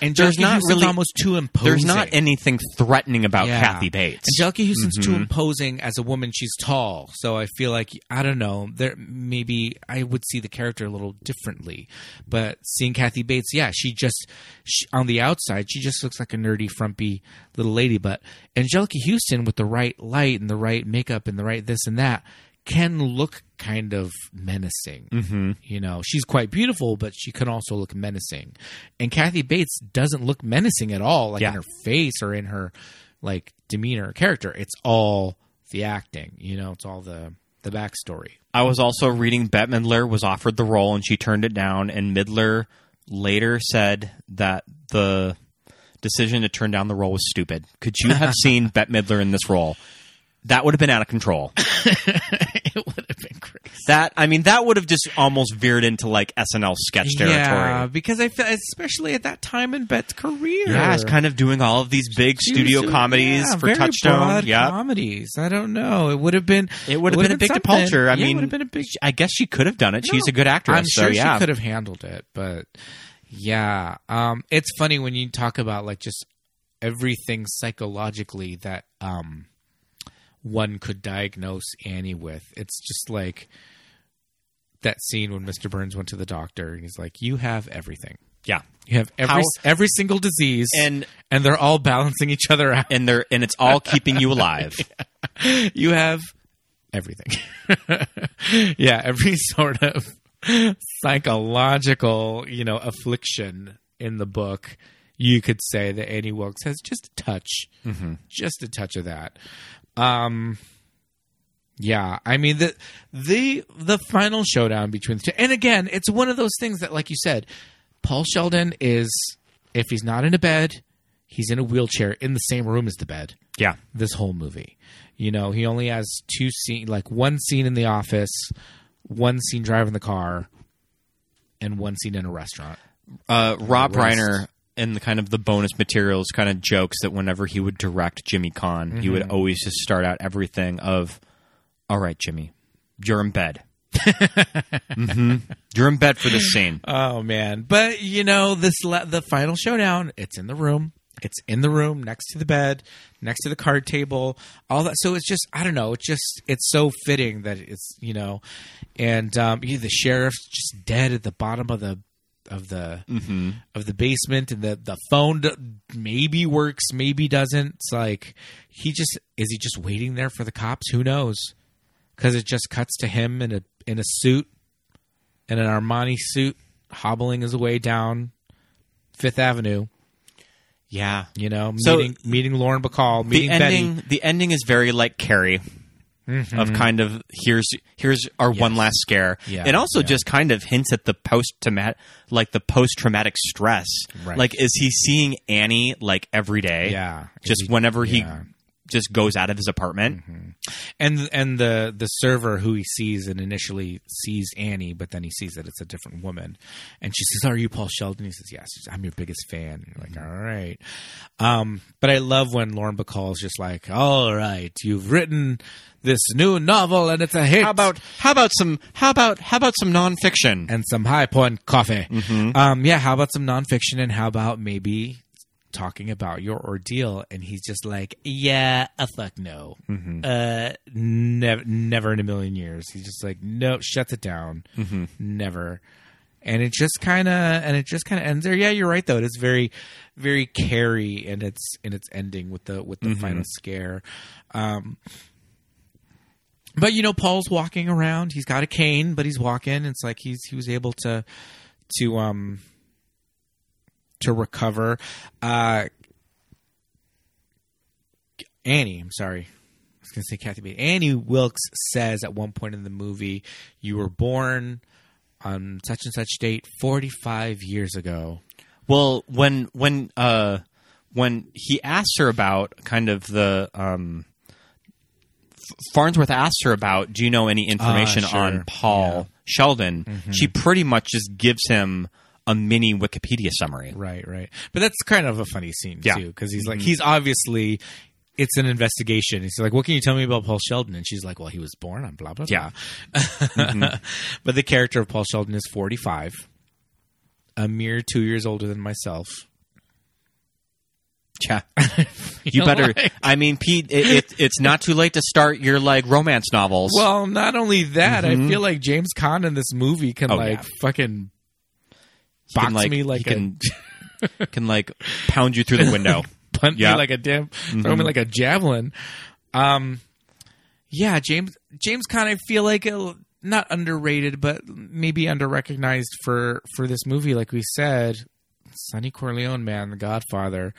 Speaker 9: and
Speaker 10: Mm-hmm. There's not
Speaker 9: Houston's
Speaker 10: really-
Speaker 9: almost too imposing.
Speaker 10: There's not anything threatening about
Speaker 9: Yeah.
Speaker 10: Kathy Bates.
Speaker 9: Angelica Houston's too
Speaker 10: Mhm.
Speaker 9: imposing as a woman. She's tall, so I feel like I don't know. There maybe I would see the character a little differently, but seeing Kathy Bates, yeah, she just she, on the outside she just looks like a nerdy, frumpy little lady. But Angelica Houston with the right light and the right makeup and the right this and that can look kind of menacing.
Speaker 10: Mhm.
Speaker 9: You know, she's quite beautiful, but she can also look menacing. And Kathy Bates doesn't look menacing at all, like
Speaker 10: Yeah.
Speaker 9: in her face or in her like demeanor or character. It's all the acting, you know, it's all the the backstory.
Speaker 10: I was also reading Bette Midler was offered the role and she turned it down. And Midler later said that the decision to turn down the role was stupid. Could you have seen Bette Midler in this role? That would have been out of control.
Speaker 9: it would have been crazy.
Speaker 10: That I mean, that would have just almost veered into like SNL sketch territory.
Speaker 9: Yeah, because I feel especially at that time in Bette's career.
Speaker 10: Yeah, it's kind of doing all of these big
Speaker 9: She was
Speaker 10: studio
Speaker 9: doing-
Speaker 10: comedies
Speaker 9: yeah,
Speaker 10: for
Speaker 9: very
Speaker 10: Touchstone.
Speaker 9: broad
Speaker 10: Yeah,
Speaker 9: comedies. I don't know. It would have been.
Speaker 10: it would have been a big
Speaker 9: something.
Speaker 10: departure. I
Speaker 9: Yeah, it
Speaker 10: mean,
Speaker 9: would have been a big.
Speaker 10: I guess she could have done it. She's
Speaker 9: No,
Speaker 10: a good actress.
Speaker 9: I'm sure
Speaker 10: so, yeah.
Speaker 9: she could have handled it, but yeah, um, it's funny when you talk about like just everything psychologically that um, one could diagnose Annie with. It's just like that scene when Mr. Burns went to the doctor and he's like, "You have everything.
Speaker 10: Yeah.
Speaker 9: You have every
Speaker 10: How-
Speaker 9: every single disease,
Speaker 10: And-
Speaker 9: and they're all balancing each other out.
Speaker 10: and they're and it's all keeping you alive.
Speaker 9: you have everything. yeah, every sort of psychological, you know, affliction in the book, you could say that Annie Wilkes has just a touch, just a touch of that. Um, yeah, I mean the the the final showdown between the two, and again, it's one of those things that, like you said, Paul Sheldon is if he's not in a bed, he's in a wheelchair in the same room as the bed
Speaker 10: Yeah.
Speaker 9: this whole movie. You know, he only has two scene, like one scene in the office, one scene driving the car, and one scene in a restaurant.
Speaker 10: uh, Rob
Speaker 9: Rest.
Speaker 10: Reiner and the kind of the bonus materials kind of jokes that whenever he would direct Jimmy Kahn, he would
Speaker 9: Mm-hmm.
Speaker 10: always just start out everything of, "All right, Jimmy, you're in bed. hmm You're in bed for this scene."
Speaker 9: Oh man! But you know, this la- the final showdown. It's in the room. It's in the room next to the bed, next to the card table, all that. So it's just I don't know. It's just it's so fitting that it's you know, and um, yeah, the sheriff's just dead at the bottom of the of the of the basement, and the the phone d- maybe works, maybe doesn't. It's like he just is he just waiting there for the cops? Who knows? Because it just cuts to him in a in a suit in an Armani suit, hobbling his way down Fifth Avenue.
Speaker 10: Yeah.
Speaker 9: You know,
Speaker 10: So-
Speaker 9: meeting meeting Lauren Bacall, meeting
Speaker 10: The ending.
Speaker 9: Betty. Mm-hmm.
Speaker 10: The ending is very like Carrie. Of kind of here's here's our one last scare,
Speaker 9: Yeah,
Speaker 10: and also
Speaker 9: yeah.
Speaker 10: just kind of hints at the post traumatic like the post traumatic stress.
Speaker 9: Right.
Speaker 10: Like, is he seeing Annie like every day?
Speaker 9: Yeah.
Speaker 10: just
Speaker 9: Is he-
Speaker 10: whenever he Mm-hmm.
Speaker 9: yeah.
Speaker 10: just goes out of his apartment.
Speaker 9: and and the the server who he sees and initially sees Annie, but then he sees that it's a different woman, and she says, "Are you Paul Sheldon?" He says, "Yes, She says, I'm your biggest fan." And you're like,
Speaker 10: Mm-hmm.
Speaker 9: "All right," um, but I love when Lauren Bacall is just like, "All right, you've written this new novel, and it's a hit.
Speaker 10: How about how about some how about how about some nonfiction?
Speaker 9: and some high point coffee. Um, yeah, how about some nonfiction and how about maybe talking about your ordeal? And he's just like, yeah, a fuck no, uh, never, never in a million years. He's just like, no, shuts it down, never. and it just kind of and it just kind of ends there. Yeah, you're right though. It is very, very carry in its in its ending with the with the
Speaker 10: Mhm.
Speaker 9: final scare. Um, but you know, Paul's walking around. He's got a cane, but he's walking. It's like he's he was able to to um to recover. Uh, Annie, I'm sorry. I was going to say Kathy Bates. Annie Wilkes says at one point in the movie, "You were born on such and such date 45 years ago."
Speaker 10: Well, when when uh when he asked her about kind of the um F- Farnsworth asked her about, do you know any information
Speaker 9: Ah, sure.
Speaker 10: on Paul Sheldon?
Speaker 9: Mhm.
Speaker 10: She pretty much just gives him a mini Wikipedia summary.
Speaker 9: Right, right. But that's kind of a funny scene
Speaker 10: Yeah.
Speaker 9: too, because he's like
Speaker 10: Mhm.
Speaker 9: he's obviously it's an investigation. He's like, "What can you tell me about Paul Sheldon?" And she's like, "Well, he was born on blah blah blah."
Speaker 10: Mhm.
Speaker 9: but the character of Paul Sheldon is forty five, a mere two years older than myself.
Speaker 10: Yeah, you better. I mean, Pete, it, it, it's not too late to start your like romance novels.
Speaker 9: Well, not only that, I
Speaker 10: Mhm.
Speaker 9: feel like James Conn in this movie can
Speaker 10: Oh,
Speaker 9: like
Speaker 10: yeah.
Speaker 9: fucking
Speaker 10: He
Speaker 9: box
Speaker 10: can, like,
Speaker 9: me like
Speaker 10: he
Speaker 9: a
Speaker 10: can, can like pound you through the window,
Speaker 9: punt
Speaker 10: Yeah.
Speaker 9: me like a damn throw
Speaker 10: Mhm.
Speaker 9: me like a javelin. Um, yeah, James James Conn, I feel like uh, not underrated, but maybe underrecognized for for this movie. Like we said, Sonny Corleone, man, The Godfather.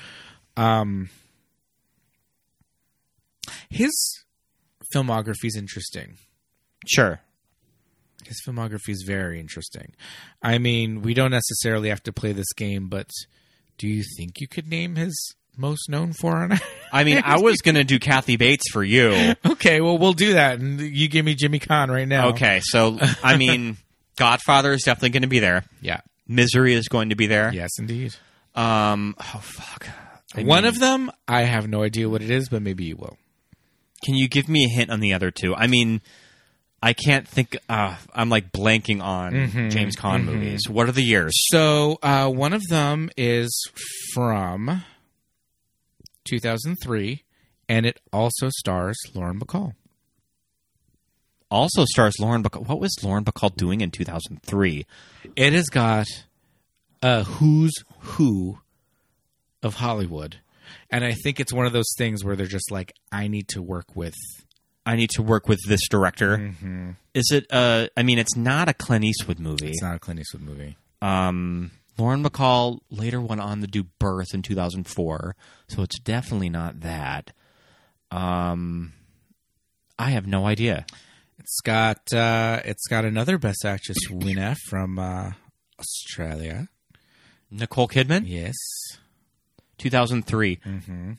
Speaker 9: Um, his filmography is interesting.
Speaker 10: Sure.
Speaker 9: His filmography is very interesting. I mean, we don't necessarily have to play this game, but do you think you could name his most known foreigner?
Speaker 10: I mean, I was gonna do Kathy Bates for you.
Speaker 9: okay, well, we'll do that. And you give me Jimmy Kahn right now.
Speaker 10: Okay, so I mean, Godfather is definitely going to be there.
Speaker 9: Yeah.
Speaker 10: Misery is going to be there.
Speaker 9: Yes, indeed.
Speaker 10: Um. Oh fuck. I
Speaker 9: One
Speaker 10: mean,
Speaker 9: of them, I have no idea what it is, but maybe you will.
Speaker 10: Can you give me a hint on the other two? I mean, I can't think. Uh, I'm like blanking on
Speaker 9: Mhm,
Speaker 10: James Caan
Speaker 9: mhm.
Speaker 10: movies. What are the years?
Speaker 9: So, uh, one of them is from 2003, and it also stars Lauren Bacall.
Speaker 10: Also stars Lauren Bacall. What was Lauren Bacall doing in 2003?
Speaker 9: It has got a who's who of Hollywood. And I think it's one of those things where they're just like, I need to work with.
Speaker 10: I need to work with this director.
Speaker 9: Mhm.
Speaker 10: Is it? Uh, I mean, it's not a Clint Eastwood movie.
Speaker 9: It's not a Clint Eastwood movie.
Speaker 10: Um, Lauren McCall later went on to do Birth in 2004, so it's definitely not that. Um, I have no idea.
Speaker 9: It's got uh, it's got another Best Actress winner from uh, Australia.
Speaker 10: Nicole Kidman,
Speaker 9: Yes.
Speaker 10: 2003.
Speaker 9: Mm-hmm.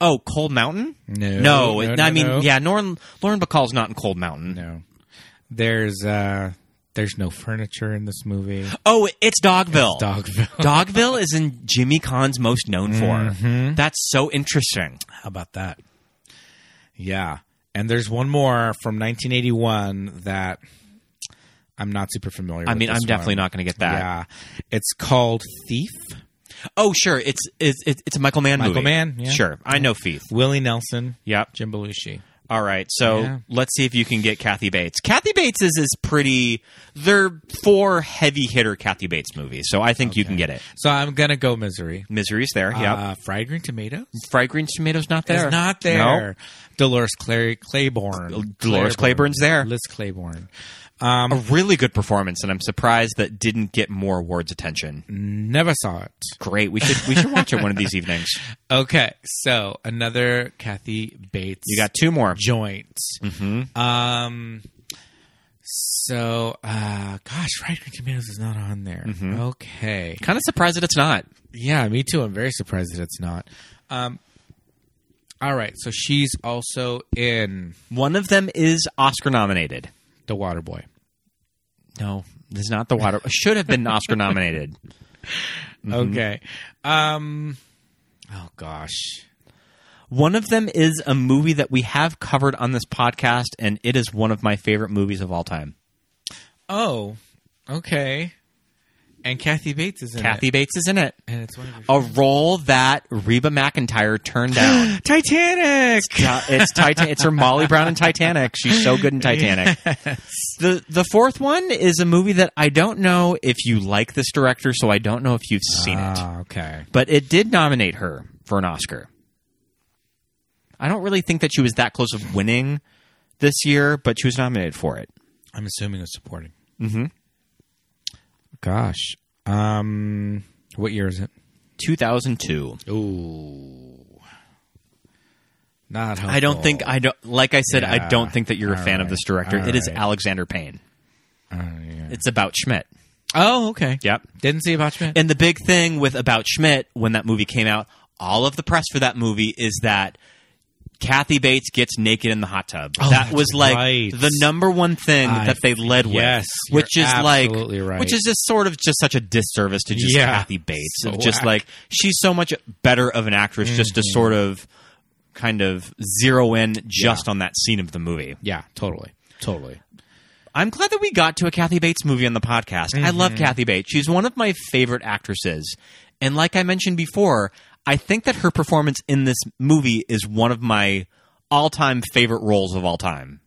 Speaker 10: Oh, Cold Mountain?
Speaker 9: No,
Speaker 10: no.
Speaker 9: no,
Speaker 10: it-
Speaker 9: no,
Speaker 10: I mean,
Speaker 9: no.
Speaker 10: yeah, Lauren Lauren McCall's not in Cold Mountain.
Speaker 9: No. There's uh, there's no furniture in this movie.
Speaker 10: Oh, it's Dogville.
Speaker 9: It's Dogville.
Speaker 10: Dogville is in Jimmy Kahn's most known for.
Speaker 9: Mhm.
Speaker 10: That's so interesting.
Speaker 9: How about that? Yeah. And there's one more from 1981 that I'm not super familiar
Speaker 10: I
Speaker 9: with.
Speaker 10: mean, I'm
Speaker 9: this
Speaker 10: definitely
Speaker 9: one.
Speaker 10: not going to get that.
Speaker 9: Yeah. It's called Thief.
Speaker 10: Oh, sure. It's it's it's it's a Michael Mann
Speaker 9: Michael
Speaker 10: movie.
Speaker 9: Mann, yeah.
Speaker 10: Sure, I know Thief.
Speaker 9: Willie Nelson,
Speaker 10: Yep.
Speaker 9: Jim Belushi.
Speaker 10: All right, so
Speaker 9: Yeah.
Speaker 10: let's see if you can get Kathy Bates. Kathy Bates is is pretty. They're four heavy hitter Kathy Bates movies, so I think you can get it.
Speaker 9: So I'm going to go Misery.
Speaker 10: Misery's there. yeah,
Speaker 9: Uh, fried green tomatoes?
Speaker 10: fried green tomatoes not there.
Speaker 9: It's not there. Dolores Clary, Claiborne.
Speaker 10: Dolores Claiborne's there.
Speaker 9: Liz Claiborne.
Speaker 10: No. A really good performance, and I'm surprised that didn't get more awards attention.
Speaker 9: Never saw it.
Speaker 10: Great. We should we should watch it one of these evenings.
Speaker 9: Okay, so another Kathy Bates.
Speaker 10: You got two more.
Speaker 9: joint.
Speaker 10: hmm
Speaker 9: Um. So, uh, gosh, fried green tomatoes is not on there. Okay.
Speaker 10: Kind of surprised that it's not.
Speaker 9: Yeah, me too. I'm very surprised that it's not. Um. All right, so she's also in
Speaker 10: One of them is Oscar nominated.
Speaker 9: The Water Boy.
Speaker 10: No, this is not the water. Should have been Oscar nominated.
Speaker 9: Okay. Um. Oh gosh.
Speaker 10: One of them is a movie that we have covered on this podcast, and it is one of my favorite movies of all time.
Speaker 9: Oh. Okay. And Kathy Bates is in
Speaker 10: Kathy Oh,
Speaker 9: it.
Speaker 10: Bates is in it.
Speaker 9: And it's one of her
Speaker 10: A role that Reba McIntyre turned down.
Speaker 9: Titanic.
Speaker 10: Yeah, it's Titan. It's her Molly Brown in Titanic. She's so good in Titanic. The the fourth one is a movie that I don't know if you like this director, so I don't know if you've seen
Speaker 9: Ah.
Speaker 10: it.
Speaker 9: Okay.
Speaker 10: But it did nominate her for an Oscar. I don't really think that she was that close of winning this year, but she was nominated for it.
Speaker 9: I'm assuming it's supporting.
Speaker 10: Mm-hmm.
Speaker 9: Gosh. Um, what year is it?
Speaker 10: 2002.
Speaker 9: Oh, Ooh. Not
Speaker 10: I don't think I don't like I said I
Speaker 9: Yeah.
Speaker 10: don't think that you're a
Speaker 9: All
Speaker 10: fan of
Speaker 9: right.
Speaker 10: this director.
Speaker 9: All
Speaker 10: It is
Speaker 9: right.
Speaker 10: Alexander Payne. It's about Schmidt.
Speaker 9: Oh, okay.
Speaker 10: Uh, Yep.
Speaker 9: Didn't see about Schmidt.
Speaker 10: And the big thing with About Schmidt when that movie came out, all of the press for that movie is that Kathy Bates gets naked in the hot tub.
Speaker 9: Oh,
Speaker 10: that
Speaker 9: that's
Speaker 10: was like
Speaker 9: right.
Speaker 10: the number one thing
Speaker 9: I-
Speaker 10: that they led with,
Speaker 9: yes,
Speaker 10: which
Speaker 9: you're
Speaker 10: is like,
Speaker 9: absolutely right.
Speaker 10: which is just sort of just such a disservice to just
Speaker 9: Yeah.
Speaker 10: Kathy Bates.
Speaker 9: So
Speaker 10: Of just
Speaker 9: whack.
Speaker 10: like she's so much better of an actress, just
Speaker 9: Mm-hmm.
Speaker 10: to sort of kind of zero in just on that scene of the movie.
Speaker 9: Yeah, totally. Totally.
Speaker 10: I'm glad that we got to a Kathy Bates movie on the podcast. I love Kathy Bates. She's one of my favorite actresses. And like I mentioned before, I think that her performance in this movie is one of my all time favorite roles of all time.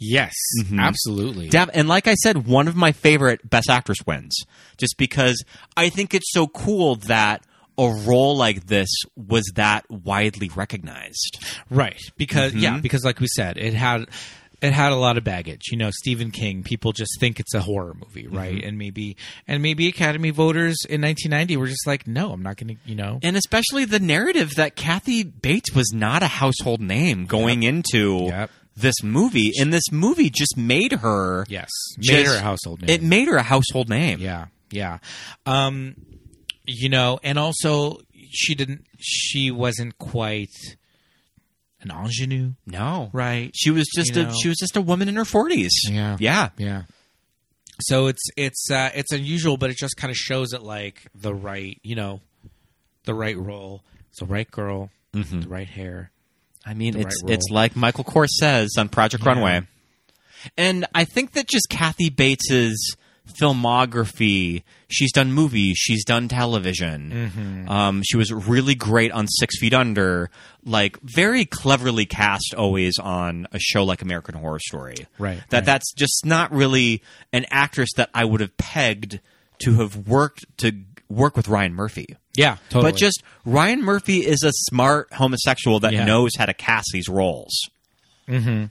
Speaker 9: Yes,
Speaker 10: Mm-hmm.
Speaker 9: absolutely.
Speaker 10: Dav- and like I said, one of my favorite Best Actress wins, just because I think it's so cool that a role like this was that widely recognized.
Speaker 9: Right. Because yeah,
Speaker 10: Mhm.
Speaker 9: because like we said, it had it had a lot of baggage. You know, Stephen King, people just think it's a horror movie,
Speaker 10: Mm-hmm.
Speaker 9: right? And maybe and maybe Academy voters in 1990 were just like, "No, I'm not going to, you know."
Speaker 10: And especially the narrative that Kathy Bates was not a household name going into
Speaker 9: Yep.
Speaker 10: this movie. And this movie just made her.
Speaker 9: Yes.
Speaker 10: just-
Speaker 9: Made her a household name.
Speaker 10: It made her a household name.
Speaker 9: Yeah, yeah. Um, you know, and also she didn't. She wasn't quite an ingenue,
Speaker 10: No.
Speaker 9: right?
Speaker 10: She was just
Speaker 9: You
Speaker 10: a
Speaker 9: know.
Speaker 10: she was just a woman in her forties.
Speaker 9: Yeah.
Speaker 10: Yeah.
Speaker 9: Yeah. So it's it's uh, it's unusual, but it just kind of shows it like the right, you know, the right role, it's the right girl, the right hair.
Speaker 10: I mean,
Speaker 9: The
Speaker 10: it's
Speaker 9: right role.
Speaker 10: it's like Michael Kors says on Project Runway, and I think that just Kathy Bates's filmography. She's done movies. She's done television.
Speaker 9: Mm-hmm.
Speaker 10: Um, she was really great on Six Feet Under. Like very cleverly cast, always on a show like American Horror Story.
Speaker 9: Right,
Speaker 10: That
Speaker 9: right.
Speaker 10: that's just not really an actress that I would have pegged to have worked to work with Ryan Murphy.
Speaker 9: Yeah, totally.
Speaker 10: But just Ryan Murphy is a smart homosexual that
Speaker 9: Yeah.
Speaker 10: knows how to cast these roles.
Speaker 9: yeah,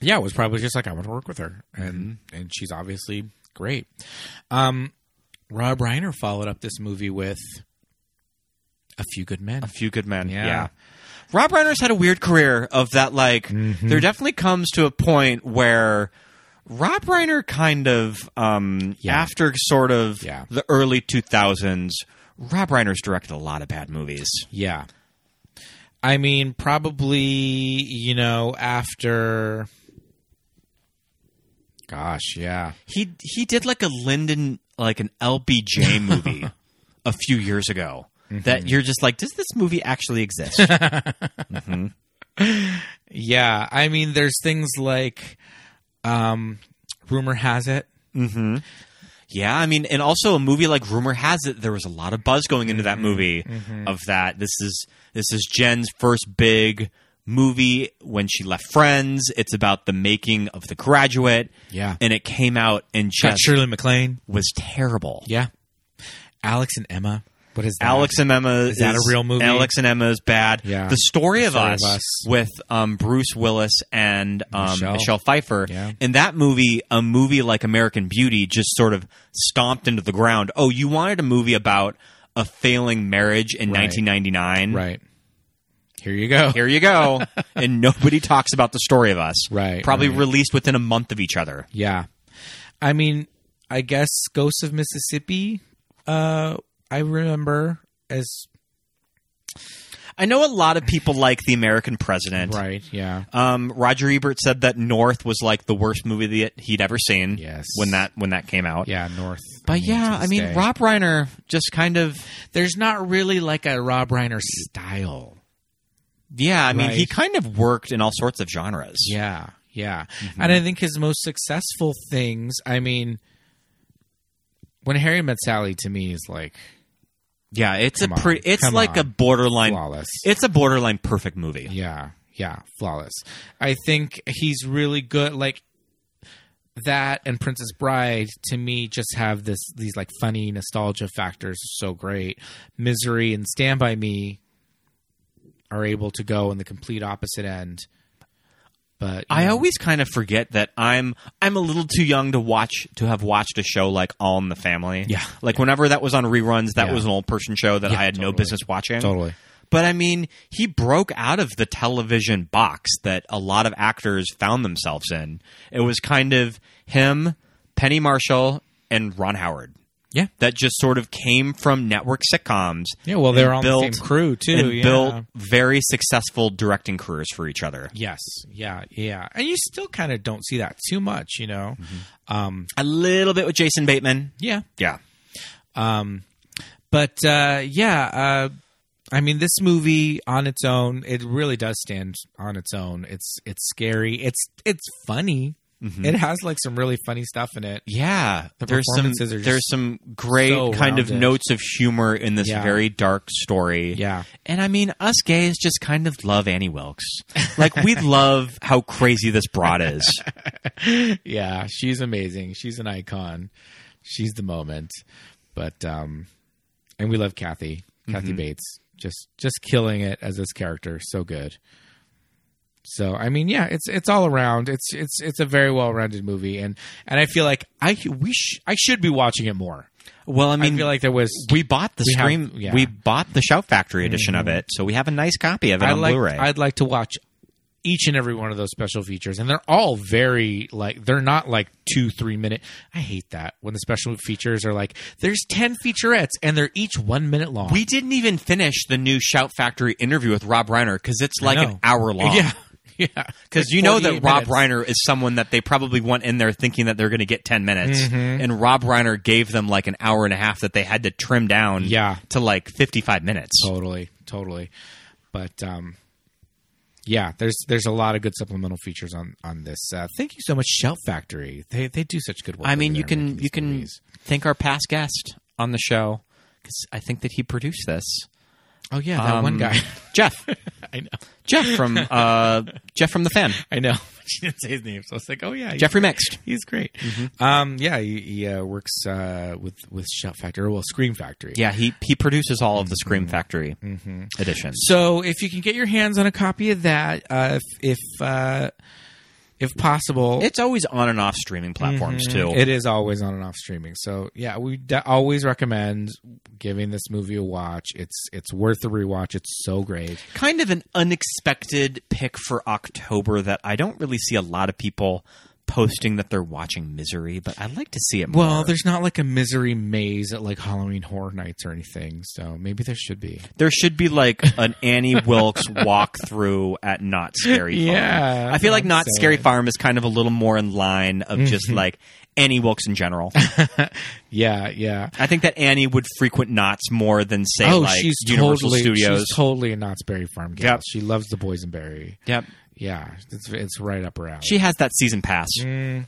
Speaker 9: it was probably just like I want to work with her, and and she's obviously great. Mm-hmm. Um, Rob Reiner followed up this movie with a few good men.
Speaker 10: A few good men.
Speaker 9: Yeah.
Speaker 10: Yeah. Rob Reiner's had a weird career of that like there definitely comes to a point where Rob Reiner kind of um
Speaker 9: Yeah.
Speaker 10: after sort of
Speaker 9: Yeah.
Speaker 10: the early 2000s Rob Reiner's directed a lot of bad movies.
Speaker 9: Yeah. I mean, probably, you know, after. Gosh, yeah.
Speaker 10: He he did like a Lyndon like an LBJ movie a few years ago that you're just like does this movie actually exist?
Speaker 9: Yeah. I mean, there's things like um, Rumor Has It.
Speaker 10: Yeah, I mean, and also a movie like Rumor Has It, there was a lot of buzz going into that
Speaker 9: Mm-hmm.
Speaker 10: movie of that. This is this is Jen's first big movie when she left Friends. It's about the making of The Graduate.
Speaker 9: Yeah.
Speaker 10: and it came out and
Speaker 9: Got
Speaker 10: just
Speaker 9: Shirley MacLaine.
Speaker 10: was terrible.
Speaker 9: Yeah. Alex and Emma. What is that?
Speaker 10: Alex and Emma
Speaker 9: Is that a real movie?
Speaker 10: Alex and Emma is bad.
Speaker 9: Yeah.
Speaker 10: The story,
Speaker 9: The
Speaker 10: of,
Speaker 9: Story of
Speaker 10: us
Speaker 9: Us.
Speaker 10: with um, Bruce Willis and um,
Speaker 9: Michelle.
Speaker 10: Michelle. Pfeiffer.
Speaker 9: Yeah.
Speaker 10: In that movie, a movie like American Beauty just sort of stomped into the ground. Oh, you wanted a movie about a failing marriage in
Speaker 9: Right.
Speaker 10: 1999?
Speaker 9: Right. Here you go.
Speaker 10: Here you go. and nobody talks about the story of us.
Speaker 9: Right,
Speaker 10: Probably
Speaker 9: right.
Speaker 10: released within a month of each other.
Speaker 9: Yeah. I mean, I guess Ghosts of Mississippi, uh, I remember as.
Speaker 10: I know a lot of people like The American President.
Speaker 9: Right, yeah.
Speaker 10: Um, Roger Ebert said that North was like the worst movie that he'd ever seen.
Speaker 9: Yes.
Speaker 10: when that when that came out.
Speaker 9: Uh, Yeah, North.
Speaker 10: but yeah,
Speaker 9: to
Speaker 10: I
Speaker 9: this
Speaker 10: mean,
Speaker 9: day.
Speaker 10: Rob Reiner just kind of
Speaker 9: there's not really like a Rob Reiner style.
Speaker 10: yeah. I mean, he
Speaker 9: Right.
Speaker 10: kind of worked in all sorts of genres.
Speaker 9: Yeah, yeah. And I think his most successful things, I mean, When Harry Met Sally to me is like
Speaker 10: Yeah, it's a
Speaker 9: Come on,
Speaker 10: pre- it's
Speaker 9: come
Speaker 10: like a
Speaker 9: on.
Speaker 10: borderline
Speaker 9: Flawless.
Speaker 10: It's a borderline perfect movie.
Speaker 9: Yeah, yeah, flawless. I think he's really good. Like that and Princess Bride to me just have this these like funny nostalgia factors. So great. Misery and Stand by Me are able to go in the complete opposite end. But
Speaker 10: I always kind of forget that I'm I'm a little too young to watch to have watched a show like All in the Family.
Speaker 9: Yeah.
Speaker 10: Like whenever that was on reruns, that
Speaker 9: Yeah.
Speaker 10: was an old person show that
Speaker 9: Yeah,
Speaker 10: I had no business watching.
Speaker 9: Totally.
Speaker 10: But I mean, he broke out of the television box that a lot of actors found themselves in. It was kind of him, Penny Marshall, and Ron Howard.
Speaker 9: Yeah.
Speaker 10: That just sort of came from network sitcoms.
Speaker 9: Yeah, well,
Speaker 10: and
Speaker 9: they're on the same crew, too,
Speaker 10: And
Speaker 9: yeah.
Speaker 10: built very successful directing careers for each other.
Speaker 9: yes, yeah, yeah. And you still kind of don't see that too much, you know. Um
Speaker 10: A little bit with Jason Bateman.
Speaker 9: yeah.
Speaker 10: Yeah.
Speaker 9: Um, but uh, yeah, uh, I mean, this movie on its own, it really does stand on its own. It's it's scary. It's it's funny.
Speaker 10: Mhm.
Speaker 9: It has like some really funny stuff in it.
Speaker 10: Yeah,
Speaker 9: The
Speaker 10: there's some
Speaker 9: performances are just
Speaker 10: there's some great
Speaker 9: so
Speaker 10: kind of
Speaker 9: rounded.
Speaker 10: notes of humor in this
Speaker 9: Yeah.
Speaker 10: very dark story.
Speaker 9: Yeah.
Speaker 10: and I mean, us gays just kind of love Annie Wilkes. Like we love how crazy this broad is.
Speaker 9: yeah, she's amazing. She's an icon. She's the moment. But um, and we love Kathy. Kathy
Speaker 10: Mhm.
Speaker 9: Bates just just killing it as this character. So good. So I mean, yeah, it's it's all around. It's it's it's a very well rounded movie, and and I feel like I we sh- I should be watching it more.
Speaker 10: Well, I mean,
Speaker 9: feel like there was
Speaker 10: we Mm-hmm. bought the
Speaker 9: we have-
Speaker 10: scream.
Speaker 9: yeah.
Speaker 10: We bought the Shout Factory edition of it, so we have a nice copy of it
Speaker 9: I
Speaker 10: on
Speaker 9: like
Speaker 10: Blu-ray.
Speaker 9: I'd like to watch each and every one of those special features, and they're all very like they're not like two three minute. I hate that when the special features are like there's ten featurettes and they're each one minute long.
Speaker 10: we didn't even finish the new Shout Factory interview with Rob Reiner because it's
Speaker 9: I
Speaker 10: like
Speaker 9: know.
Speaker 10: an hour long.
Speaker 9: yeah, yeah,
Speaker 10: Because
Speaker 9: Like
Speaker 10: you know that
Speaker 9: 48
Speaker 10: Rob
Speaker 9: minutes.
Speaker 10: Reiner is someone that they probably want in there thinking that they're going to get 10 minutes.
Speaker 9: Mhm.
Speaker 10: And Rob Reiner gave them like an hour and a half that they had to trim down
Speaker 9: Yeah.
Speaker 10: to like 55 minutes.
Speaker 9: totally, totally. But um, yeah, there's there's a lot of good supplemental features on on this. Uh, thank you so much, Shout Factory. They they do such good work.
Speaker 10: I mean,
Speaker 9: over
Speaker 10: you
Speaker 9: there
Speaker 10: can
Speaker 9: making
Speaker 10: you
Speaker 9: these
Speaker 10: can
Speaker 9: movies.
Speaker 10: thank our past guest on the show because I think that he produced this.
Speaker 9: Oh yeah, that
Speaker 10: Um,
Speaker 9: one guy.
Speaker 10: Jeff.
Speaker 9: I know.
Speaker 10: Jeff from uh, Jeff from the fan.
Speaker 9: I know. She didn't say his name, so I was like, "Oh yeah,
Speaker 10: Jeffrey Mixed.
Speaker 9: He's great.
Speaker 10: Mm-hmm.
Speaker 9: Um, yeah, he, he uh, works uh, with with Shout Factory, or, well, Scream Factory.
Speaker 10: Yeah, he he produces all of the Scream Factory editions.
Speaker 9: Mm-hmm. So if you can get your hands on a copy of that, uh, if if, uh, if possible, Mm.
Speaker 10: It's always on and off streaming platforms too.
Speaker 9: Mm-hmm. It is always on and off streaming. So yeah, we d- always recommend giving this movie a watch. It's it's worth the rewatch. It's so great.
Speaker 10: kind of an unexpected pick for October that I don't really see a lot of people posting that they're watching Misery, but I'd like to see it more.
Speaker 9: Well, there's not like a misery maze at like Halloween Horror Nights or anything. So maybe there should be.
Speaker 10: there should be like an Annie Wilkes walkthrough at Not Scary Farm.
Speaker 9: Yeah,
Speaker 10: I feel like
Speaker 9: I'm
Speaker 10: Not Scary
Speaker 9: saying. Mm-hmm.
Speaker 10: Farm is kind of a little more in line of just like Annie Wilkes in general.
Speaker 9: Yeah, yeah.
Speaker 10: I think that Annie would frequent Knots more than say
Speaker 9: oh,
Speaker 10: like
Speaker 9: she's
Speaker 10: Universal
Speaker 9: totally,
Speaker 10: Studios.
Speaker 9: She's totally a Knott's Berry Farm gal.
Speaker 10: Yep.
Speaker 9: She loves the boysenberry.
Speaker 10: yep.
Speaker 9: Yeah, it's it's right up around.
Speaker 10: She has that season pass.
Speaker 9: Mm.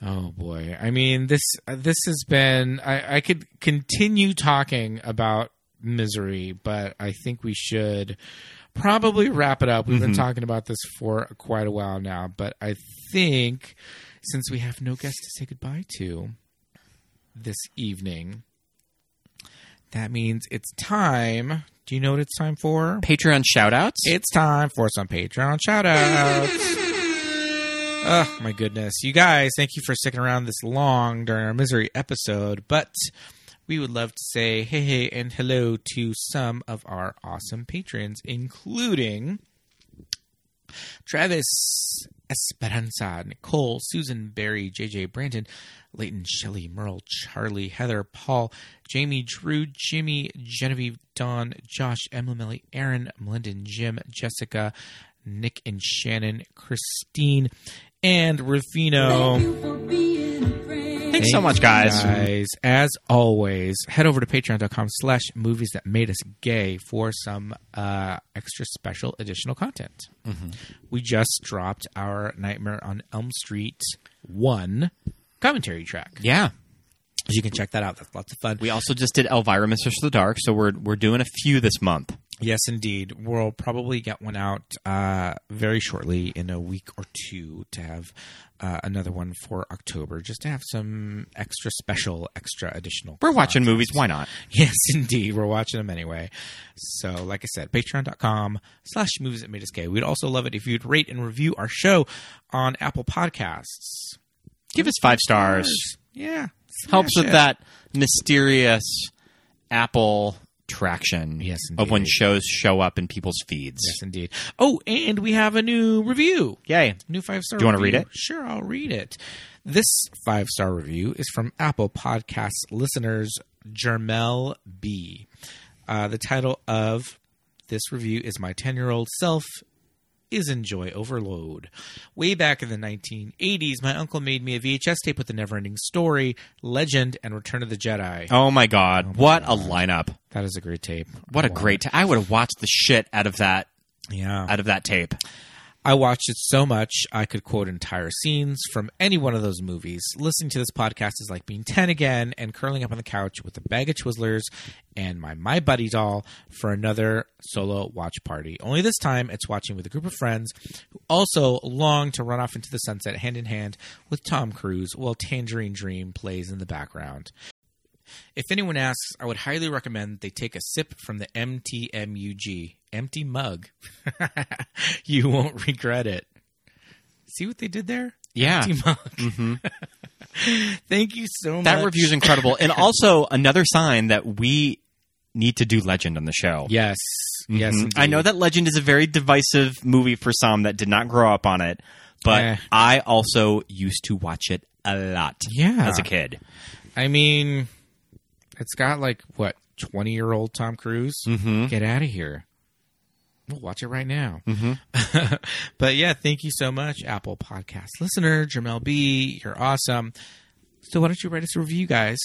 Speaker 9: oh boy, I mean this uh, this has been. I, I could continue talking about misery, but I think we should probably wrap it up. We've been talking about this for quite a while now, but I think since we have no guests to say goodbye to this evening, that means it's time. Do you know what it's time for?
Speaker 10: Patreon shoutouts.
Speaker 9: It's time for some Patreon shout outs. Oh, my goodness. You guys, thank you for sticking around this long during our misery episode, but we would love to say hey, hey, and hello to some of our awesome patrons, including Travis Esperanza, Nicole, Susan Barry, JJ Brandon, Leighton, Shelley, Merle, Charlie, Heather, Paul, Jamie, Drew, Jimmy, Genevieve, Don, Josh, Emily, Millie, Aaron, Melinda, Jim, Jessica, Nick and Shannon, Christine, and Rufino.
Speaker 10: Thanks so much, guys.
Speaker 9: Guys, as always, head over to patreon.com slash movies that made us gay for some uh, extra special additional content. We just dropped our Nightmare on Elm Street 1 commentary track.
Speaker 10: Yeah.
Speaker 9: So you can check that out. That's lots of fun.
Speaker 10: We also just did Elvira, Mistress of the Dark, so we're we're doing a few this month.
Speaker 9: Yes, indeed. We'll probably get one out uh, very shortly in a week or two to have uh, another one for October, just to have some extra special, extra additional.
Speaker 10: We're watching movies. Why not?
Speaker 9: Yes, indeed. We're watching them anyway. So, like I said, patreon.com slash movies that made us gay. We'd also love it if you'd rate and review our show on Apple Podcasts.
Speaker 10: Give us five stars.
Speaker 9: Yeah.
Speaker 10: Helps
Speaker 9: Smash
Speaker 10: with
Speaker 9: it.
Speaker 10: that mysterious Apple traction
Speaker 9: Yes,
Speaker 10: of when
Speaker 9: indeed.
Speaker 10: shows show up in people's feeds.
Speaker 9: Yes, indeed. Oh, and we have a new review.
Speaker 10: Yay.
Speaker 9: New five star
Speaker 10: Do you wanna read it?
Speaker 9: Sure, I'll read it. This five star review is from Apple Podcasts listeners Jermel B. Uh, the title of this review is My 10 Year Old Self is Enjoy Overload. Way back in the 1980s, my uncle made me a VHS tape with the never ending story, Legend, and Return of the Jedi.
Speaker 10: Oh my god! what a lineup!
Speaker 9: That is a great tape.
Speaker 10: What a
Speaker 9: Wow.
Speaker 10: great! ta- I would have watched the shit out of that
Speaker 9: Yeah.
Speaker 10: out of that tape.
Speaker 9: I watched it so much I could quote entire scenes from any one of those movies. Listening to this podcast is like being 10 again and curling up on the couch with a bag of Twizzlers and my My Buddy doll for another solo watch party. Only this time it's watching with a group of friends who also long to run off into the sunset hand in hand with Tom Cruise while Tangerine Dream plays in the background. If anyone asks, I would highly recommend they take a sip from the MTMUG, empty mug. you won't regret it. See what they did there?
Speaker 10: Yeah.
Speaker 9: Empty mug. Thank you so much.
Speaker 10: Mm-hmm. That review's incredible, and also another sign that we need to do Legend on the show.
Speaker 9: Yes. Yes.
Speaker 10: Mhm. I know
Speaker 9: indeed.
Speaker 10: that Legend is a very divisive movie for some that did not grow up on it, but
Speaker 9: Eh.
Speaker 10: I also used to watch it a lot.
Speaker 9: Yeah.
Speaker 10: as a kid.
Speaker 9: I mean, it's got like, what, 20 year old Tom Cruise?
Speaker 10: Mhm.
Speaker 9: Get out of here. We'll watch it right now.
Speaker 10: Mhm.
Speaker 9: but yeah, thank you so much, Apple Podcast listener, Jamel B. You're awesome. So why don't you write us a review, guys?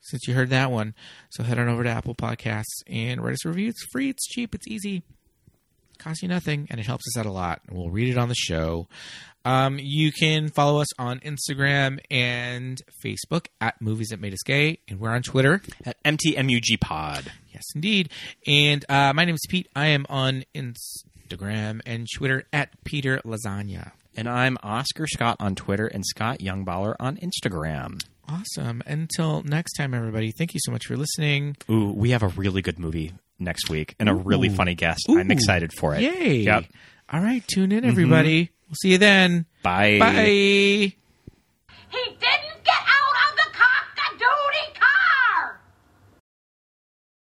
Speaker 9: Since you heard that one, so head on over to Apple Podcasts and write us a review. It's free, it's cheap, it's easy, costs you nothing, and it helps us out a lot. And we'll read it on the show. Um, you can follow us on Instagram and Facebook at Movies That Made Us Gay, and we're on Twitter
Speaker 10: At MTMUG Pod.
Speaker 9: Yes, indeed. And uh, my name is Pete. I am on Instagram and Twitter at Peter Lasagna.
Speaker 10: And I'm Oscar Scott on Twitter and Scott Youngballer on Instagram.
Speaker 9: Awesome. Until next time, everybody, thank you so much for listening.
Speaker 10: Ooh, we have a really good movie next week and a really funny guest. I'm
Speaker 9: Ooh.
Speaker 10: excited for it.
Speaker 9: Yay.
Speaker 10: Yep.
Speaker 9: All right. Tune in, everybody. We'll see you then.
Speaker 10: Bye.
Speaker 9: Bye.